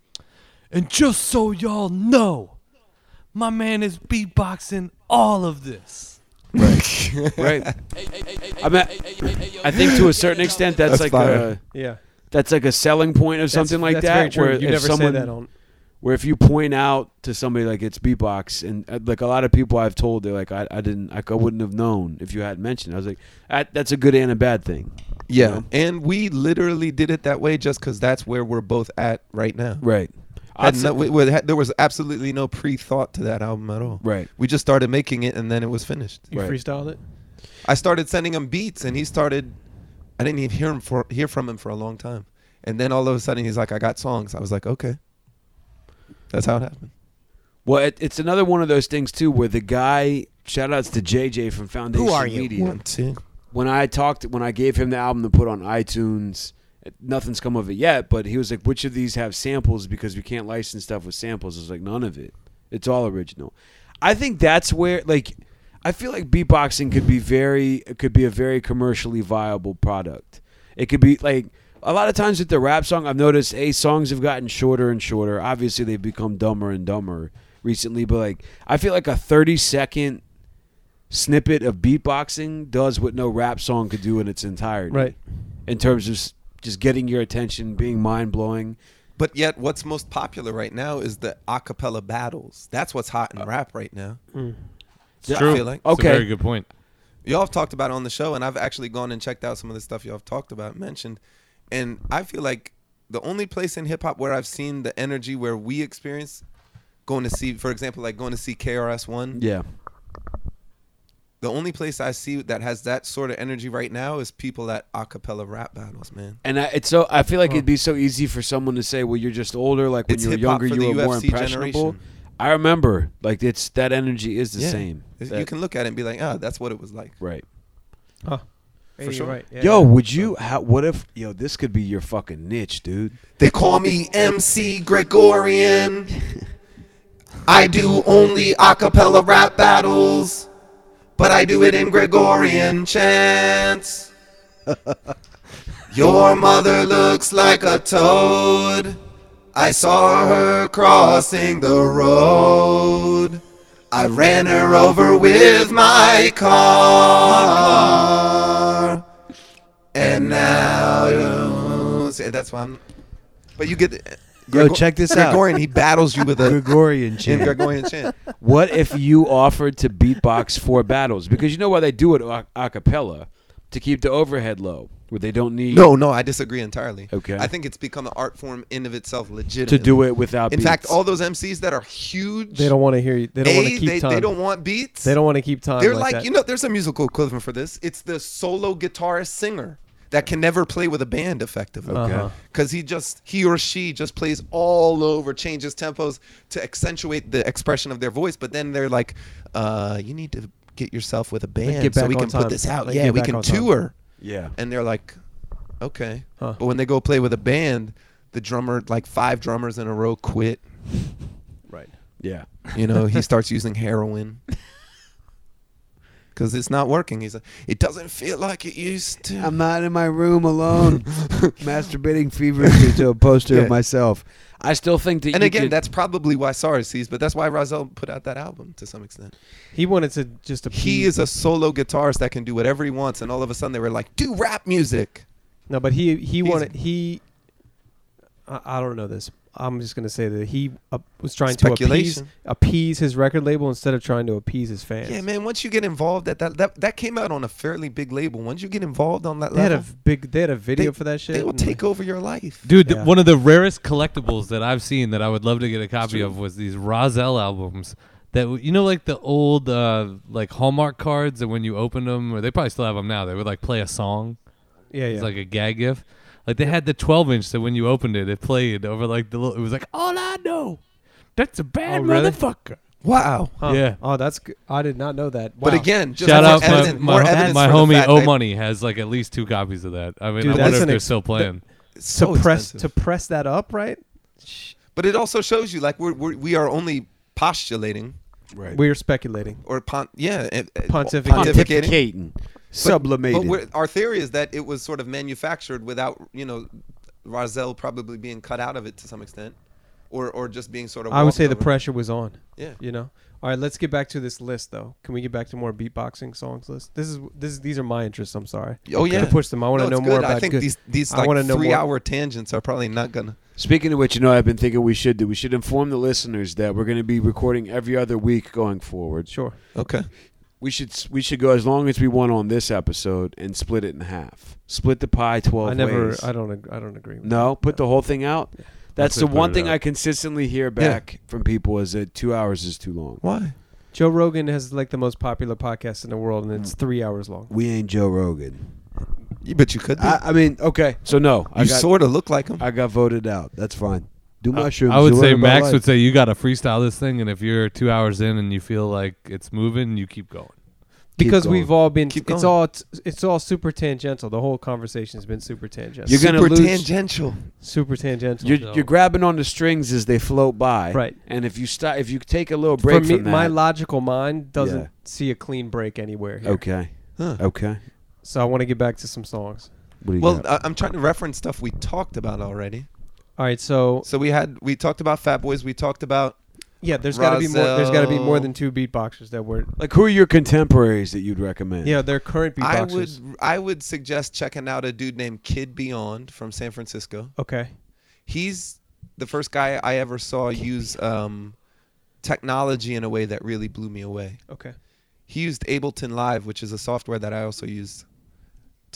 S2: and just so y'all know, my man is beatboxing all of this.
S3: right. I mean, I think to a certain extent that's,
S5: That's
S3: like
S5: fire.
S3: a
S4: Yeah.
S3: that's like a selling point or something like
S4: that's
S3: that.
S4: Very true.
S3: Where
S4: you
S3: if
S4: never
S3: someone
S4: say that on.
S3: where if you point out to somebody like it's beatbox and uh, like a lot of people I've told they're like I, I didn't I, I wouldn't have known if you hadn't mentioned. it. I was like "Ah, that's a good and a bad thing.
S5: Yeah, and we literally did it that way just because that's where we're both at right now.
S3: Right. I'd
S5: Had no-
S3: say-
S5: we- we had- there was absolutely no pre-thought to that album at all.
S3: Right.
S5: We just started making it, and then it was finished.
S4: You
S3: Right.
S4: freestyled it.
S5: I started sending him beats, and he started. I didn't even hear him for hear from him for a long time, and then all of a sudden he's like, "I got songs." I was like, "Okay." That's how it happened.
S3: Well, it, it's another one of those things too, where the guy shout outs to JJ from Foundation
S10: Who are you?
S3: Media.
S10: One, two.
S3: When I talked, when I gave him the album to put on iTunes, it- nothing's come of it yet. But he was like, "Which of these have samples? Because we can't license stuff with samples." I was like, "None of it. It's all original." I think that's where like. I feel like beatboxing could be very it could be a very commercially viable product. It could be like a lot of times with the rap song, I've noticed a songs have gotten shorter and shorter. Obviously, they've become dumber and dumber recently. But like, I feel like a thirty second snippet of beatboxing does what no rap song could do in its entirety.
S2: Right.
S3: In terms of s- just getting your attention, being mind blowing.
S5: But yet, what's most popular right now is the acapella battles. That's what's hot in rap right now.
S10: mm.
S3: It's
S5: I
S3: Uh, true.
S5: feel like.
S3: It's a Okay. very
S2: good point.
S5: Y'all have talked about it on the show, and I've actually gone and checked out some of the stuff y'all have talked about, mentioned, and I feel like the only place in hip hop where I've seen the energy where we experience going to see, for example, like going to see KRS One.
S3: Yeah.
S5: The only place I see that has that sort of energy right now is people at acapella rap battles, man.
S3: And I, it's so I feel like it'd be so easy for someone to say, "Well, you're just older. Like when
S5: It's
S3: you were
S5: hip-hop
S3: younger,
S5: for the
S3: you were more
S5: UFC
S3: impressionable."
S5: generation.
S3: I remember, like it's that energy is the
S5: Yeah.
S3: same.
S5: It's-
S3: That-
S5: you can look at it and be like, ah, that's what it was like.
S3: right.
S4: Huh. Hey, you're
S5: sure.
S4: right, yeah.
S3: Yo, would you? How, what if? Yo, this could be your fucking niche, dude.
S5: They call me MC Gregorian. I do only acapella rap battles, but I do it in Gregorian chants. Your mother looks like a toad. I saw her crossing the road. I ran her over with my car. And now See, that's why I'm. But you get. the-
S6: Yo,
S5: Gregor-
S6: check this out.
S5: Gregorian, he battles you with a
S6: Gregorian
S5: in
S6: chant.
S5: Gregorian chant.
S3: What if you offered to beatbox for battles? Because you know why they do it a a cappella to keep the overhead low, where they don't need
S5: No, no, I disagree entirely.
S3: Okay.
S5: I think it's become an art form in of itself legitimate.
S3: to do it without.
S5: In fact,
S3: beats.
S5: all those MCs that are huge,
S4: They don't want to hear you. They don't want
S5: A,
S4: to keep
S5: they,
S4: time.
S5: they don't want beats.
S4: They don't want to keep time.
S5: They're
S4: like,
S5: like,
S4: that.
S5: you know, there's a musical equivalent for this. It's the solo guitarist singer that can never play with a band effectively.
S4: Uh-huh.
S5: Because he just, he or she just plays all over, changes tempos to accentuate the expression of their voice. But then they're like, uh, you need to get yourself with a band
S4: get
S5: so
S4: back
S5: we
S4: on
S5: can
S4: time.
S5: put this out.
S4: Like,
S5: yeah,
S4: get
S5: we
S4: back
S5: can
S4: on time.
S5: tour.
S3: yeah,
S5: And they're like, okay.
S4: Huh.
S5: But when they go play with a band, the drummer, like five drummers in a row quit.
S4: right.
S3: yeah.
S5: You know, he starts using heroin because it's not working. He's like, it doesn't feel like it used to.
S4: Um,
S6: I'm not in my room alone, masturbating feverishly to a poster
S5: Yeah.
S6: of myself.
S3: I still think that.
S5: and
S3: you
S5: again,
S3: could-
S5: that's probably why SARS sees, but that's why Razel put out that album to some extent.
S4: He wanted to just appease.
S5: He is a solo guitarist that can do whatever he wants, and all of a sudden they were like, do rap music.
S4: No, but he he
S5: He's-
S4: wanted he. I, I don't know this. I'm just gonna say that he uh, was trying to appease
S5: Speculation.
S4: appease his record label instead of trying to appease his fans.
S5: Yeah, man, once you get involved at that, that, that came out on a fairly big label. Once you get involved on that
S4: They had
S5: level,
S4: a big. They had a video
S5: uh-huh. They-
S4: for that shit.
S5: they will
S4: and, like,
S5: take over your life.
S2: Dude, th-
S4: Yeah.
S2: one of the rarest collectibles that I've seen that I would love to get a copy of was these Rozelle albums. That w- you know, like the old uh, like Hallmark cards that when you open them, or they probably still have them now. They would like play a song.
S4: Yeah, yeah.
S2: It's like a gag gift. Like they had the 12 inch that when you opened it, it played over like the little. It was like all I know. That's a bad
S4: Oh, really?
S2: motherfucker.
S5: Wow.
S4: Huh.
S2: yeah.
S4: Oh, that's. Good. I did not know that.
S5: But
S4: Wow.
S5: again, just
S2: Shout
S5: more
S2: out my,
S5: evidence- more
S2: my,
S5: evidence
S2: my
S5: for the
S2: homie
S5: fact
S2: O
S5: that-
S2: Money has like at least two copies of that. I mean,
S4: Dude,
S2: I
S4: that's
S2: wonder if
S4: an
S2: they're
S4: ex-
S2: still playing.
S5: It's
S4: to
S5: so
S4: press
S5: expensive.
S4: to press that up, right? Sh-
S5: But it also shows you like we're, we're we are only postulating
S3: right.
S4: We're speculating.
S5: or pon- yeah eh, eh,
S4: Pontificating.
S5: pontificating.
S6: Pontificating, sublimating.
S5: But we're, our theory is that it was sort of manufactured without you know Razel probably being cut out of it to some extent, or or just being sort of.
S4: I would say the
S5: walked over.
S4: pressure was on.
S5: Yeah.
S4: You know. All right, let's get back to this list though. Can we get back to more beatboxing songs list? This is this is these are my interests. I'm sorry.
S5: Oh yeah,
S4: To push them. I want to know
S5: No, it's
S4: more
S5: good.
S4: about.
S5: I think
S4: good-
S5: these these
S4: I
S5: like
S4: wanna know more.
S5: three-hour tangents are probably not gonna.
S3: Speaking of which, you know, I've been thinking we should do. We should inform the listeners that we're going to be recording every other week going forward.
S4: Sure.
S5: Okay.
S3: We should we should go as long as we want on this episode and split it in half. Split the pie twelve.
S4: I never.
S3: ways.
S4: I don't. ag- I don't agree. With
S3: No, put the whole thing out. That's
S2: Actually
S3: the
S2: put
S3: one
S2: it
S3: thing
S2: out.
S3: I consistently hear back from people is that two hours is too long.
S5: Why?
S4: that. Joe Rogan has like the most popular podcast in the world, and
S5: Mm.
S4: it's three hours long.
S6: we ain't Joe Rogan.
S5: You bet you could. Be.
S6: I, I mean, okay,
S3: So no, I
S5: you
S3: got Uh,
S5: sort of look like him.
S6: I got voted out. That's fine. do
S2: I-
S6: my shrooms.
S2: I would
S6: the rest
S2: say
S6: of my
S2: Max
S6: life.
S2: would say you got to freestyle this thing, and if you're two hours in and you feel like it's moving, you keep going.
S4: because we've all been
S5: Keep
S4: it's
S5: going.
S4: all it's all super tangential the whole conversation has been super tangential
S3: You're gonna
S5: Super
S3: lose-
S5: tangential.
S4: super tangential
S3: You're, you're grabbing on the strings as they float by,
S4: Right.
S3: And if you stop, if you take a little
S4: for
S3: break
S4: me
S3: from that,
S4: my logical mind doesn't
S3: Yeah.
S4: see a clean break anywhere here.
S3: okay,
S5: Huh.
S3: okay.
S4: so i want to get back to some songs
S6: What do you
S5: Well, uh,
S6: got?
S5: I, I'm trying to reference stuff we talked about already.
S4: all right so
S5: So we had we talked about Fat Boys. We talked about
S4: yeah there's got to be more there's got to be more than two beatboxers that were
S3: Like, who are your contemporaries that you'd recommend?
S4: yeah they're current beatboxers
S5: I would I would suggest checking out a dude named Kid Beyond from San Francisco.
S4: okay
S5: He's the first guy I ever saw use um, technology in a way that really blew me away.
S4: okay
S5: He used Ableton Live, which is a software that I also use.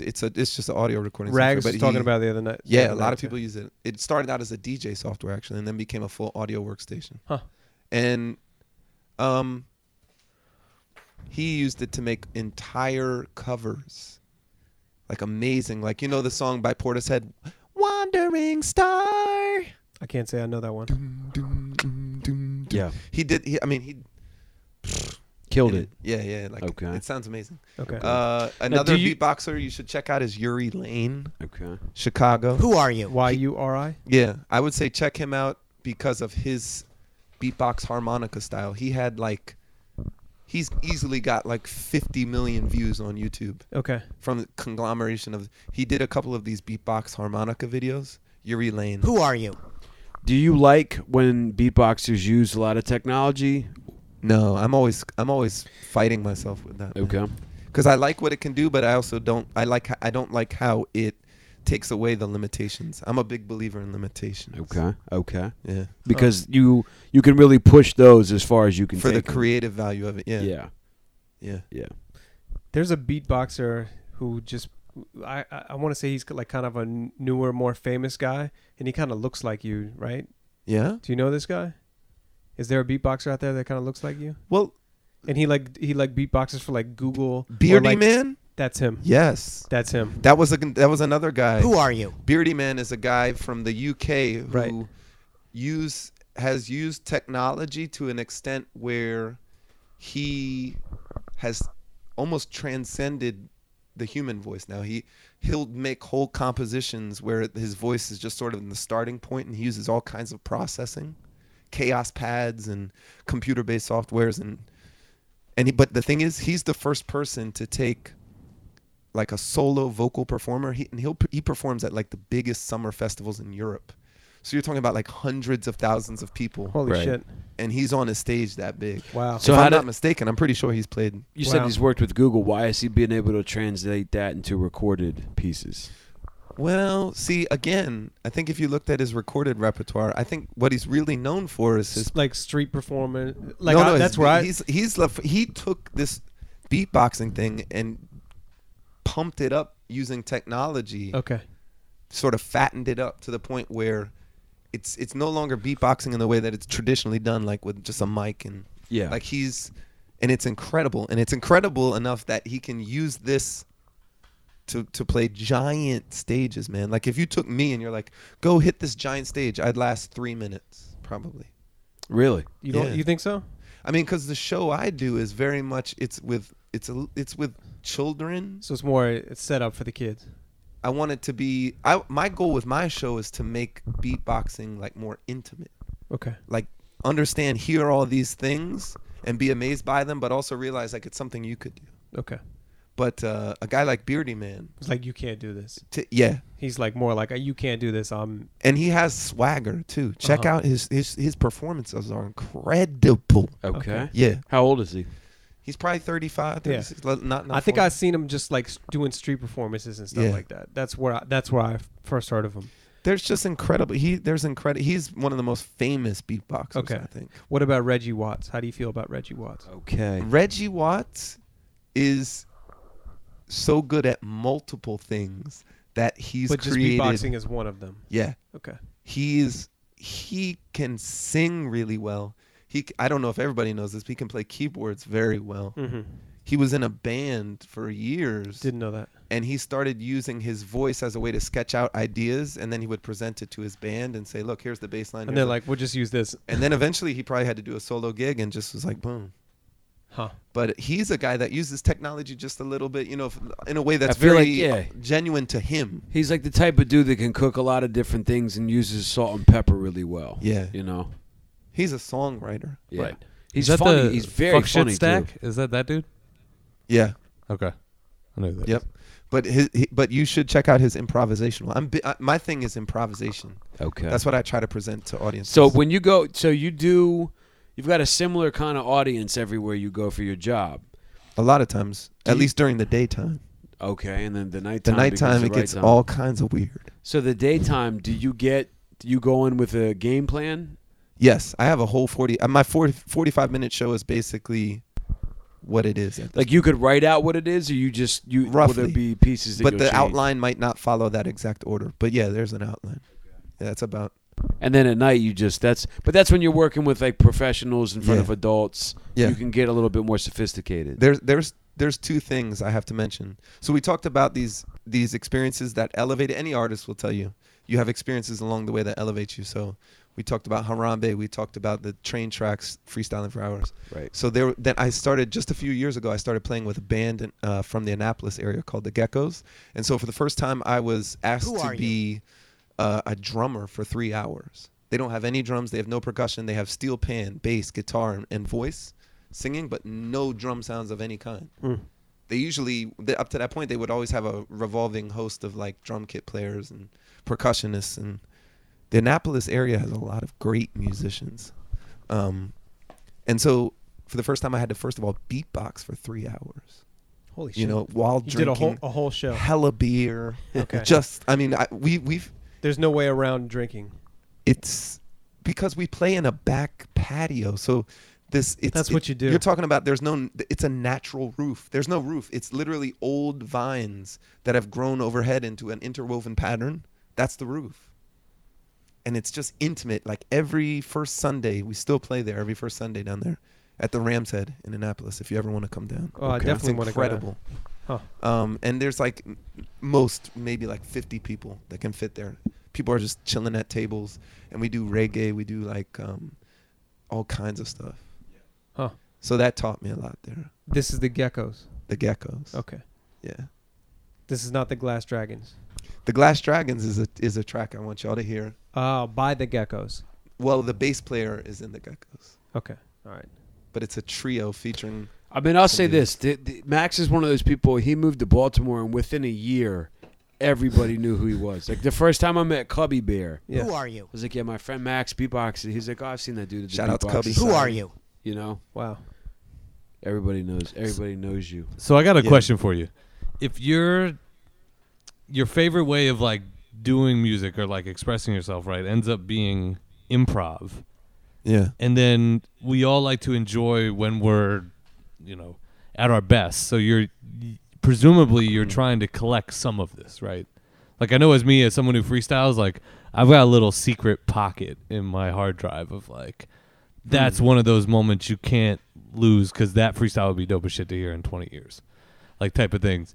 S5: It's a it's just an audio recording.
S4: rags
S5: software,
S4: was
S5: but
S4: talking
S5: he-
S4: about it the other night the
S5: Yeah,
S4: other
S5: a lot of
S4: night, too.
S5: people use it. It started out as a DJ software actually, and then became a full audio workstation.
S4: Huh.
S5: And um, he used it to make entire covers, like amazing. Like you know the song by Portishead, "Wandering Star."
S4: i can't say i know that
S5: Mm-hmm.
S4: one
S3: yeah,
S5: He did. He, I mean, he
S3: killed it.
S5: Yeah, yeah. Like
S3: Okay.
S5: it sounds amazing.
S4: okay
S5: Uh, another
S4: do you-
S5: beatboxer you should check out is Yuri Lane,
S3: Okay,
S5: Chicago.
S10: Who are you?
S4: y-u-r-i
S5: Yeah, I would say check him out because of his beatbox harmonica style. He had like he's easily got like 50 million views on YouTube
S4: okay
S5: from the conglomeration of he did a couple of these beatbox harmonica videos. Yuri Lane.
S10: Who are you?
S3: do you like when beatboxers use a lot of technology?
S5: No, I'm always I'm always fighting myself with that.
S3: Okay,
S5: Cuz I like what it can do, but I also don't I like I don't like how it takes away the limitations. I'm a big believer in limitations.
S3: okay, okay.
S5: Yeah.
S3: Because you you can really push those as far as you can
S5: For the
S3: take 'em.
S5: creative value of it. Yeah. Yeah.
S3: Yeah,
S5: Yeah.
S4: There's a beatboxer who just I I, I want to say he's like kind of a n- newer, more famous guy, and he kind of looks like you, right? Do you know this guy? Is there a beatboxer out there that kind of looks like you?
S5: Well,
S4: And he like he like beatboxes for like Google. or,
S5: Beardy
S4: like-
S5: Man?
S4: That's him.
S5: Yes.
S4: That's him.
S5: That was a that was another guy.
S10: Who are you?
S5: Beardy Man is a guy from the UK who
S4: Right.
S5: use has used technology to an extent where he has almost transcended the human voice now he he'll make whole compositions where his voice is just sort of in the starting point and he uses all kinds of processing chaos pads and computer based softwares and and he, but the thing is he's the first person to take like a solo vocal performer. He and he'll he performs at like the biggest summer festivals in Europe. So you're talking about like hundreds of thousands of people,
S4: Holy shit!
S5: and he's on a stage that big.
S4: Wow.
S3: So
S5: if
S3: how
S5: I'm
S3: do-
S5: not mistaken, I'm pretty sure he's played.
S3: You said
S4: Wow.
S3: he's worked with Google. Why is he being able to translate that into recorded pieces?
S5: Well, see, again, I think if you looked at his recorded repertoire, I think what he's really known for is his.
S4: It's like street performer. Like
S5: no,
S4: I-
S5: no, his-
S4: that's where I.
S5: He's he's left, he took this beatboxing thing and pumped it up using technology.
S4: Okay.
S5: sort of fattened it up to the point where it's it's no longer beatboxing in the way that it's traditionally done, like with just a mic and
S3: Yeah.
S5: like he's and it's incredible, and it's incredible enough that he can use this to to play giant stages, man. Like if you took me and you're like, go hit this giant stage, I'd last three minutes probably.
S3: Really?
S4: You don't.
S5: Yeah.
S4: You think so?
S5: I mean, because the show I do is very much it's with it's a, it's with children
S4: So it's more. It's set up for the kids.
S5: I want it to be. I my goal with my show is to make beatboxing like more intimate.
S4: Okay.
S5: Like understand, hear all these things, and be amazed by them, but also realize like it's something you could do.
S4: Okay.
S5: But uh, a guy like Beardy Man,
S4: It's like you can't do this.
S5: t- yeah,
S4: He's like more like you can't do this. I'm.
S5: and he has swagger too. Check
S4: Uh-huh.
S5: out his his his performances are incredible.
S3: Okay.
S4: Okay.
S5: Yeah,
S3: How old is he?
S5: he's probably 35,
S4: Yeah.
S5: 36. le- Not, not
S4: I think
S5: 40.
S4: I seen him just like s- doing street performances and stuff
S5: Yeah.
S4: like that. That's where I, that's where I f- first heard of him.
S5: there's just incredible. He there's incredible. He's one of the most famous beatboxers.
S4: Okay.
S5: I think.
S4: What about Reggie Watts? How do you feel about Reggie Watts?
S5: Oh,
S3: Okay.
S5: Reggie Watts is so good at multiple things that he's
S4: but just
S5: created.
S4: beatboxing is one of them.
S5: Yeah,
S4: Okay.
S5: he is. He can sing really well. He, c- I don't know if everybody knows this. But he can play keyboards very well.
S4: Mhm.
S5: He was in a band for years.
S4: Didn't know that.
S5: And he started using his voice as a way to sketch out ideas, and then he would present it to his band and say, "Look, here's the bass line."
S4: And they're
S5: here's
S4: like, "We'll just use this."
S5: And then eventually, he probably had to do a solo gig and just was like, "Boom."
S4: Huh.
S5: But he's a guy that uses technology just a little bit, you know, f- in a way that's
S3: feel
S5: very
S3: like, yeah.
S5: genuine to him.
S3: He's like the type of dude that can cook a lot of different things and uses salt and pepper really well.
S5: Yeah.
S3: You know?
S5: He's a songwriter.
S3: Yeah.
S2: Right.
S3: He's
S2: Is that
S3: funny.
S2: the
S3: He's very
S2: fuck
S3: funny,
S2: shit stack.
S3: too.
S2: Is that that dude?
S5: Yeah.
S2: Okay. I know that.
S5: Yep. But his, he, but you should check out his improvisational. I'm bi- I, my thing is improvisation.
S3: Okay.
S5: That's what I try to present to audiences.
S3: So when you go, so you do, you've got a similar kind of audience everywhere you go for your job.
S5: a lot of times, at least during the daytime,
S3: Okay, and then the
S5: the
S3: nighttime. becomes
S5: nighttime
S3: the
S5: it
S3: right
S5: gets
S3: time.
S5: all kinds of weird.
S3: So the daytime, do you get? Do you go in with a game plan?
S5: Yes, I have a whole 40 uh, my 40, 45 minute show is basically what it is. at this
S3: Like you could write out what it is, or you just you will there
S5: Roughly.
S3: be pieces that
S5: but
S3: you'll
S5: the
S3: change?
S5: outline might not follow that exact order. But yeah, there's an outline. Yeah, that's about
S3: And then at night you just that's but that's when you're working with like professionals in front
S5: Yeah.
S3: of adults.
S5: Yeah.
S3: You can get a little bit more sophisticated.
S5: there's there's there's two things I have to mention. So we talked about these these experiences that elevate any artist will tell you. You have experiences along the way that elevate you. So we talked about Harambe, we talked about the train tracks freestyling for hours.
S3: Right.
S5: So there then I started just a few years ago I started playing with a band in, uh, from the Annapolis area called the Geckos. And so for the first time I was asked
S10: Who
S5: to
S10: are you?
S5: be uh, a drummer for 3 hours. They don't have any drums, they have no percussion, they have steel pan, bass, guitar and, and voice singing but no drum sounds of any kind
S4: Mm.
S5: they usually they, up to that point they would always have a revolving host of like drum kit players and percussionists and the annapolis area has a lot of great musicians um, and so for the first time i had to first of all beatbox for three hours
S4: Holy shit!
S5: you know while
S4: you did
S5: drinking
S4: a whole a whole show.
S5: hella beer
S4: Okay.
S5: just i mean I, we, we've
S4: There's no way around drinking.
S5: it's because we play in a back patio so this it's,
S4: That's what you do.
S5: you're talking about there's no it's a natural roof there's no roof it's literally old vines that have grown overhead into an interwoven pattern that's the roof and it's just intimate like every first sunday we still play there every first sunday down there at the ram's head in annapolis if you ever want to come down
S4: Oh, I definitely
S5: it's
S4: wanna go down.
S5: incredible
S4: Huh.
S5: um, and there's like m- most maybe like 50 people that can fit there. People are just chilling at tables, and we do reggae, we do like um, all kinds of stuff.
S4: Huh.
S5: So that taught me a lot there.
S4: This is the geckos.
S5: The geckos.
S4: Okay.
S5: Yeah.
S4: This is not the glass dragons.
S5: The Glass Dragons is a is a track I want y'all to hear.
S4: Oh, by the geckos.
S5: Well, the bass player is in the geckos,
S4: Okay. All right.
S5: but it's a trio featuring.
S3: I mean, I'll say this: the, the, Max is one of those people. He moved to Baltimore, and within a year, everybody knew who he was. Like the first time I met Cubby Bear, I
S4: Yes.
S10: Who are you?
S3: was like, "Yeah, my friend Max beatboxes." He's like, "Oh, I've seen that dude." At the
S5: Shout out to
S3: beatbox
S5: Cubby.
S3: society."
S10: Who are you?
S3: You know,
S4: Wow.
S3: everybody knows. Everybody knows you.
S2: So I got a
S5: Yeah.
S2: question for you. If your your favorite way of like doing music or like expressing yourself, right, ends up being improv,
S5: Yeah.
S2: and then we all like to enjoy when we're, you know, at our best. So you're presumably you're trying to collect some of this, right? Like I know as me as someone who freestyles, like I've got a little secret pocket in my hard drive of like that's one of those moments you can't lose because that freestyle would be dope as shit to hear in 20 years, like type of things.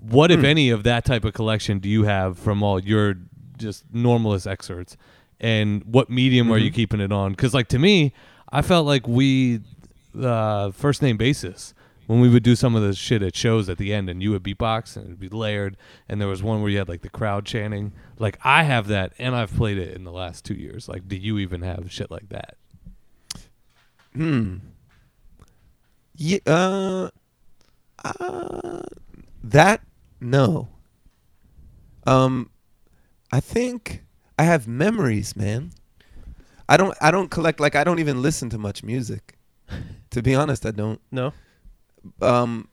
S2: What if any of that type of collection do you have from all your just normalist excerpts, and what medium are you keeping it on? Because like to me, I felt like we uh, first name basis when we would do some of the shit at shows at the end, and you would beatbox and it'd be layered, and there was one where you had like the crowd chanting. Like I have that, and I've played it in the last two years. Like, do you even have shit like that?
S5: Hmm. Yeah. Uh, uh, that no. Um, I think I have memories, man. I don't. I don't collect. Like I don't even listen to much music. to be honest, I don't.
S4: No.
S5: Um.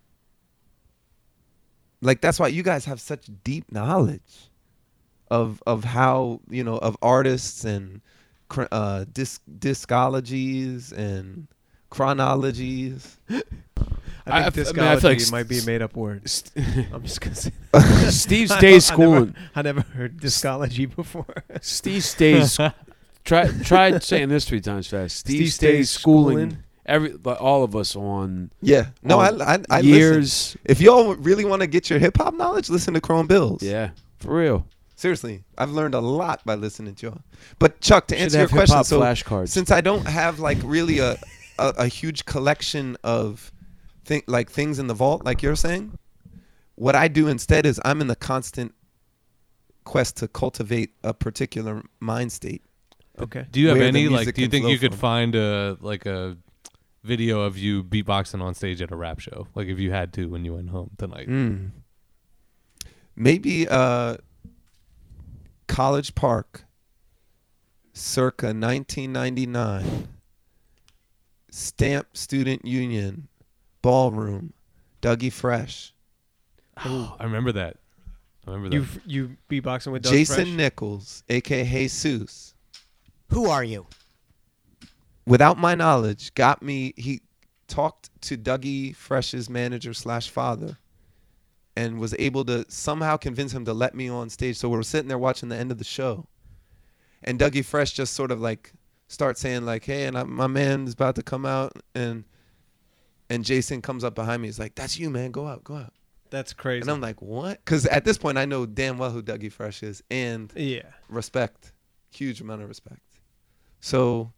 S5: Like that's why you guys have such deep knowledge of of how you know of artists and cr- uh, disc discologies and chronologies.
S4: I
S3: I
S4: think
S3: f- I mean, I feel like
S4: discology
S3: s-
S4: might be a made up word.
S3: St-
S4: I'm just gonna say.
S3: Steve stays
S4: I don't- I never-
S3: schooling.
S4: I never heard discology before.
S3: Steve stays. try try saying this three times fast. Steve,
S4: Steve
S3: stays,
S4: stays
S3: schooling,
S4: schooling
S6: every like, all of us on
S5: Yeah. No,
S6: on
S5: I, I, I
S6: years.
S5: Listen. If y'all really want to get your hip hop knowledge, listen to Chrome Bills.
S6: Yeah, for real.
S5: Seriously, I've learned a lot by listening to y'all. But Chuck, to
S6: Should
S5: answer your
S6: have hip-hop
S5: question, so
S6: flashcards.
S5: since I don't have like really a a, a huge collection of thing like things in the vault, like you're saying, what I do instead is I'm in the constant quest to cultivate a particular mind state.
S4: Okay.
S2: Do you have
S5: Where the
S2: any like?
S5: music
S2: Do you
S5: can
S2: think
S5: flow
S2: you could
S5: from.
S2: find a like a video of you beatboxing on stage at a rap show? Like if you had to when you went home tonight.
S5: Mm. Maybe uh, College Park, circa 1999, Stamp Student Union, Ballroom, Dougie Fresh,
S2: I remember that. I remember that.
S4: You you beatboxing with Doug
S5: Jason
S4: Fresh?
S5: Nichols, aka Jesus.
S12: Who are you?
S5: Without my knowledge, got me. He talked to Dougie Fresh's manager slash father, and was able to somehow convince him to let me on stage. So we were sitting there watching the end of the show, and Dougie Fresh just sort of like starts saying like, "Hey, and I, my man is about to come out," and and Jason comes up behind me. He's like, "That's you, man. Go out, go out."
S4: That's crazy.
S5: And I'm like, "What?" Because at this point, I know damn well who Dougie Fresh is, and
S4: Yeah.
S5: respect, huge amount of respect. So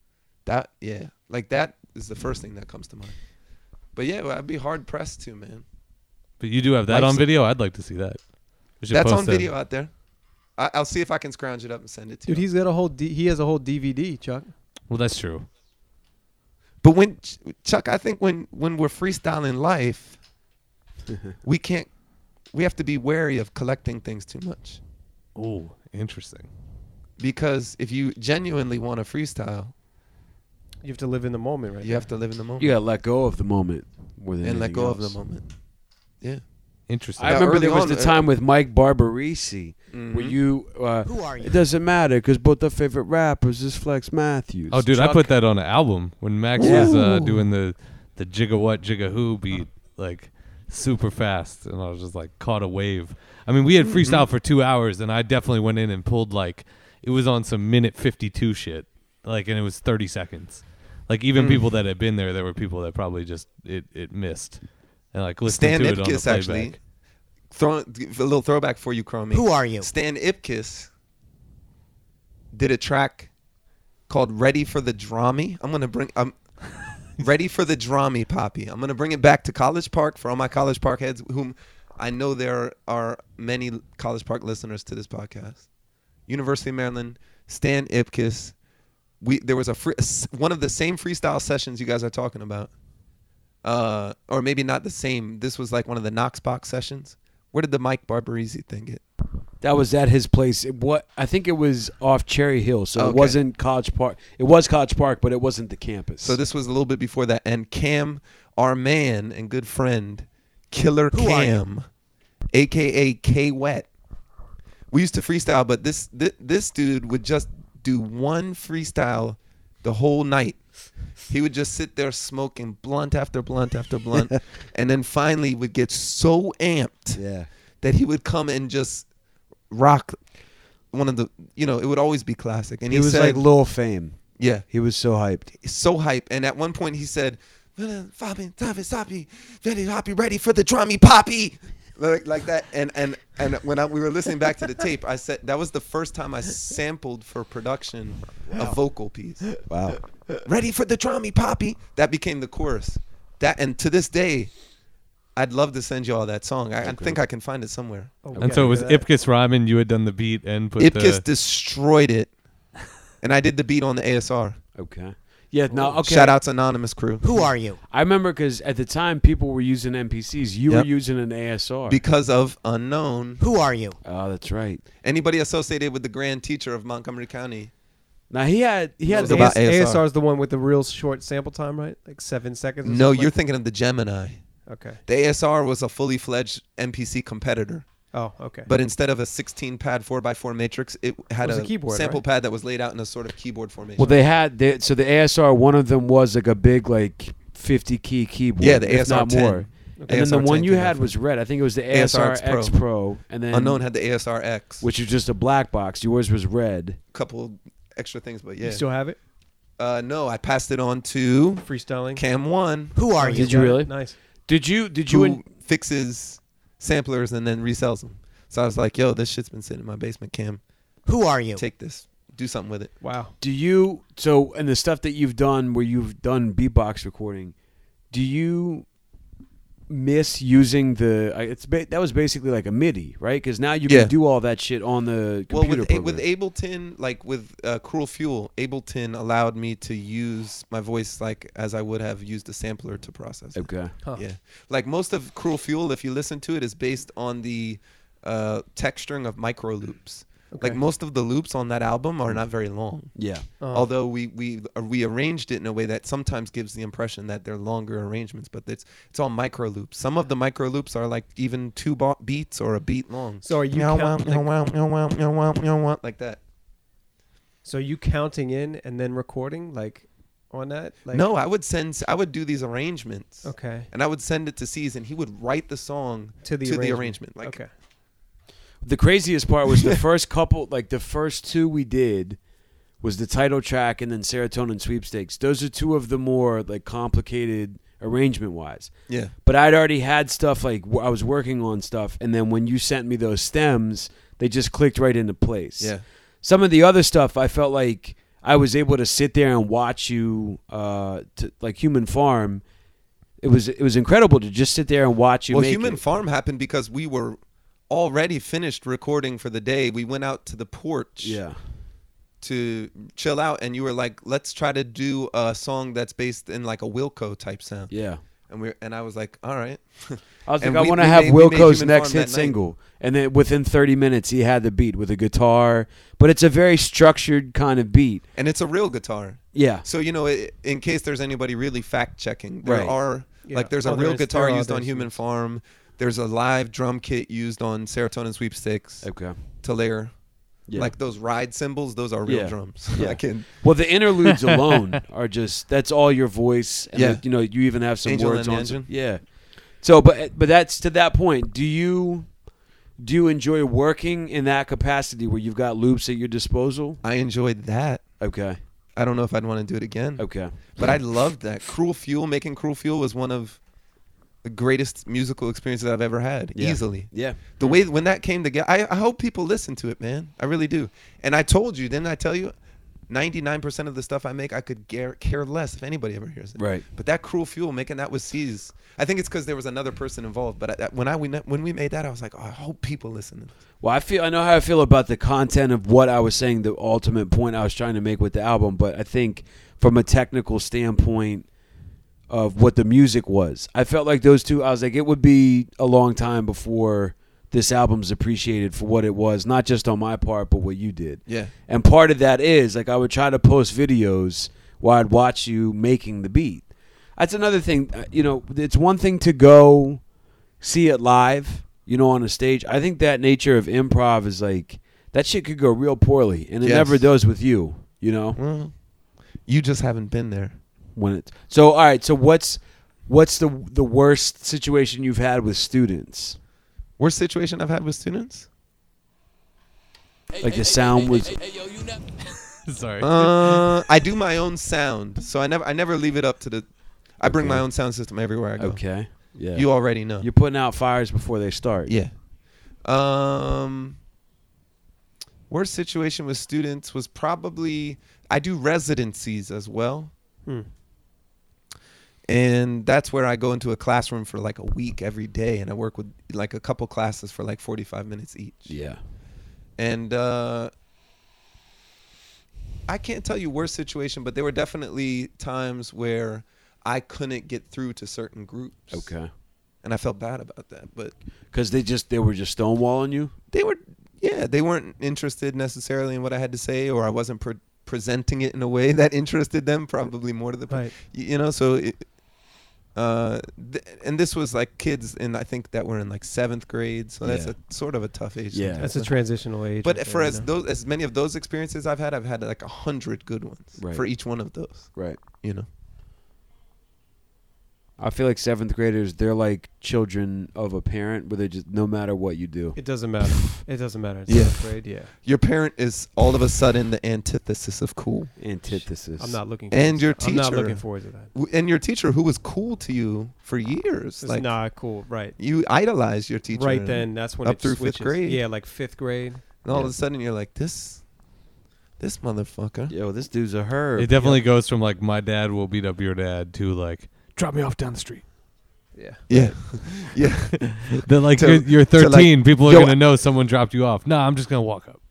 S5: that yeah, like that is the first thing that comes to mind. But yeah, well, I'd be hard pressed to man.
S2: but you do have that
S5: Like
S2: on
S5: so-
S2: video. I'd like to see that. We should
S5: That's
S2: post
S5: on
S2: that.
S5: video out there. I, I'll see if I can scrounge it up and send it to
S4: Dude,
S5: you.
S4: he's got a whole D- he has a whole DVD, Chuck.
S2: Well, that's true.
S5: But when Ch- Chuck, I think when when we're freestyling life, we can't. We have to be wary of collecting things too much
S2: Oh, interesting.
S5: because if you genuinely want to freestyle,
S4: You have to live in the moment, right?
S5: you have to live in the moment
S6: You gotta let go of the moment more than
S5: and let
S6: anything
S5: go of the
S6: else.
S5: moment. Yeah.
S2: Interesting.
S6: I
S5: Yeah,
S6: remember there
S5: early
S6: was
S5: on,
S6: the
S5: uh,
S6: time with Mike Barbarisi where
S5: Mhm.
S6: you. Uh,
S12: Who are you?
S6: It doesn't matter because both our favorite rappers is Flex Matthews.
S2: Oh, dude, I
S6: Chuck-
S2: put that on an album when Max was uh, doing the the jigga what jigga who beat like super fast, and I was just like caught a wave. I mean, we had
S5: Mm-hmm.
S2: freestyle for two hours, and I definitely went in and pulled like it was on some minute fifty two shit, like, and it was thirty seconds. Like
S5: Mm.
S2: even people that had been there, there were people that probably just it it missed, and like listening
S5: Stan
S2: to it on the
S5: Ipkiss
S2: playback.
S5: actually. Throwing a little throwback for you, Chromie.
S12: Who are you?
S5: Stan Ipkiss did a track called "Ready for the Drami." I'm gonna bring. I'm ready for the Drami, Poppy. I'm gonna bring it back to College Park for all my College Park heads, whom I know there are many College Park listeners to this podcast. University of Maryland, Stan Ipkiss. We there was a free, one of the same freestyle sessions you guys are talking about uh, or maybe not the same. This was like one of the Knox box sessions. Where did the Mike Barbarisi thing get?
S6: That was at his place. It, what I think it was off Cherry Hill, so it
S5: Okay.
S6: wasn't College Park. It was College Park, but it wasn't the campus.
S5: So this was a little bit before that. And Cam, our man and good friend, Killer
S12: are
S5: Cam, aka K Wet. We used to freestyle, but this th- this dude would just do one freestyle the whole night. He would just sit there smoking blunt after blunt after blunt, and then finally would get so amped.
S6: yeah,
S5: that he would come and just rock one of the you know it would always be classic and
S6: he,
S5: he,
S6: was
S5: said
S6: like Lil Fame.
S5: yeah
S6: He was so hyped.
S5: so hype and at one point he said Fabi, Tavi, Sapi, Very Hoppy, ready for the drummy poppy like, like that and and and when I, we were listening back to the tape i said that was the first time i sampled for production a vocal piece
S6: Wow.
S5: ready for the drummy poppy that became the chorus that and to this day i'd love to send you all that song i, I think i can find it somewhere
S2: And so it was Ipkiss rhyming. You had done the beat and put
S5: Ipkiss
S2: the
S5: destroyed it, and I did the beat on the ASR.
S6: Okay. Yeah.
S4: Oh,
S6: No. Okay.
S5: Oh, Shout out to Anonymous Crew.
S12: Who are you?
S6: I remember because at the time people were using NPCs. You
S5: Yep.
S6: were using an ASR.
S5: Because of unknown,
S12: Who are you?
S6: oh, that's right.
S5: anybody associated with the Grand Teacher of Montgomery County,
S6: Now he had he had
S5: was
S6: the
S5: about
S4: AS-
S5: ASR.
S4: ASR is the one with the real short sample time, right? Like seven seconds. or
S5: no,
S4: something
S5: you're
S4: like-
S5: thinking of the Gemini.
S4: okay.
S5: The ASR was a fully fledged NPC competitor,
S4: Oh, okay.
S5: but instead of a 16 pad 4x4 matrix, it had
S4: It was
S5: a,
S4: a keyboard,
S5: sample
S4: right?
S5: pad that was laid out in a sort of keyboard formation.
S6: Well, they had they, so the ASR. One of them was like a big like fifty key keyboard.
S5: Yeah, the
S6: if
S5: ASR
S6: not
S5: 10.
S6: more. And then the
S5: ASR
S6: one
S5: 10
S6: you
S5: came out
S6: had
S5: from-
S6: was red. I think it was the ASR,
S5: ASR
S6: X
S5: X
S6: Pro.
S5: Pro.
S6: and then
S5: unknown had the ASR X,
S6: which was just a black box. Yours was red.
S5: couple extra things, but yeah.
S4: you still have it?
S5: Uh, no, I passed it on to
S4: freestyling
S5: Cam One.
S4: Who are Oh, you? you
S12: Did you
S4: got it.
S12: really?
S4: Nice.
S12: Did you? Did you?
S5: who
S12: in-
S5: fixes samplers and then resells them. So I was like, "Yo, this shit's been sitting in my basement, Cam.
S12: Who are you?
S5: Take this, do something with it."
S4: Wow.
S3: Do you so and the stuff that you've done where you've done beatbox recording, do you miss using the? I- It's ba- that was basically like a MIDI, right? Because now you
S5: Yeah.
S3: can do all that shit on the
S5: Well,
S3: computer
S5: with A-
S3: program.
S5: with Ableton, like with uh, Cruel Fuel, Ableton allowed me to use my voice like as I would have used a sampler to process. it.
S3: Okay.
S4: Huh.
S5: Yeah. Like most of Cruel Fuel, if you listen to it, is based on the uh, texturing of micro loops. Like
S4: Okay.
S5: most of the loops on that album are not very long.
S3: Yeah.
S4: Uh-huh.
S5: Although we we uh, we arranged it in a way that sometimes gives the impression that they're longer arrangements, but it's it's all micro loops. Some of the micro loops are like even two bo- beats or a beat long.
S4: So are you
S5: Meow,
S4: count-
S5: wow, meow, wow, meow, wow, meow, wow, meow, wow, like that?
S4: So you counting in and then recording like on that? Like,
S5: no, I would send. I would do these arrangements.
S4: Okay.
S5: And I would send it to C's, and he would write the song
S4: To the
S5: arrangement.
S4: arrangement.
S5: Like,
S4: okay.
S3: The craziest part was the first couple, like the first two we did, was the title track and then Serotonin Sweepstakes. Those are two of the more like complicated arrangement wise.
S5: Yeah.
S3: But I'd already had stuff like wh- I was working on stuff, and then when you sent me those stems, they just clicked right into place.
S5: Yeah.
S3: Some of the other stuff I felt like I was able to sit there and watch you, uh, to, like Human Farm. It was it was incredible to just sit there and watch you
S5: well,
S3: make
S5: Human
S3: it.
S5: Farm happened because we were already finished recording for the day. We went out to the porch.
S3: Yeah.
S5: To chill out, and you were like, "Let's try to do a song that's based in like a Wilco type sound."
S3: Yeah.
S5: And we and I was like, "All right."
S3: I was
S5: And
S3: like, I
S5: we-
S3: want to
S5: we
S3: have
S5: made- we made
S3: Wilco's
S5: Human
S3: next
S5: Farm
S3: hit
S5: that night.
S3: single, and then within 30 minutes he had the beat with a guitar, but it's a very structured kind of beat.
S5: and it's a real guitar.
S3: Yeah.
S5: So you know, i in case there's anybody really fact checking, there
S3: Right.
S5: are
S4: Yeah.
S5: like there's a
S4: Oh, there
S5: real
S4: is-
S5: guitar
S4: there are
S5: used on
S4: others.
S5: Human Farm. There's a live drum kit used on Serotonin Sweepstakes.
S3: Okay.
S5: To layer.
S3: Yeah.
S5: Like those ride cymbals, those are real
S3: Yeah.
S5: drums.
S3: Yeah.
S5: I can
S3: Well, the interludes alone are just that's all your voice. And
S5: Yeah.
S3: like, you know, you even have some
S5: Angel
S3: words
S5: and
S3: on.
S5: the
S3: some-
S5: Engine.
S3: yeah. So, but but that's to that point. Do you do you enjoy working in that capacity where you've got loops at your disposal?
S5: I enjoyed that.
S3: Okay.
S5: I don't know if I'd want to do it again.
S3: Okay.
S5: But I loved that. Cruel Fuel, making Cruel Fuel was one of the greatest musical experiences I've ever had,
S3: Yeah.
S5: easily.
S3: Yeah.
S5: The way when that came together, I, I hope people listen to it, man. I really do. And I told you, didn't I tell you? 99% of the stuff I make, I could care, care less if anybody ever hears it.
S3: Right.
S5: But that Cruel Fuel, making that with C's, I think it's because there was another person involved. But I, that- when I we, when we made that, I was like, oh, I hope people listen to this.
S3: Well, I feel I know how I feel about the content of what I was saying, the ultimate point I was trying to make with the album, but I think from a technical standpoint of what the music was, I felt like those two. I was like, it would be a long time before this album's appreciated for what it was, not just on my part, but what you did.
S5: Yeah.
S3: And part of that is like I would try to post videos where I'd watch you making the beat. That's another thing. uh, You know, it's one thing to go see it live, you know, on a stage. I think that nature of improv is like that shit could go real poorly, and it
S5: Yes. Mm.
S3: never does with you, you know.
S5: Well, you just haven't been there.
S3: When it so all right, so what's what's the the worst situation you've had with students?
S5: Worst situation I've had with students?
S3: Like the sound was
S2: Sorry.
S5: Uh, I do my own sound, so I never I never leave it up to the. I bring my own sound system everywhere I go.
S3: okay. Yeah,
S5: You already know.
S3: you're putting out fires before they start.
S5: Yeah. Um. Worst situation with students was probably I do residencies as well,
S4: Hmm.
S5: and that's where I go into a classroom for like a week every day, and I work with like a couple classes for like forty five minutes each.
S3: yeah.
S5: and uh, I can't tell you worst situation, but there were definitely times where I couldn't get through to certain groups.
S3: Okay,
S5: and I felt bad about that, but
S3: because they just they were just stonewalling you.
S5: they were, yeah, they weren't interested necessarily in what I had to say, or I wasn't pre- presenting it in a way that interested them. Probably more to the point,
S4: Right.
S5: you know. So, it, uh, th- and this was like kids, and I think that were in like seventh grade, so that's
S3: Yeah.
S5: a sort of a tough age.
S3: Yeah.
S5: sometimes.
S4: That's a transitional age. I
S5: But
S4: think,
S5: for
S4: you
S5: as
S4: know.
S5: those as many of those experiences I've had, I've had like a hundred good ones
S3: Right.
S5: for each one of those.
S3: Right.
S5: You know.
S3: I feel like seventh graders, they're like children of a parent, where they just no matter what you do,
S4: It doesn't matter. It doesn't matter. It's
S5: Yeah.
S4: seventh grade. Yeah.
S5: Your parent is all of a sudden the antithesis of cool.
S3: Antithesis.
S4: I'm not looking forward
S5: And
S4: to
S5: your
S4: that. I'm
S5: teacher.
S4: not looking forward to that.
S5: w- And your teacher, who was cool to you for years,
S4: It's
S5: like
S4: not cool, right.
S5: You idolized your teacher.
S4: Right
S5: and
S4: then, that's when
S5: up
S4: it
S5: through
S4: switches.
S5: fifth grade.
S4: Yeah, like fifth grade.
S5: And all of
S4: Yeah.
S5: a sudden, you're like this, this motherfucker.
S3: Yo, this dude's a herb.
S2: It definitely goes from like my dad will beat up your dad to like
S13: Drop me off down the street.
S4: Yeah.
S5: Yeah, yeah.
S2: then like
S5: To-
S2: you're, you're
S5: to, like,
S2: 13, people are
S5: yo,
S2: gonna know someone dropped you off. No, I'm just gonna walk up.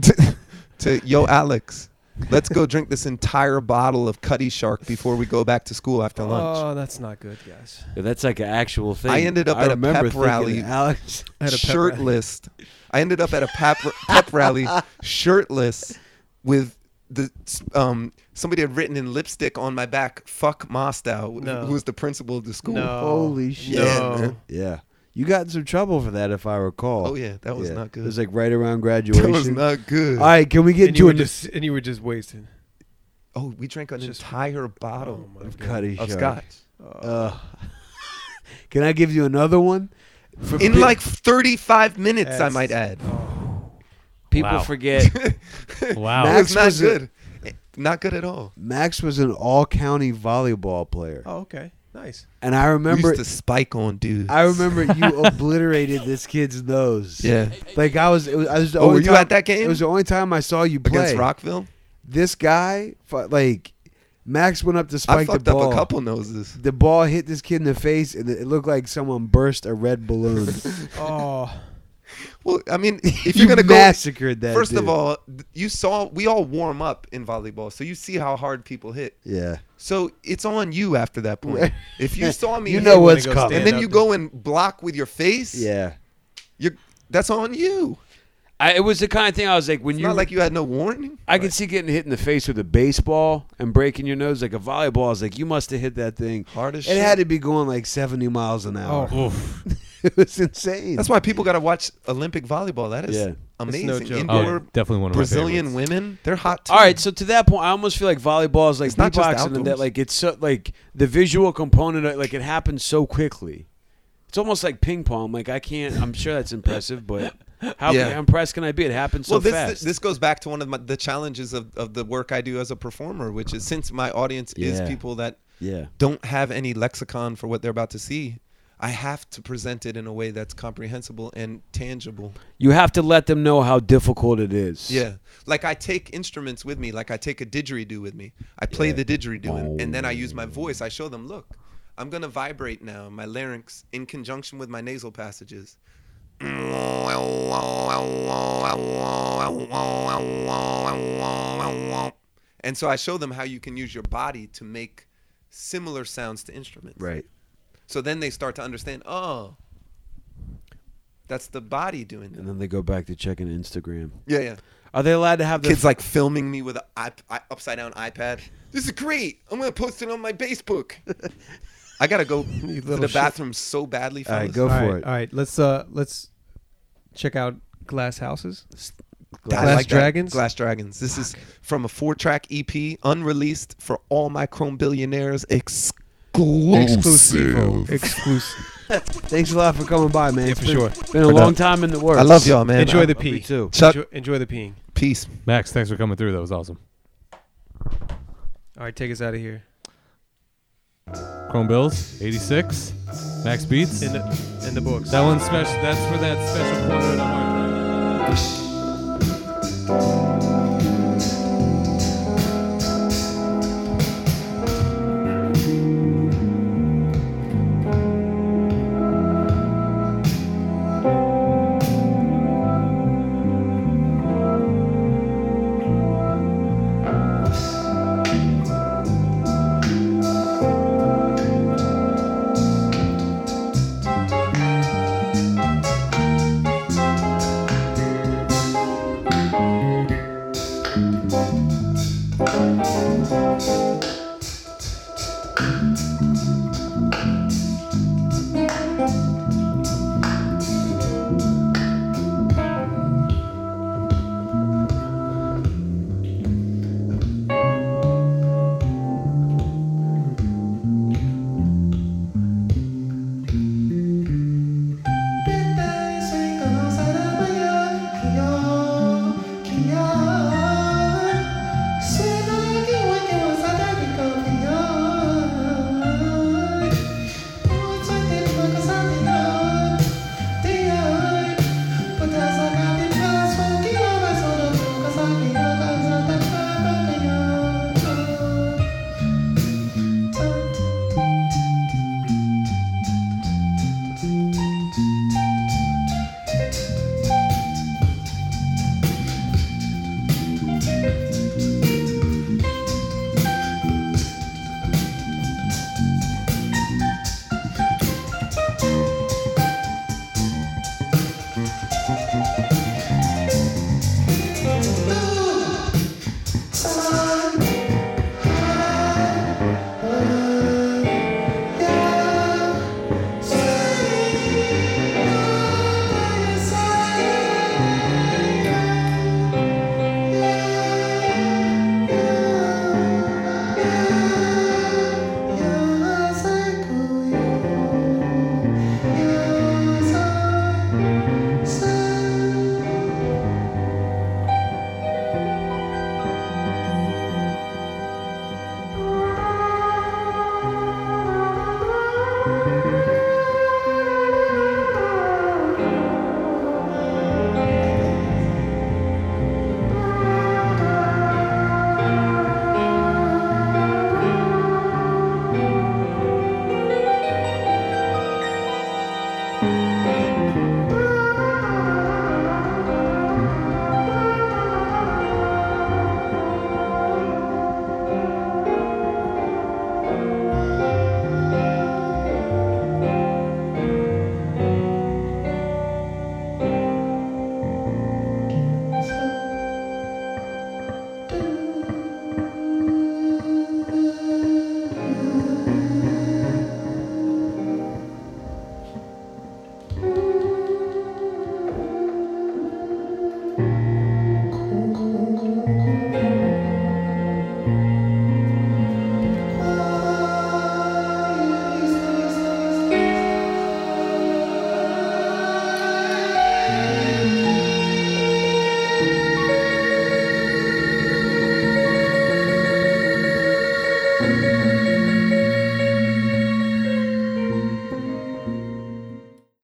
S5: to yo Alex. Let's go drink this entire bottle of Cutty Shark before we go back to school after lunch.
S4: Oh, that's not good, guys.
S3: Yeah, that's like an actual thing.
S5: I ended up at a
S3: remember
S5: pep
S3: thinking,
S5: rally,
S3: Alex,
S4: At a pep rally.
S5: shirtless. I ended up at a pep, pep rally, shirtless, with the um somebody had written in lipstick on my back, "Fuck Mostow,"
S4: No.
S5: who was the principal of the school.
S4: No.
S3: Holy shit.
S5: Yeah,
S4: No.
S5: man.
S3: Oh, Yeah. You got in some trouble for that, if I recall.
S5: Oh, yeah, that was not good.
S3: It was like right around graduation.
S5: That was not good.
S3: All right, can we get
S4: and you
S3: into
S4: were
S3: it?
S4: just and you were just wasting.
S5: Oh, we drank an entire bottle of
S3: Cutty
S5: of
S3: Shark.
S5: scotch
S3: Uh, can I give you another one? For Oh.
S5: in
S3: pe-
S5: like 35 minutes. I might add.
S3: people
S5: Wow.
S3: forget.
S2: Wow.
S5: It was
S3: Max
S5: not
S3: was a-
S5: good. Eh, not good at all.
S3: Max was an all-county volleyball player.
S4: Oh, okay. Nice.
S3: And I remember
S5: used to spike on dudes.
S3: I remember you obliterated this kid's nose.
S5: Yeah.
S3: like I was. It was I was the
S5: Oh, were
S3: only
S5: you
S3: time-
S5: at that game?
S3: It was the only time I saw you play
S5: Against Rockville?
S3: This guy, fu- like Max, went up to spike
S5: fucked
S3: the
S5: up a
S3: ball.
S5: couple noses.
S3: The ball hit this kid in the face, and it looked like someone burst a red balloon.
S4: Oh,
S5: Well, I mean, if
S3: You
S5: you're gonna go
S3: massacred that
S5: First
S3: dude.
S5: of all, th- you saw we all warm up in volleyball, so you see how hard people hit.
S3: yeah.
S5: So it's on you after that point. if you saw me,
S3: You
S5: hit
S3: know
S5: and
S3: what's
S5: go
S3: coming.
S5: stand and then you go and block with your face.
S3: Yeah.
S5: you're, that's on you.
S3: I, it was the kind of thing I was like, when
S5: It's
S3: you
S5: not like you had no warning.
S3: I could see getting hit in the face with a baseball and breaking your nose like a volleyball. Is like you must have hit that thing
S5: Hard as
S3: It
S5: shit.
S3: had to be going like seventy miles an hour.
S4: Oh.
S3: it was insane.
S5: That's why people got to watch Olympic volleyball. That is
S3: Yeah. It's
S5: amazing.
S4: no joke.
S2: Oh,
S5: Indoor
S2: definitely one of my
S5: Brazilian women, they're hot. Too.
S3: All right, so to that point, I almost feel like volleyball is like
S5: It's not just
S3: beatboxing and that
S5: outdoors.
S3: like it's so, like the visual component, of, like it happens so quickly. It's almost like ping pong. Like I can't. I'm sure that's impressive, but how
S5: Yeah.
S3: how impressed can I be? It happens so
S5: well, this
S3: fast.
S5: this goes back to one of my, the challenges of, of the work I do as a performer, which is since my audience is
S3: Yeah.
S5: people that
S3: yeah,
S5: don't have any lexicon for what they're about to see, I have to present it in a way that's comprehensible and tangible.
S3: you have to let them know how difficult it is.
S5: Yeah. Like I take instruments with me, like I take a didgeridoo with me. I play the didgeridoo and, and then I use my voice. I show them, look, I'm going to vibrate now, my larynx in conjunction with my nasal passages. And so I show them how you can use your body to make similar sounds to instruments.
S3: Right.
S5: So then they start to understand, oh, that's the body doing that.
S3: And then they go back to checking Instagram.
S5: Yeah, yeah.
S3: Are they allowed to have their
S5: Kids like filming me with an iP- i- upside down iPad. This is great. I'm gonna post it on my Facebook. I gotta go to the
S4: shit.
S5: bathroom so badly.
S3: All right,
S5: fellas.
S3: go
S4: all
S3: for
S4: right,
S3: it.
S4: all right. Let's uh let's check out Glass Houses.
S5: I
S4: Glass
S5: like that.
S4: Dragons?
S5: Glass Dragons. This is from a four-track EP, unreleased for all my Chrome billionaires.
S7: Oh,
S5: Exclusive.
S4: Exclusive.
S3: Thanks a lot for coming by, man.
S4: Yeah,
S3: It's
S4: for
S3: been-
S4: sure.
S3: Been a
S5: For
S3: long
S5: that.
S3: time in the works.
S5: I love y'all, man.
S4: Oh, Enjoy
S5: I-
S4: the
S3: Me
S4: pee.
S3: too.
S5: Chuck-
S4: Enjoy, enjoy the peeing.
S5: Peace.
S2: Max, thanks for coming through. That was awesome.
S4: All right, take us out of here.
S2: Chrome Bills, 86, Max Beats.
S4: In the in the books.
S2: That one's special. That's for that special corner of the hard drive.
S14: Thank
S13: Bye.